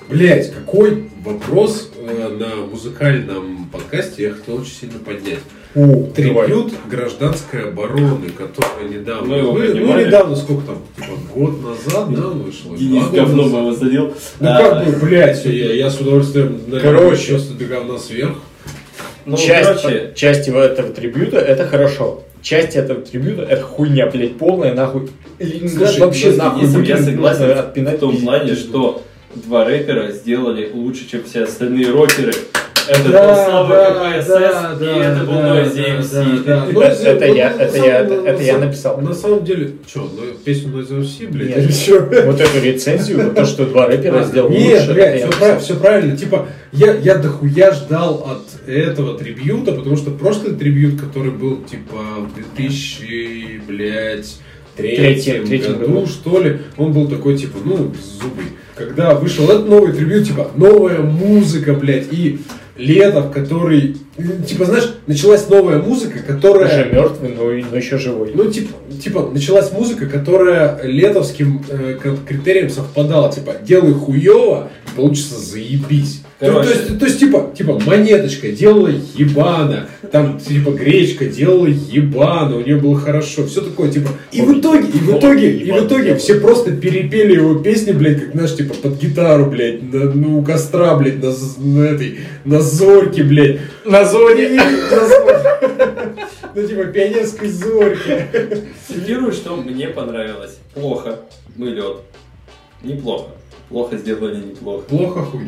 Speaker 1: Блять, какой вопрос э, на музыкальном подкасте я хотел очень сильно поднять.
Speaker 3: О,
Speaker 1: Трибют гражданской обороны, которая недавно...
Speaker 2: Мы его
Speaker 1: вы- ну,
Speaker 2: поднимали.
Speaker 1: недавно, сколько там, типа, год назад, да, вышла?
Speaker 2: Денис
Speaker 1: Два года
Speaker 2: говно
Speaker 1: назад.
Speaker 2: его залил.
Speaker 1: Ну,
Speaker 2: А,
Speaker 1: как бы, блядь, я, я с удовольствием, наверное, Короче. сейчас до говна сверх.
Speaker 2: Ну,
Speaker 3: часть,
Speaker 2: короче,
Speaker 3: часть его этого трибюта это хорошо. Часть этого трибюта это хуйня, блядь, полная, нахуй. Ленинград
Speaker 1: Слушай,
Speaker 3: вообще
Speaker 1: Денис,
Speaker 3: нахуй
Speaker 2: Денисов, я
Speaker 3: выкинуть
Speaker 2: согласен
Speaker 3: нужно, отпинать
Speaker 2: в том
Speaker 3: пиздец.
Speaker 2: плане, что два рэпера сделали лучше, чем все остальные рокеры. Это
Speaker 3: Да,
Speaker 2: был Слава
Speaker 3: да,
Speaker 2: КПСС,
Speaker 3: да,
Speaker 2: и это был
Speaker 3: да,
Speaker 2: Noise
Speaker 3: да,
Speaker 2: MC.
Speaker 3: да, да.
Speaker 1: Ну,
Speaker 3: Это- «Э, это
Speaker 1: ну,
Speaker 3: я-
Speaker 1: на
Speaker 3: это
Speaker 1: самом-
Speaker 3: я-
Speaker 1: на-
Speaker 3: это
Speaker 1: на
Speaker 3: я
Speaker 1: самом-
Speaker 3: написал.
Speaker 1: На самом деле, что, ну, песню Noise MC, блядь,
Speaker 3: Нет.
Speaker 1: или что?
Speaker 3: Вот эту рецензию, вот то, что два рэпера сделали
Speaker 1: Нет,
Speaker 3: лучше, это
Speaker 1: блядь,
Speaker 3: я
Speaker 1: все,
Speaker 3: написал.
Speaker 1: правильно. Типа, я, я дохуя ждал от этого трибьюта, потому что прошлый трибьют, который был, типа, в 2000, блядь, третьем,
Speaker 3: Третьем, третьем
Speaker 1: году,
Speaker 3: году.
Speaker 1: что ли, он был такой, типа, ну, беззубый. Когда вышел этот новый трибьют, типа, новая музыка, блядь, и Летов, который, э, типа, знаешь, началась новая музыка, которая...
Speaker 3: Уже мертвый, но, и- но еще живой.
Speaker 1: Ну, типа, типа, началась музыка, которая летовским э, к- критериям совпадала. Типа, делай хуево, и получится заебись. То,
Speaker 2: Короче.
Speaker 1: то есть, то есть, типа, типа, монеточка делала ебано, там, типа, гречка делала ебано, у нее было хорошо, все такое, типа. И в итоге, и в итоге, и в итоге все просто перепели его песни, блядь, как наш, типа, под гитару, блядь, на, ну, у костра, блядь, Ну, на, з- на этой, на зорьке, блядь.
Speaker 3: На зоне!
Speaker 1: И-
Speaker 9: Ну, типа, пионерской зорьки.
Speaker 2: Цитирую, что мне понравилось. Плохо. Мы лед. Неплохо. Плохо сделали неплохо.
Speaker 1: Плохо хуйня.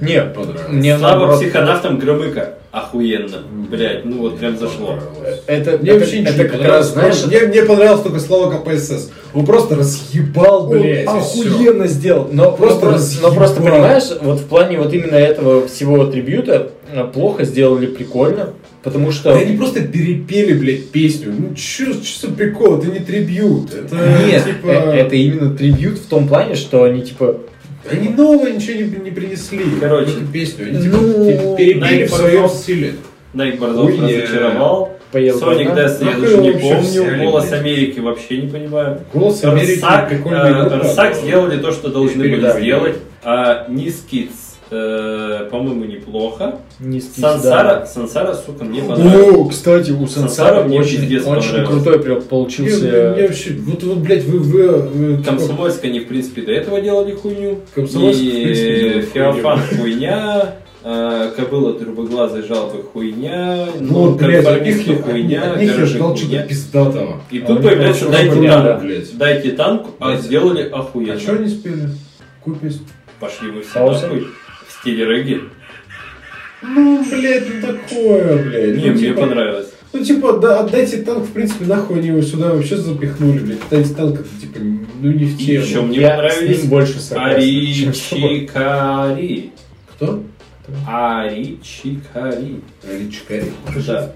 Speaker 3: Не,
Speaker 1: понравилось.
Speaker 3: мне
Speaker 2: Слава
Speaker 3: наоборот.
Speaker 2: психонавтам Громыка. Охуенно. Блять, ну вот прям зашло.
Speaker 1: Понравилось.
Speaker 3: Это,
Speaker 1: Мне
Speaker 3: это-
Speaker 1: вообще ничего
Speaker 3: это
Speaker 1: не
Speaker 3: как раз,
Speaker 1: понравилось.
Speaker 3: знаешь,
Speaker 1: мне, мне понравилось только слово КПСС. Он просто разъебал,
Speaker 3: Он
Speaker 1: блядь. и всё.
Speaker 3: охуенно сделал. Но
Speaker 1: Просто
Speaker 3: просто, но
Speaker 1: разъебал.
Speaker 3: просто понимаешь, вот в плане вот именно этого всего атрибюта э, плохо сделали прикольно, потому что
Speaker 1: Да они просто перепели, блядь, песню. Ну, чё, чё за прикол? Это не трибьют. Это,
Speaker 3: нет,
Speaker 1: типа...
Speaker 3: э, это именно трибют в том плане, что они типа
Speaker 1: Они нового ничего не, не принесли.
Speaker 2: Короче.
Speaker 1: Эту песню. Они, типа,
Speaker 3: Ну,
Speaker 1: пе- перепели
Speaker 2: Найк
Speaker 1: в своем
Speaker 2: Борзов.
Speaker 1: стиле.
Speaker 2: Найк Борзов
Speaker 1: Хуйня.
Speaker 2: разочаровал.
Speaker 3: поел
Speaker 2: Соник
Speaker 3: говна.
Speaker 2: Дэс я
Speaker 1: Нахуй
Speaker 2: даже
Speaker 1: его
Speaker 2: не
Speaker 1: вообще
Speaker 2: помню.
Speaker 1: взяли,
Speaker 2: Голос
Speaker 1: блядь?
Speaker 2: Америки вообще не понимаю.
Speaker 1: Голос Америки
Speaker 2: Рсак,
Speaker 1: прикольная
Speaker 2: э,
Speaker 1: группа,
Speaker 2: Рсак
Speaker 1: но-
Speaker 2: сделали то, что должны были
Speaker 1: Передавили.
Speaker 2: сделать. А Низ Kids, э, по-моему, неплохо.
Speaker 3: Низкий, да.
Speaker 2: Сансара, Сансара, сука, мне понравилось.
Speaker 3: О, кстати, у Сансара
Speaker 2: Сансара мне
Speaker 3: очень,
Speaker 2: пиздец
Speaker 3: очень
Speaker 2: понравилось.
Speaker 3: крутой прям
Speaker 1: Мне- мне- мне
Speaker 3: получился.
Speaker 1: вообще, вот, вот, блядь, вы, вы, вы типа,
Speaker 2: Комсомольск они, в принципе, до этого делали хуйню.
Speaker 1: Комсомольск, в принципе,
Speaker 2: И
Speaker 1: делает хуйню.
Speaker 2: Феофан хуйня. э, Кобыла трубоглазой жалобы хуйня.
Speaker 1: Ну,
Speaker 2: Ну,
Speaker 1: вот, блядь, от них,
Speaker 2: конформисты
Speaker 1: я-
Speaker 2: хуйня.
Speaker 1: от них я
Speaker 2: гаражи
Speaker 1: ждал
Speaker 2: хуйня.
Speaker 1: что-то пиздатого.
Speaker 2: И
Speaker 1: А
Speaker 2: тут
Speaker 1: они
Speaker 2: появляется
Speaker 1: прям
Speaker 2: «Дайте
Speaker 1: хуйня,
Speaker 2: танк».
Speaker 1: блядь.
Speaker 2: Дайте танку, а
Speaker 1: Блядь.
Speaker 2: сделали
Speaker 1: А что
Speaker 2: охуенно.
Speaker 1: они А спели? Купись.
Speaker 2: Пошли вы все нахуй. В стиле регги.
Speaker 1: Ну, блядь, ну такое, блядь.
Speaker 2: Не,
Speaker 1: ну,
Speaker 2: мне
Speaker 1: типа,
Speaker 2: понравилось.
Speaker 1: ну, типа, да, отдайте танк, в принципе, нахуй они его сюда вообще запихнули, блядь. Отдайте танк, это, типа, ну не в
Speaker 2: И
Speaker 1: тему.
Speaker 2: еще мне
Speaker 3: Я с
Speaker 2: понравились
Speaker 3: ним больше согласен, чем с тобой.
Speaker 2: Аричикари.
Speaker 1: Кто?
Speaker 2: Аричикари.
Speaker 1: Ричкари.
Speaker 2: Да.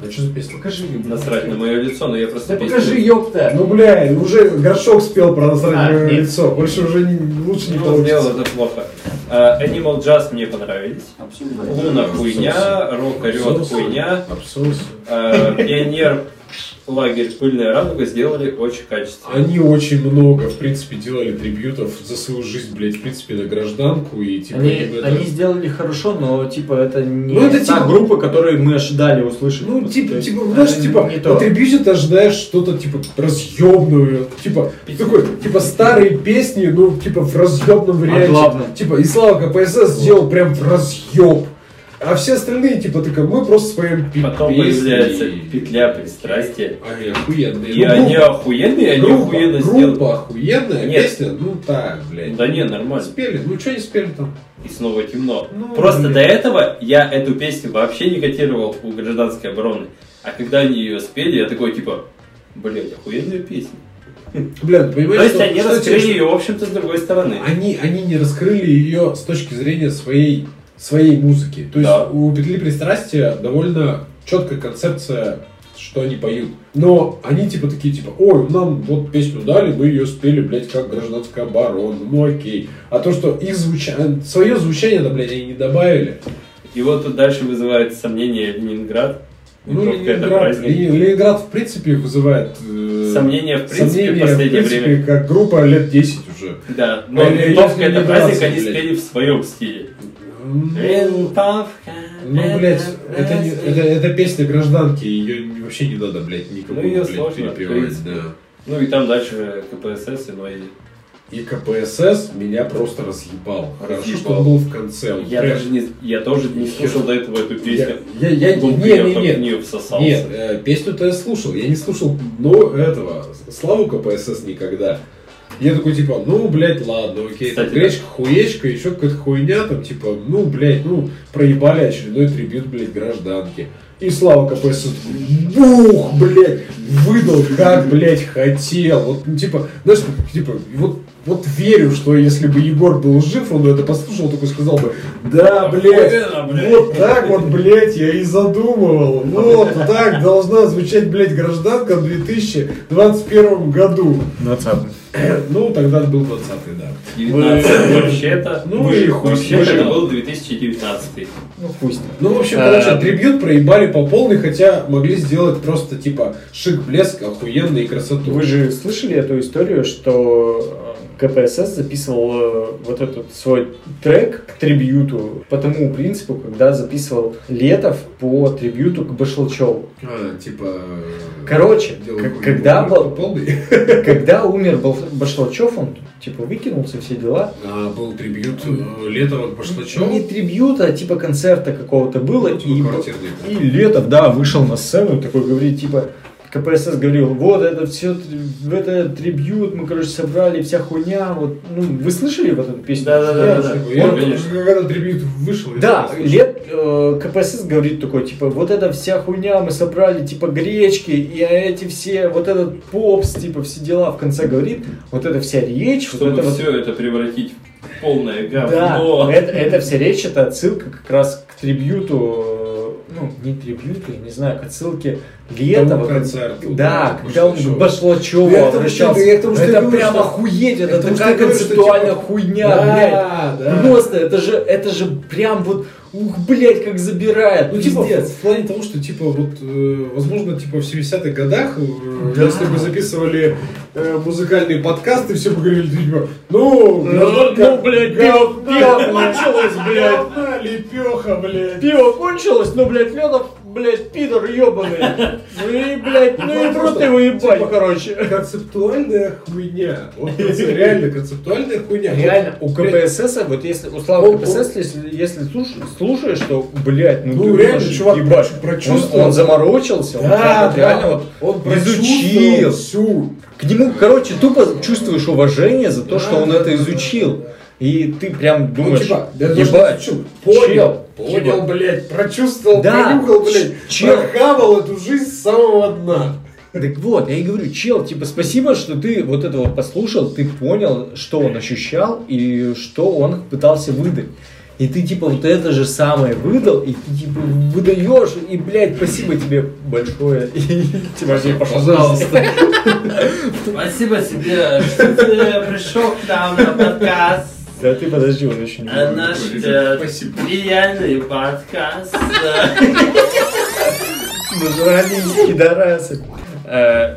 Speaker 1: А что за песня?
Speaker 8: Покажи, ёпта.
Speaker 2: Насрать на мое лицо, но я просто
Speaker 8: Да
Speaker 2: песню-
Speaker 8: покажи, ёпта.
Speaker 1: Ну, бля, уже горшок спел про
Speaker 8: А,
Speaker 1: насрать на
Speaker 8: нет.
Speaker 1: лицо. Больше уже не- лучше не
Speaker 2: Ну,
Speaker 1: получится.
Speaker 2: сделал это плохо. А, Animal Jazz мне понравились. Луна хуйня, Рок орёт
Speaker 1: Абсолютно.
Speaker 2: хуйня,
Speaker 1: Абсолютно.
Speaker 2: а, Пионер лагерь Пыльная радуга сделали очень качественно.
Speaker 1: Они очень много, в принципе, делали трибьютов за свою жизнь, блядь, в принципе, на гражданку и типа...
Speaker 8: Они,
Speaker 1: и в это-
Speaker 8: они сделали хорошо, но типа это не
Speaker 1: Ну, это
Speaker 8: та
Speaker 1: типа-
Speaker 8: группа, которую мы ожидали услышать.
Speaker 1: Ну,
Speaker 8: Вот, то
Speaker 1: типа,
Speaker 8: есть,
Speaker 1: типа, знаешь,
Speaker 8: это
Speaker 1: типа,
Speaker 8: не то.
Speaker 1: на трибьюте ты ожидаешь что-то, типа, разъемную, типа, такой, типа, старые песни, ну, типа, в разъемном варианте.
Speaker 8: А главное?
Speaker 1: Типа, и Слава КПСС сделал прям в разъеб. А все остальные, типа, такая, мы просто своим пи-
Speaker 2: Потом
Speaker 1: песни.
Speaker 2: появляется петля пристрастия.
Speaker 1: Они охуенные.
Speaker 2: И
Speaker 1: Ну,
Speaker 2: они
Speaker 1: группа-
Speaker 2: охуенные, они
Speaker 1: группа-
Speaker 2: охуенно сделали.
Speaker 1: Группа охуенная,
Speaker 2: Нет.
Speaker 1: песня, ну, так, блядь.
Speaker 2: Да не, нормально.
Speaker 1: Спели, ну, что не спели там?
Speaker 2: И снова темно.
Speaker 1: Ну,
Speaker 2: Просто
Speaker 1: блин.
Speaker 2: до этого я эту песню вообще не котировал у гражданской обороны. А когда они ее спели, я такой типа, блять, охуенная песня.
Speaker 1: Бля, ты понимаешь,
Speaker 2: То есть
Speaker 1: что-
Speaker 2: они
Speaker 1: что А
Speaker 2: раскрыли
Speaker 1: тебе-
Speaker 2: ее, в общем-то, с другой стороны.
Speaker 1: Они, они не раскрыли ее с точки зрения своей, своей музыки. То есть
Speaker 2: Да.
Speaker 1: у петли пристрастия довольно четкая концепция, что они поют. Но они типа такие, типа, ой, нам вот песню дали, мы ее спели, блядь, как гражданская оборона, ну окей. А то, что их звучание, свое звучание-то, блядь, они не добавили.
Speaker 2: И вот тут дальше вызывает сомнение Ленинград. И
Speaker 1: Ну,
Speaker 2: пробка это
Speaker 1: Ленинград,
Speaker 2: праздник.
Speaker 1: Лени- Ленинград, в принципе, вызывает э,
Speaker 2: Сомнения, в принципе,
Speaker 1: сомнения,
Speaker 2: в последнее
Speaker 1: принципе,
Speaker 2: время.
Speaker 1: как группа лет 10 уже.
Speaker 2: Да, но
Speaker 1: А Ленинград
Speaker 2: Винтовка это
Speaker 1: Ленинград,
Speaker 2: праздник, они
Speaker 1: блядь.
Speaker 2: спели в своем стиле.
Speaker 1: Ну,
Speaker 2: Винтовка.
Speaker 1: Ну, блядь, это, не- это, это песня гражданки, ее вообще не надо, блядь, никому,
Speaker 2: Ну, её
Speaker 1: блядь,
Speaker 2: сложно
Speaker 1: перепевать,
Speaker 2: открыть.
Speaker 1: да.
Speaker 2: Ну и там дальше КПСС и Ноэль.
Speaker 1: И КПСС меня просто разъебал. Хорошо,
Speaker 2: Разъебал.
Speaker 1: что он был в конце. он
Speaker 2: Я
Speaker 1: прям-
Speaker 2: даже не, я тоже не слушал до этого эту
Speaker 1: Я,
Speaker 2: песню.
Speaker 1: я, я-
Speaker 2: Бум,
Speaker 1: не,
Speaker 2: я
Speaker 1: не,
Speaker 2: так в
Speaker 1: нет,
Speaker 2: нее всосался.
Speaker 1: нет, э, песню-то я слушал, я не слушал, но этого, славу КПСС никогда. Я такой, типа, ну, блядь, ладно, окей, там
Speaker 2: Кстати, да.
Speaker 1: гречка, хуечка, еще какая-то хуйня, там, типа, ну, блядь, ну, проебали очередной трибют, блядь, гражданки. И Слава КПСС, бух, блядь, выдал, как, блядь, хотел. Вот, ну, типа, знаешь, типа, вот, вот верю, что если бы Егор был жив, он бы это послушал, такой сказал бы, да, блядь,
Speaker 2: Охуенно, блядь.
Speaker 1: вот так вот, блядь, я и задумывал. Вот так должна звучать, блядь, гражданка в 2021 году. Ну, тогда был 20 да.
Speaker 2: 19 вообще-то.
Speaker 1: Ну и хуй
Speaker 2: Вообще-то
Speaker 1: с ним.
Speaker 2: это был 2019.
Speaker 3: Ну пусть.
Speaker 1: Ну, в общем,
Speaker 3: А,
Speaker 1: короче, трибьют проебали по полной, хотя могли сделать просто, типа, шик, блеск, охуенно и красоту.
Speaker 3: Вы же слышали эту историю, что э, КПСС записывал э, вот этот свой трек к трибьюту по тому принципу, когда записывал Летов по трибьюту к Башелчеву.
Speaker 1: А, типа, э,
Speaker 3: Короче,
Speaker 1: Делал
Speaker 3: к-
Speaker 1: какой-то
Speaker 3: когда,
Speaker 1: бумажку,
Speaker 3: Бал-
Speaker 1: полный.
Speaker 3: когда умер Бал- Башлачев, он типа выкинулся, все дела.
Speaker 1: А, был трибьют э, летом от Башлачева.
Speaker 3: Не трибьют, а типа концерта какого-то было.
Speaker 1: Ну,
Speaker 3: И,
Speaker 1: типа квартирный.
Speaker 3: и Летов, да, вышел на сцену, такой говорит, типа, КПСС говорил, вот это все, это трибьют, мы, короче, собрали, вся хуйня, вот, ну, вы слышали вот эту песню?
Speaker 2: Да-да-да-да-да.
Speaker 1: Я,
Speaker 3: Он-
Speaker 2: конечно.
Speaker 1: Когда трибьют вышел, я
Speaker 3: да,
Speaker 1: слышал.
Speaker 3: лет э, КПСС говорит такой, типа, вот это вся хуйня, мы собрали, типа, гречки, и эти все, вот этот попс, типа, все дела в конце говорит, вот это вся речь, вот
Speaker 2: Чтобы
Speaker 3: это вот
Speaker 2: все это превратить в полное
Speaker 3: да,
Speaker 2: говно.
Speaker 3: это, это вся речь, это отсылка как раз к трибьюту, э, ну, не трибьюту, я не знаю, к отсылке Летова.
Speaker 1: Тому концерту, да,
Speaker 3: Да, когда он
Speaker 1: Башлачёва.
Speaker 3: к Башлачёву
Speaker 1: Я к тому, что-
Speaker 3: обращался.
Speaker 1: я к тому, что
Speaker 3: это
Speaker 1: говорю,
Speaker 3: прям
Speaker 1: что-
Speaker 3: охуеть,
Speaker 1: я к
Speaker 3: это
Speaker 1: тому,
Speaker 3: такая
Speaker 1: что я говорю, что,
Speaker 3: концептуальная
Speaker 1: типа,
Speaker 3: хуйня,
Speaker 1: Да,
Speaker 3: блядь. ну, типа,
Speaker 1: да.
Speaker 3: Просто, это же, это же прям вот, ух, блядь, как забирает,
Speaker 1: Ну, типа, в- в плане того, что, типа, вот, э, возможно, типа, в 70-х годах, э, если бы записывали э, музыкальные подкасты, все бы говорили, типа, ну, гражданка,
Speaker 3: блядь,
Speaker 1: говна,
Speaker 3: кончилось,
Speaker 1: говна, лепеха, блядь.
Speaker 3: Пиво кончилось, но, блядь, Лёдов, блядь, пидор ебаный. Ну и, блядь, ну и в рот его
Speaker 1: типа
Speaker 3: ебать, короче.
Speaker 1: Концептуальная хуйня. Вот просто реально концептуальная хуйня.
Speaker 3: Реально, у
Speaker 1: Блядь,
Speaker 3: КПСС, -а, вот если у Славы
Speaker 1: Он-
Speaker 3: КПСС, если, если слушаешь, слушаешь, то, блядь, ну,
Speaker 1: Ну,
Speaker 3: ты
Speaker 1: реально,
Speaker 3: можешь
Speaker 1: чувак
Speaker 3: ебать.
Speaker 1: прочувствовал.
Speaker 3: Он, он заморочился, он прям
Speaker 1: Да, да,
Speaker 3: вот реально вот
Speaker 1: он
Speaker 3: изучил.
Speaker 1: прочувствовал всю.
Speaker 3: К нему, короче, тупо чувствуешь уважение за то, что он это изучил. И ты прям
Speaker 1: Ну,
Speaker 3: думаешь,
Speaker 1: типа, да даже
Speaker 3: ебать,
Speaker 1: не изучил, понял,
Speaker 3: чел,
Speaker 1: понял, блядь, прочувствовал,
Speaker 3: Да,
Speaker 1: понюхал, блядь,
Speaker 3: чел.
Speaker 1: прохавал эту жизнь с самого дна.
Speaker 3: Так вот, я и говорю, чел, типа, спасибо, что ты вот этого послушал, ты понял, что он ощущал и что он пытался выдать. И ты, типа, вот это же самое выдал, и ты, типа, выдаешь, и, блядь, спасибо тебе большое. И, Тимофей,
Speaker 2: Пожалуйста. Спасибо тебе, что ты пришел к нам на подкаст.
Speaker 3: Да ты подожди, он еще не
Speaker 2: Э, Наш э, реальный подкаст.
Speaker 3: Ну, жрали, пидорасы. Э,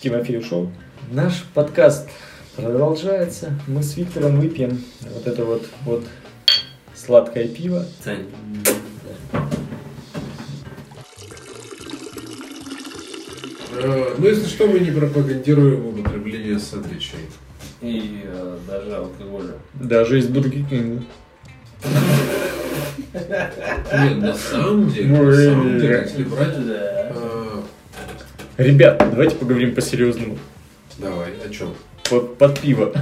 Speaker 3: Тимофей ушел. Наш подкаст продолжается. Мы с Виктором выпьем вот это вот, вот сладкое пиво.
Speaker 2: Цень.
Speaker 1: Э, Ну, если что, мы не пропагандируем употребление сэндвичей.
Speaker 2: И э, даже алкоголя.
Speaker 3: Даже из ну, Бургер Кинга.
Speaker 1: Нет, на самом деле, на
Speaker 3: Блин.
Speaker 1: самом деле, если брать...
Speaker 2: Да.
Speaker 1: э,
Speaker 3: Ребят, давайте поговорим по-серьезному.
Speaker 1: Давай, о чем?
Speaker 3: Под, под пиво.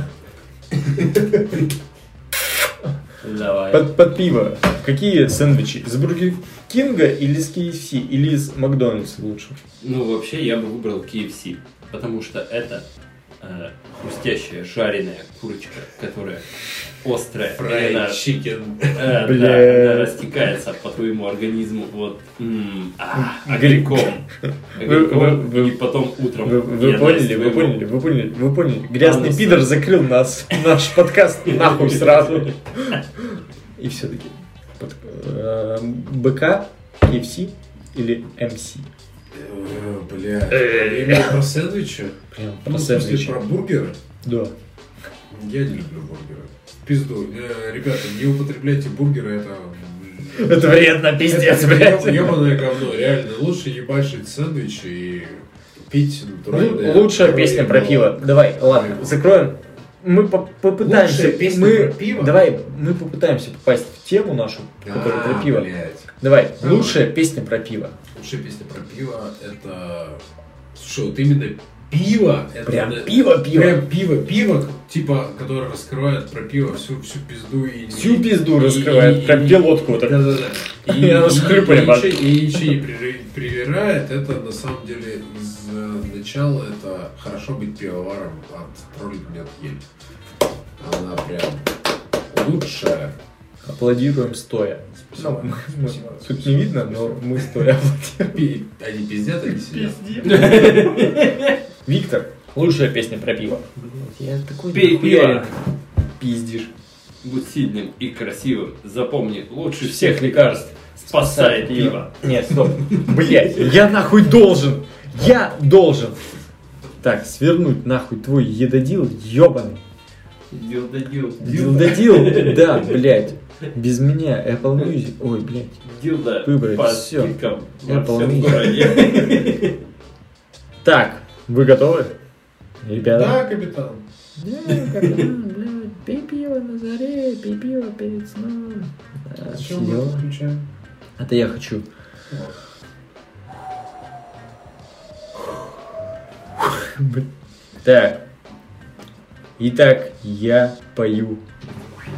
Speaker 2: Давай.
Speaker 3: Под, под пиво. Какие сэндвичи? Из Бургер Кинга или из KFC? Или из Макдональдса лучше?
Speaker 2: Ну, вообще, я бы выбрал KFC, потому что это э, хрустящая жареная курочка, которая острая. и она,
Speaker 1: чикен.
Speaker 2: э, да,
Speaker 3: Бля.
Speaker 2: она растекается по твоему организму. Вот. м, а,
Speaker 3: Гриб.
Speaker 2: огоньком.
Speaker 3: Вы- вы-
Speaker 2: Огоньком,
Speaker 3: вы-
Speaker 2: И потом утром.
Speaker 3: Вы, вы
Speaker 2: еда
Speaker 3: поняли,
Speaker 2: из
Speaker 3: вы
Speaker 2: твоего-
Speaker 3: поняли, вы поняли, вы поняли. Грязный
Speaker 2: Ануса.
Speaker 3: пидор закрыл нас, наш подкаст нахуй сразу. И все-таки. БК, KFC или MC?
Speaker 1: э, Бля, именно про сэндвичи?
Speaker 3: Прям
Speaker 1: Ну,
Speaker 3: Э, про
Speaker 1: в смысле,
Speaker 3: сэндвичи.
Speaker 1: про бургеры?
Speaker 3: Да.
Speaker 1: Я не люблю бургеры. В Пизду. Э, Ребята, не употребляйте бургеры, это... м,
Speaker 3: Это вредно, пиздец,
Speaker 1: это
Speaker 3: блядь.
Speaker 1: еб- Ебаное говно, реально. Лучше ебашить сэндвичи и пить натуральное.
Speaker 3: Лу- Ну, Лучшая песня про
Speaker 1: но-
Speaker 3: пиво. Давай, ладно, закроем. Мы по- попытаемся.
Speaker 1: Лучшая песня
Speaker 3: мы,
Speaker 1: про пиво?
Speaker 3: Давай, мы попытаемся попасть в тему нашу, которая
Speaker 1: А,
Speaker 3: про пиво.
Speaker 1: блядь.
Speaker 3: Давай,
Speaker 1: Давай.
Speaker 3: лучшая песня про пиво.
Speaker 1: Лучшая песня про пиво это... Слушай, вот именно пиво. Это
Speaker 3: Прям
Speaker 1: на-
Speaker 3: пиво, пиво.
Speaker 1: Прям пиво, пиво, типа, которое раскрывает про пиво всю, всю пизду и...
Speaker 3: Всю пизду
Speaker 1: и-
Speaker 3: раскрывает,
Speaker 1: и-
Speaker 3: прям пилотку вот так.
Speaker 1: Да-да-да.
Speaker 3: И она с хрипом,
Speaker 1: и
Speaker 3: а.
Speaker 1: ничей- И ничей не при- привирает. Это на самом деле из э, начала это хорошо быть пивоваром а от троллит нет ель. Она прям лучшая.
Speaker 3: Аплодируем стоя.
Speaker 1: Спасибо.
Speaker 3: Ну, мы-
Speaker 1: Спасибо.
Speaker 3: Тут не видно, но мы стоя аплодируем.
Speaker 1: Пи- Они пиздят, они сидят.
Speaker 3: Виктор, лучшая песня про пиво. Я такой
Speaker 2: Пей
Speaker 3: нахуярен.
Speaker 2: пиво.
Speaker 3: Пиздишь.
Speaker 2: Будь сильным и красивым. Запомни, лучше всех лекарств спасает пиво.
Speaker 3: Нет, стоп. Блять, я нахуй должен. Я должен. Так, свернуть нахуй твой едодил, ебаный.
Speaker 2: Дилдодил.
Speaker 3: Дилдодил, да, блять. Без меня Apple Music. Ой, блять.
Speaker 2: Дилда
Speaker 3: Выбрать
Speaker 2: по
Speaker 3: всё.
Speaker 2: скидкам
Speaker 3: Я
Speaker 2: во всем
Speaker 3: полный.
Speaker 2: городе.
Speaker 3: Так, вы готовы? Ребята?
Speaker 6: Да, капитан.
Speaker 3: Пей пиво на заре, пей пиво перед сном.
Speaker 6: Зачем мы это включаем?
Speaker 3: Это я хочу. Блин. Так. Итак, я пою.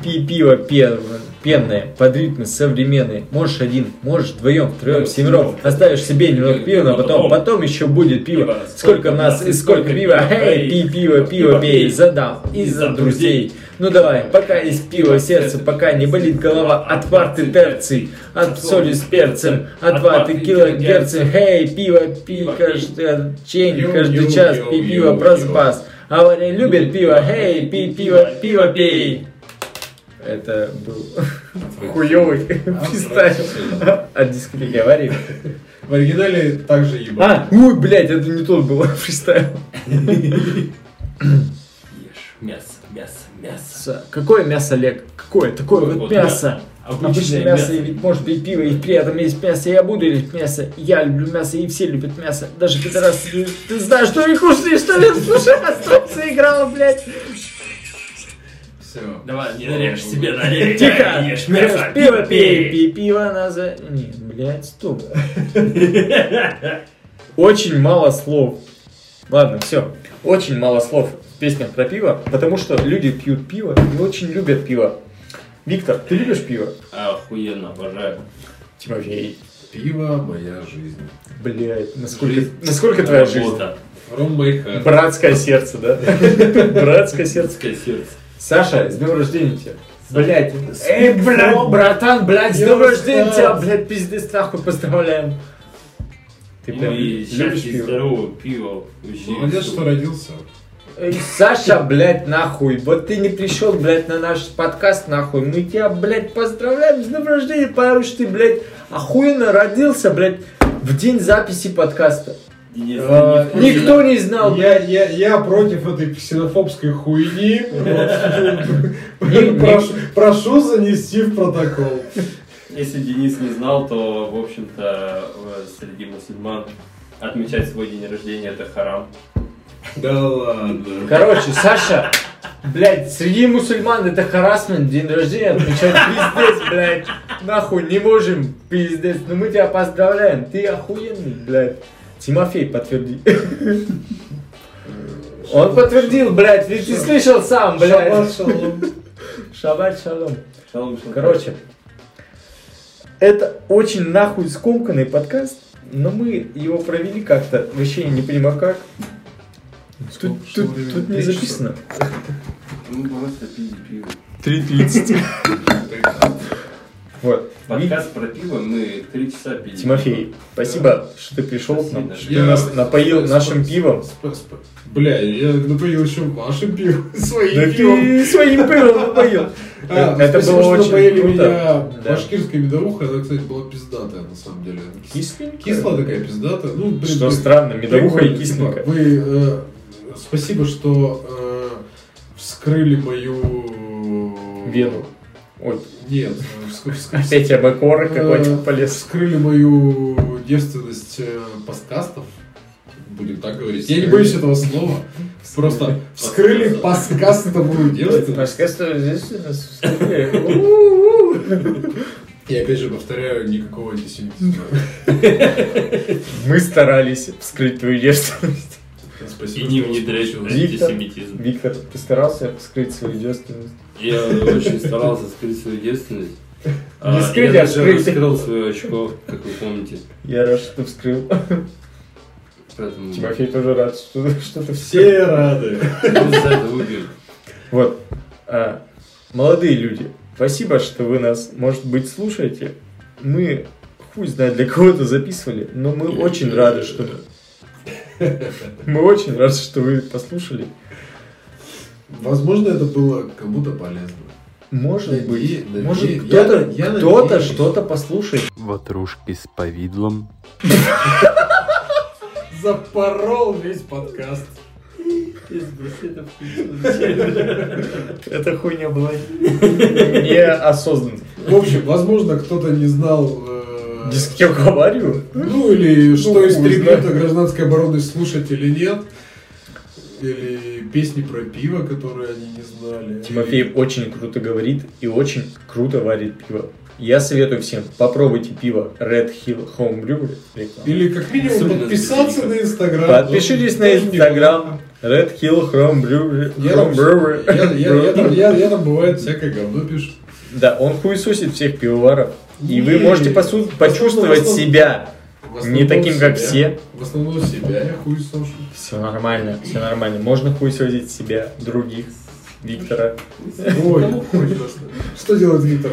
Speaker 3: Пи пиво пен- пенное, под ритмы современные. Можешь один, можешь вдвоем, втроем, семером. Оставишь себе немного пива, но ну, потом, потом еще будет пиво. Сколько нас и сколько пива. Эй, пи пиво, пиво пей, задам и за друзей. Ну давай, пока есть пиво в сердце, пока не болит голова от парты терций, от соли с перцем, от ваты килогерцы. Эй, пиво, пи каждый день, каждый час, пи пиво про запас. А Варя любит пиво, эй, пи пиво, пиво пей. Это был хуёвый пистач от дискотеки аварии.
Speaker 6: В оригинале также ебать.
Speaker 3: А, ой, блядь, это не тот был фристайл.
Speaker 19: Ешь мясо, мясо, мясо.
Speaker 3: С- Какое мясо, Олег? Какое? Такое
Speaker 19: Какое
Speaker 3: вот
Speaker 19: вот
Speaker 3: мясо.
Speaker 19: мясо?
Speaker 3: Обычное
Speaker 19: Обычное
Speaker 3: мясо,
Speaker 19: мясо.
Speaker 3: и ведь может быть пиво, и при этом есть мясо, я буду есть мясо, я люблю мясо, и все любят мясо, даже пидорасы любят. Ты знаешь, что их ушли, что ли? Слушай, а стоп, заиграл, блядь.
Speaker 6: Все.
Speaker 19: Давай, не нарежь, себе нарежь.
Speaker 3: Тихо!
Speaker 19: Ешь мясо,
Speaker 3: пиво пей, пей пиво на за... Не, блядь, стоп. Очень мало слов. Ладно, все. Очень мало слов в песнях про пиво, потому что люди пьют пиво и очень любят пиво. Виктор, ты любишь пиво?
Speaker 2: Охуенно, обожаю.
Speaker 3: Тимофей.
Speaker 1: Пиво моя жизнь.
Speaker 3: Блядь, насколько, насколько твоя жизнь?
Speaker 2: Работа.
Speaker 1: From my heart.
Speaker 3: Братское сердце, да? Братское сердце.
Speaker 2: Детское сердце.
Speaker 3: Саша, с днем рождения тебя. Блять, эй, блядь, братан, блядь, с днем рождения тебя, блядь, пиздец, нахуй, поздравляем. Ты
Speaker 2: Ну
Speaker 3: прям
Speaker 2: и
Speaker 3: любишь
Speaker 2: счастье,
Speaker 3: пиво?
Speaker 2: здоровье, пиво. вообще.
Speaker 1: Молодец, что родился.
Speaker 3: Эй, Саша, блядь, нахуй, вот ты не пришел, блядь, на наш подкаст, нахуй, мы тебя, блядь, поздравляем с днем рождения, потому что ты, блядь, охуенно родился, блядь, в день записи подкаста.
Speaker 2: Денис,
Speaker 3: А,
Speaker 2: ты не в курсе,
Speaker 3: Никто не знал, блядь.
Speaker 6: Я, я, я против этой ксенофобской хуйни.
Speaker 3: Ни-
Speaker 6: Прошу- Прошу занести в протокол.
Speaker 2: Если Денис не знал, то, в общем-то, в- среди мусульман отмечать свой день рождения это харам.
Speaker 1: Да ладно.
Speaker 3: Короче, Саша, блядь, среди мусульман это харасмент, день рождения отмечать, пиздец, блядь. Нахуй не можем, пиздец, но мы тебя поздравляем, ты охуенный, блядь. Тимофей, подтверди. Он подтвердил, блядь, ведь ты слышал сам, блядь.
Speaker 6: Шаббат шалом.
Speaker 3: Шаббат шалом.
Speaker 2: Шалом, шалом.
Speaker 3: Короче, это очень нахуй скомканный подкаст, но мы его провели как-то, вообще я не понимаю как.
Speaker 1: Ну,
Speaker 3: Тут, тут- тут не записано.
Speaker 2: ну просто пить пиво.
Speaker 3: 3.30. Вот.
Speaker 2: Подкаст про пиво мы три часа пили.
Speaker 3: Тимофей, спасибо, что ты пришел к нам,
Speaker 2: Спасибо.
Speaker 3: что ты нас напоил нашим пивом.
Speaker 1: Сп- сп- Бля, я напоил еще вашим пивом,
Speaker 3: Да
Speaker 1: своим пивом.
Speaker 3: ты своим пивом напоил.
Speaker 1: А,
Speaker 3: Это
Speaker 1: спасибо,
Speaker 3: было
Speaker 1: что напоили
Speaker 3: очень
Speaker 1: меня
Speaker 3: круто. Да.
Speaker 1: башкирской медовухой. Она, кстати, была пиздатая, на самом деле. Кислая такая пиздатая. Ну, блин,
Speaker 3: Что
Speaker 1: блин,
Speaker 3: странно, медовуха и
Speaker 1: прикольно,
Speaker 3: кисленькая.
Speaker 1: типа. Вы, э, спасибо, что э, вскрыли мою...
Speaker 3: Вену. Ой,
Speaker 1: Нет, э, вск- вск-
Speaker 3: опять я бакоры какой-то
Speaker 1: Э,
Speaker 3: полез.
Speaker 1: Вскрыли мою девственность э, подкастов. Будем так говорить. Я не боюсь этого слова. Просто вскрыли подкастовую девственность.
Speaker 3: Подкаст здесь у нас вскрыли. У-у-у.
Speaker 1: И опять же повторяю, никакого антисемитизма.
Speaker 3: Мы старались вскрыть твою девственность.
Speaker 1: Спасибо.
Speaker 2: И не
Speaker 1: что у вас
Speaker 2: внедрять
Speaker 1: получилось.
Speaker 3: Виктор.
Speaker 2: антисемитизм.
Speaker 3: Виктор, ты старался вскрыть свою девственность?
Speaker 2: Я очень старался скрыть свою девственность. А,
Speaker 3: скрыть,
Speaker 2: я
Speaker 3: а
Speaker 2: даже
Speaker 3: вскрыть.
Speaker 2: раскрыл свое очко, как вы помните.
Speaker 3: Я рад, что ты вскрыл.
Speaker 2: Поэтому
Speaker 3: Тимофей тоже рад, что, что ты вскрыл.
Speaker 6: Все рады.
Speaker 2: мы за это выпьем.
Speaker 3: Вот. А, молодые люди, спасибо, что вы нас, может быть, слушаете. Мы хуй знает для кого это записывали, но мы очень рады, что... Мы очень рады, что вы послушали.
Speaker 1: Возможно, это было кому-то полезно.
Speaker 3: Может
Speaker 1: Наде-
Speaker 3: быть,
Speaker 1: наде-
Speaker 3: может
Speaker 1: я-
Speaker 3: кто-то
Speaker 1: я
Speaker 3: кто-то
Speaker 1: надеюсь.
Speaker 3: что-то послушает.
Speaker 20: Ватрушки с повидлом.
Speaker 1: Запорол весь подкаст.
Speaker 3: Эта хуйня была неосознанно.
Speaker 1: В общем, возможно, кто-то не знал э, э,
Speaker 3: Дискотеку аварию?
Speaker 1: Ну или что из
Speaker 3: хуй
Speaker 1: трибюта гражданской обороны слушать или нет. Или песни про пиво, которые они не знали.
Speaker 3: Тимофей очень круто говорит и очень круто варит пиво. Я советую всем, попробовите пиво Red Hill Home Brewery. Реклама.
Speaker 1: Или как минимум
Speaker 2: Особенно
Speaker 1: подписаться на Инстаграм. Ну,
Speaker 3: Подпишитесь на
Speaker 1: Тоже не
Speaker 3: Инстаграм Red Hill Home Brewery.
Speaker 1: Я там,
Speaker 3: Home Brewery.
Speaker 1: я- я- я там- я- я там, бывает всякое говно пишу.
Speaker 3: Да, он хуесосит всех пивоваров. И вы
Speaker 1: Не,
Speaker 3: можете посу- почувствовать
Speaker 1: основном-
Speaker 3: себя
Speaker 1: В
Speaker 3: не
Speaker 1: основном
Speaker 3: таким, как
Speaker 1: себя.
Speaker 3: все.
Speaker 1: В основном себя я хуй сошу.
Speaker 3: Все нормально, все нормально. Можно хуесосить себя, других, Виктора.
Speaker 1: Ой, что делает Виктор?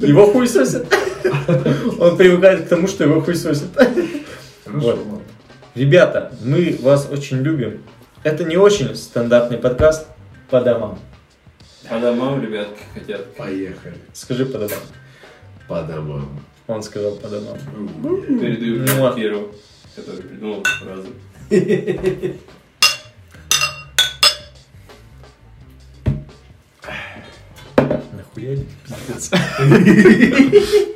Speaker 3: Его хуесосят. Он привыкает к тому, что его хуесосят.
Speaker 1: Хорошо,
Speaker 3: Вот.
Speaker 1: ладно.
Speaker 3: Ребята, мы вас очень любим. Это не очень стандартный подкаст по домам.
Speaker 2: По домам А ребятки хотят.
Speaker 1: Поехали.
Speaker 3: Скажи по домам.
Speaker 1: По домам.
Speaker 3: Он сказал по домам. Ну,
Speaker 2: Передаю
Speaker 3: Муа.
Speaker 2: Киру, который придумал эту фразу.
Speaker 3: Нахуя?